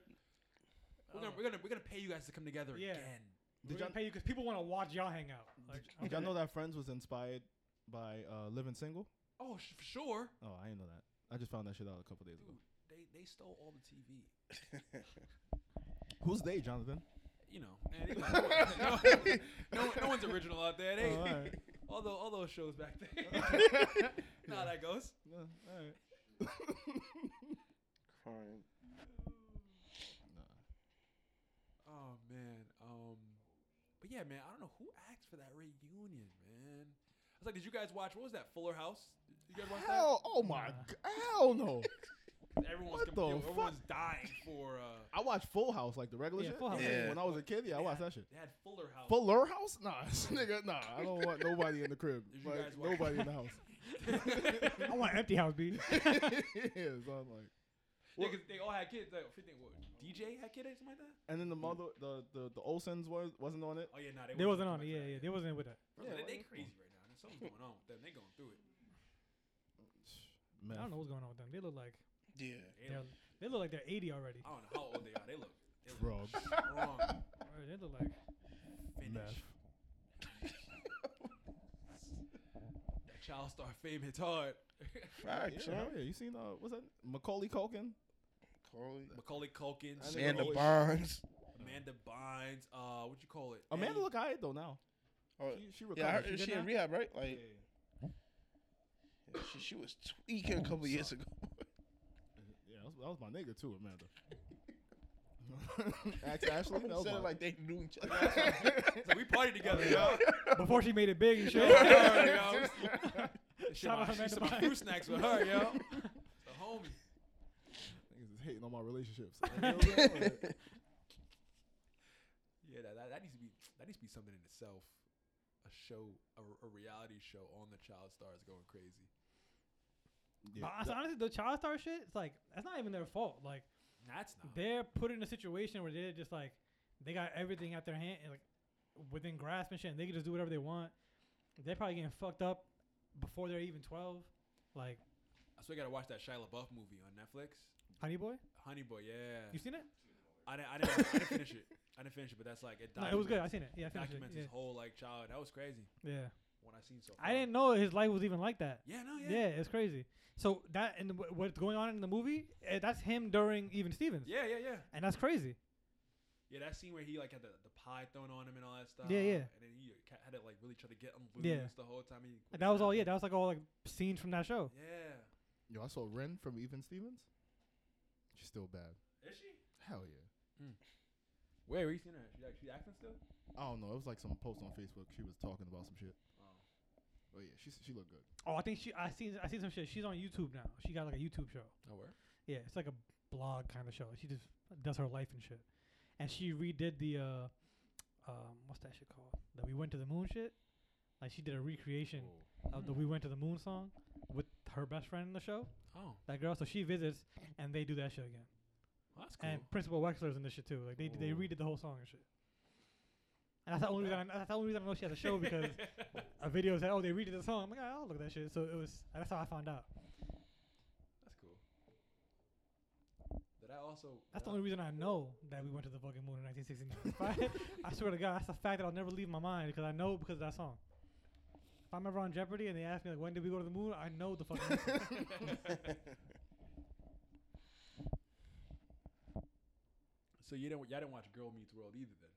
Speaker 1: We're gonna
Speaker 2: Oh.
Speaker 1: we're gonna we're gonna pay you guys to come together
Speaker 2: Yeah.
Speaker 1: again.
Speaker 4: Did
Speaker 2: We're gonna
Speaker 4: y'all,
Speaker 2: pay you because people want to watch y'all hang out. Like,
Speaker 4: did y'all know that Friends was inspired by uh, Living Single?
Speaker 1: Oh, sh- for sure.
Speaker 4: Oh, I didn't know that. I just found that shit out a couple days ago.
Speaker 1: Dude, they they stole all the TV.
Speaker 4: Who's they, Jonathan?
Speaker 1: You know, man, they- no, no, no one's original out there. They,
Speaker 4: Oh, all right.
Speaker 1: all, tho- all those shows back there. Nah, that goes.
Speaker 4: Yeah, all right.
Speaker 3: Crying.
Speaker 1: Oh man. Um but yeah, man, I don't know who asked for that reunion, man. I was like, did you guys watch what was that? Fuller House? Did you guys watch
Speaker 4: Hell, oh my,
Speaker 2: Nah.
Speaker 4: g- hell no.
Speaker 1: that? Everyone's com-
Speaker 4: what the
Speaker 1: yo,
Speaker 4: fuck?
Speaker 1: everyone's dying for uh
Speaker 4: I watched Full House, like the regular
Speaker 2: Yeah,
Speaker 4: shit.
Speaker 2: Full House.
Speaker 3: Yeah.
Speaker 4: When I was a kid, yeah, I watched that shit.
Speaker 1: they had Fuller House.
Speaker 4: Fuller House? Nah, nigga, nah. I don't want nobody in the crib.
Speaker 1: Did you
Speaker 4: Like,
Speaker 1: guys watch-
Speaker 4: nobody in the house.
Speaker 2: I want empty house, B.
Speaker 4: yeah, so I'm like,
Speaker 1: Yeah, 'cause they all had kids. Like, I think, what, DJ had kids or something like that?
Speaker 4: and then the mother, the the the Olsons was wasn't on it.
Speaker 1: Oh yeah, nah, they,
Speaker 2: They wasn't on.
Speaker 1: too
Speaker 2: it.
Speaker 1: much
Speaker 2: Yeah,
Speaker 1: for that,
Speaker 2: yeah, they wasn't with that.
Speaker 1: Bro,
Speaker 4: Yeah,
Speaker 1: they,
Speaker 4: why
Speaker 1: they
Speaker 4: not?
Speaker 1: crazy right now. There's something going on with them. They going through it.
Speaker 4: Man,
Speaker 2: I don't know what's going on with them. They look like
Speaker 3: Yeah.
Speaker 1: They
Speaker 2: they're,
Speaker 1: look-
Speaker 2: they look like they're 80 already.
Speaker 1: I don't know how old they are. They look they look
Speaker 4: Drugs.
Speaker 1: strong.
Speaker 2: Alright, They look like
Speaker 1: Finish.
Speaker 4: Meth.
Speaker 1: That child star fame hits hard.
Speaker 3: Facts,
Speaker 4: Yeah,
Speaker 3: huh?
Speaker 4: hell yeah. You seen uh, what's that? Macaulay Culkin.
Speaker 3: Chloe.
Speaker 1: Macaulay Culkin,
Speaker 4: I
Speaker 1: Sydney,
Speaker 3: Amanda
Speaker 4: never always-
Speaker 3: Bonds.
Speaker 1: Amanda Bynes, uh, what you call it?
Speaker 4: Amanda
Speaker 1: Eddie-
Speaker 4: look alright though now.
Speaker 3: Oh,
Speaker 4: She, she
Speaker 3: yeah, I
Speaker 4: recovered.
Speaker 3: heard
Speaker 4: she
Speaker 3: she in
Speaker 4: good now?
Speaker 3: rehab, right?
Speaker 4: Yeah,
Speaker 3: Like,
Speaker 4: yeah,
Speaker 3: yeah, she, she was tweaking a couple years ago.
Speaker 4: yeah, that was, that was my nigga too, Amanda. Ask Ashley, that was
Speaker 3: said
Speaker 4: my,
Speaker 3: it like they knew each other.
Speaker 1: It's like, we party together, yo.
Speaker 2: before she made it big and shit.
Speaker 1: Yo, yo. Shit,
Speaker 2: Shout out
Speaker 1: my-
Speaker 2: Amanda
Speaker 1: she said my
Speaker 2: Bynes.
Speaker 1: fruit snacks with her, yo. The homie.
Speaker 4: niggas is hating on my relationships.
Speaker 1: Yeah, that, that, that needs to be that needs to be something in itself. A show, a, a reality show on the child stars going crazy.
Speaker 4: yeah.
Speaker 2: But honest- honestly, the child star shit, it's like that's not even their fault. Like
Speaker 1: That's not.
Speaker 2: they're put in a situation where they're just like they got everything at their hand, and, like within grasp and shit, and they can just do whatever they want. They're probably getting fucked up before they're even 12. Like
Speaker 1: That's why I gotta watch that Shia LaBeouf movie on Netflix.
Speaker 2: Honey Boy,
Speaker 1: Honey Boy, yeah.
Speaker 2: you seen it?
Speaker 1: I didn't, I didn't, I didn't finish it. I didn't finish it, but that's like it.
Speaker 2: No, it was good. I
Speaker 1: documents-
Speaker 2: seen it. Yeah, I finished
Speaker 1: documents his
Speaker 2: it.
Speaker 1: whole like child. That was crazy.
Speaker 2: Yeah, yeah.
Speaker 1: What I seen so. Far.
Speaker 2: I didn't know his life was even like that.
Speaker 1: Yeah, no,
Speaker 2: Oh, Yeah,
Speaker 1: yeah.
Speaker 2: it's crazy. So that and wh- what's going on in the movie, eh, that's him during even Stevens,
Speaker 1: Yeah, yeah, yeah.
Speaker 2: and that's crazy.
Speaker 1: Yeah, that scene where he like had the, the pie thrown on him and all that stuff.
Speaker 2: Yeah, yeah.
Speaker 1: And then he ca- had to like really try to get him loose
Speaker 2: Yeah.
Speaker 1: the whole time. He
Speaker 2: And that was all. Yeah, that was like all like scenes from that show.
Speaker 1: Yeah.
Speaker 4: Yo, I saw Ren from Even Stevens. She's still bad.
Speaker 1: Is she?
Speaker 4: Hell yeah.
Speaker 1: Where? Where you seen her? She, act- she acting still?
Speaker 4: I don't know. It was like some post on Facebook. She was talking about some shit. Oh yeah, she she looked good.
Speaker 2: Oh, I think she. I seen. I seen some shit. She's on YouTube now. She got like a YouTube show.
Speaker 1: Oh, where?
Speaker 2: Yeah, it's like a blog kind of show. She just does her life and shit. And she redid the uh, um, what's that shit called? The We Went to the Moon shit. Like she did a recreation of the We Went to the Moon song with her best friend in the show.
Speaker 1: Oh,
Speaker 2: That girl. So she visits and they do that shit again.
Speaker 1: that's
Speaker 2: And Principal Wexler's in this shit too. Like they they redid the whole song and shit. And that's the only reason I, that's the only reason I know she has a show because a video said, "Oh, they redid the song." I'm like, "Ah, "I'll look at that shit." So it was that's how I found out.
Speaker 1: That's cool. Did I also?
Speaker 2: That's
Speaker 1: did
Speaker 2: the
Speaker 1: I-
Speaker 2: only reason I know that we went to the fucking moon in 1969. I swear to God, that's a fact that I'll never leave my mind because I know because of that song. If I'm ever on Jeopardy and they ask me like, "When did we go to the moon?" I know the fucking. answer.
Speaker 1: So you didn't y'all didn't watch Girl Meets World either then?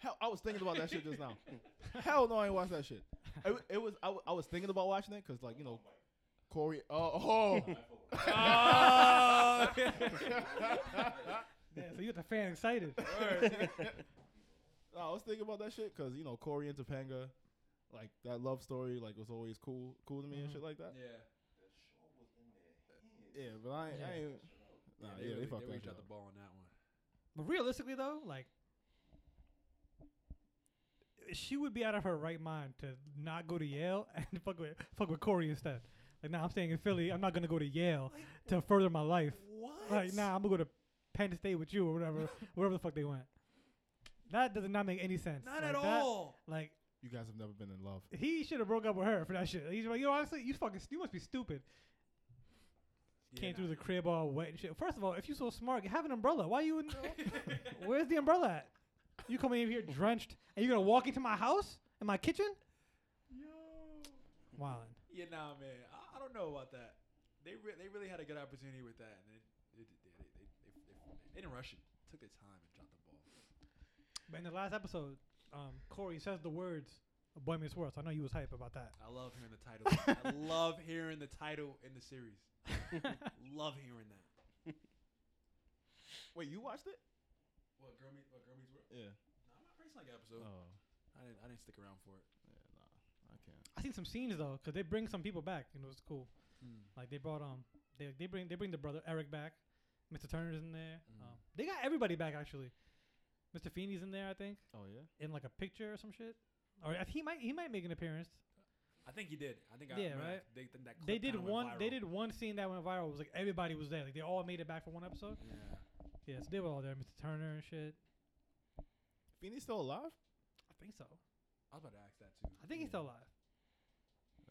Speaker 4: Hell, I was thinking about that shit just now. Hell no, I ain't watched that shit. It, wa- it was I, wa- I was thinking about watching it because like you know, Corey. Oh, oh.
Speaker 2: yeah, so you get the fan excited.
Speaker 4: No, I was thinking about that shit because you know Corey and Topanga, like that love story, like was always cool, cool to me and
Speaker 2: Mhm.
Speaker 4: shit like that.
Speaker 1: yeah.
Speaker 4: Mm-hmm. Yeah, but I, ain't I
Speaker 2: Yeah.
Speaker 4: ain't. Nah, yeah, they,
Speaker 1: really-
Speaker 4: fucked
Speaker 1: they
Speaker 4: that
Speaker 1: reached
Speaker 4: shit
Speaker 1: out the
Speaker 4: up.
Speaker 1: ball on that one.
Speaker 2: But realistically though, like she would be out of her right mind to not go to Yale and fuck with fuck with Corey instead. Like now I'm staying in Philly. I'm not gonna go to Yale to further my life.
Speaker 1: What?
Speaker 2: Like nah, I'm gonna go to Penn State with you or whatever, wherever the fuck they went. That does not make any sense.
Speaker 1: Not
Speaker 2: Like,
Speaker 1: at
Speaker 2: that-
Speaker 1: all.
Speaker 2: Like
Speaker 4: You guys have never been in love.
Speaker 2: he should have broke up with her for that shit. He's like, yo, honestly, you fucking, you must be stupid. Came through the crib all wet and shit. First of all, if you so smart, have an umbrella. Why you? In, where's the umbrella at? You coming in here drenched, and you're gonna walk into my house in my kitchen?
Speaker 1: Yo.
Speaker 2: Wildin'.
Speaker 1: Yeah, nah, man. I, I don't know about that. They re- they really had a good opportunity with that, and they they, they, they, they, they, they, they didn't rush it. Took their time and dropped the ball.
Speaker 2: But in the last episode, um, Corey says the words of "Boy Meets World." So I know you was hype about that.
Speaker 1: I love hearing the title. I love hearing the title in the series. love hearing that.
Speaker 4: Wait, you watched it?
Speaker 1: What girl meets what girl meets world?
Speaker 4: Yeah.
Speaker 1: No, I'm not racing like that
Speaker 4: Oh,
Speaker 1: episode. I didn't I didn't stick around for it.
Speaker 4: yeah, nah, I can't.
Speaker 2: I seen some scenes though, cause they bring some people back, and it was cool.
Speaker 1: Hmm.
Speaker 2: Like they brought um, they they bring they bring the brother Eric back, Mr. Turner's in there.
Speaker 1: Mm.
Speaker 2: Um, they got everybody back actually. Mr. Feeney's in there, I think,
Speaker 4: Oh yeah.
Speaker 2: in like a picture or some shit. Or I- he might he might make an appearance.
Speaker 1: I think he did. I think I
Speaker 2: Yeah,
Speaker 1: remember
Speaker 2: right?
Speaker 1: that- They, think that
Speaker 2: they
Speaker 1: clip
Speaker 2: did
Speaker 1: kinda went
Speaker 2: one. They
Speaker 1: viral.
Speaker 2: did one scene that went viral. It was like everybody was there. Like they all made it back for one episode.
Speaker 1: Yeah.
Speaker 2: Yeah, so they were all there. Mr. Turner and shit.
Speaker 4: Phoenix still alive?
Speaker 2: I think so.
Speaker 1: I was about to ask that too.
Speaker 2: I think he's still alive.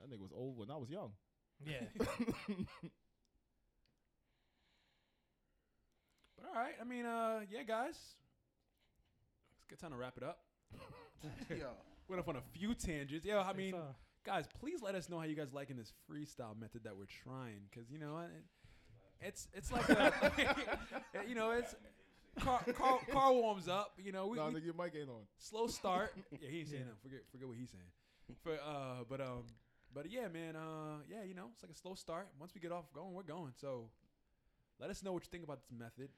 Speaker 4: That nigga was old when I was young.
Speaker 2: Yeah.
Speaker 1: But all right, I mean, uh, yeah, guys, it's a good time to wrap it up.
Speaker 3: Yo.
Speaker 1: Went off on a few tangents. Yeah, I
Speaker 2: think
Speaker 1: mean,
Speaker 2: so.
Speaker 1: guys, please let us know how you guys liking this freestyle method that we're trying, because you know, I- it's it's like a,
Speaker 4: uh,
Speaker 1: you know, it's car, car, car warms up. You know, we,
Speaker 4: nah,
Speaker 1: we
Speaker 4: nigga, your mic ain't on.
Speaker 1: slow start. Yeah, he ain't saying
Speaker 2: Yeah.
Speaker 1: that. Forget forget what he's saying. For uh, but um, but yeah, man. Uh, yeah, you know, it's like a slow start. Once we get off going, we're going. So, let us know what you think about this method.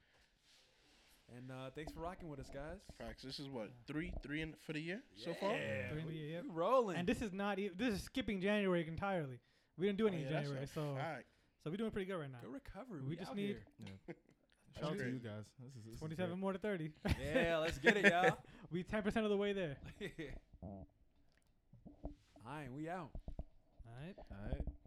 Speaker 1: And uh, thanks for rocking with us, guys.
Speaker 3: Facts. This is what three, three in, for the year so
Speaker 1: Yeah,
Speaker 3: far.
Speaker 2: Three in
Speaker 1: we,
Speaker 2: the year, yep.
Speaker 1: we rolling.
Speaker 2: and this is not. E- this is skipping January entirely. We didn't do
Speaker 3: Oh,
Speaker 2: any
Speaker 3: yeah,
Speaker 2: in
Speaker 3: that's
Speaker 2: January,
Speaker 3: a
Speaker 2: so
Speaker 3: fact.
Speaker 2: so we're doing pretty good right now.
Speaker 1: Good recovery.
Speaker 2: We
Speaker 1: We,
Speaker 2: just
Speaker 1: out
Speaker 2: need-
Speaker 4: Shout out to
Speaker 3: Okay.
Speaker 4: you guys. This is this is great.
Speaker 2: 27 more to 30.
Speaker 1: here. yeah. Let's get it, y'all.
Speaker 2: we 10% of the way there.
Speaker 1: All right, we out.
Speaker 2: All right.
Speaker 4: All right.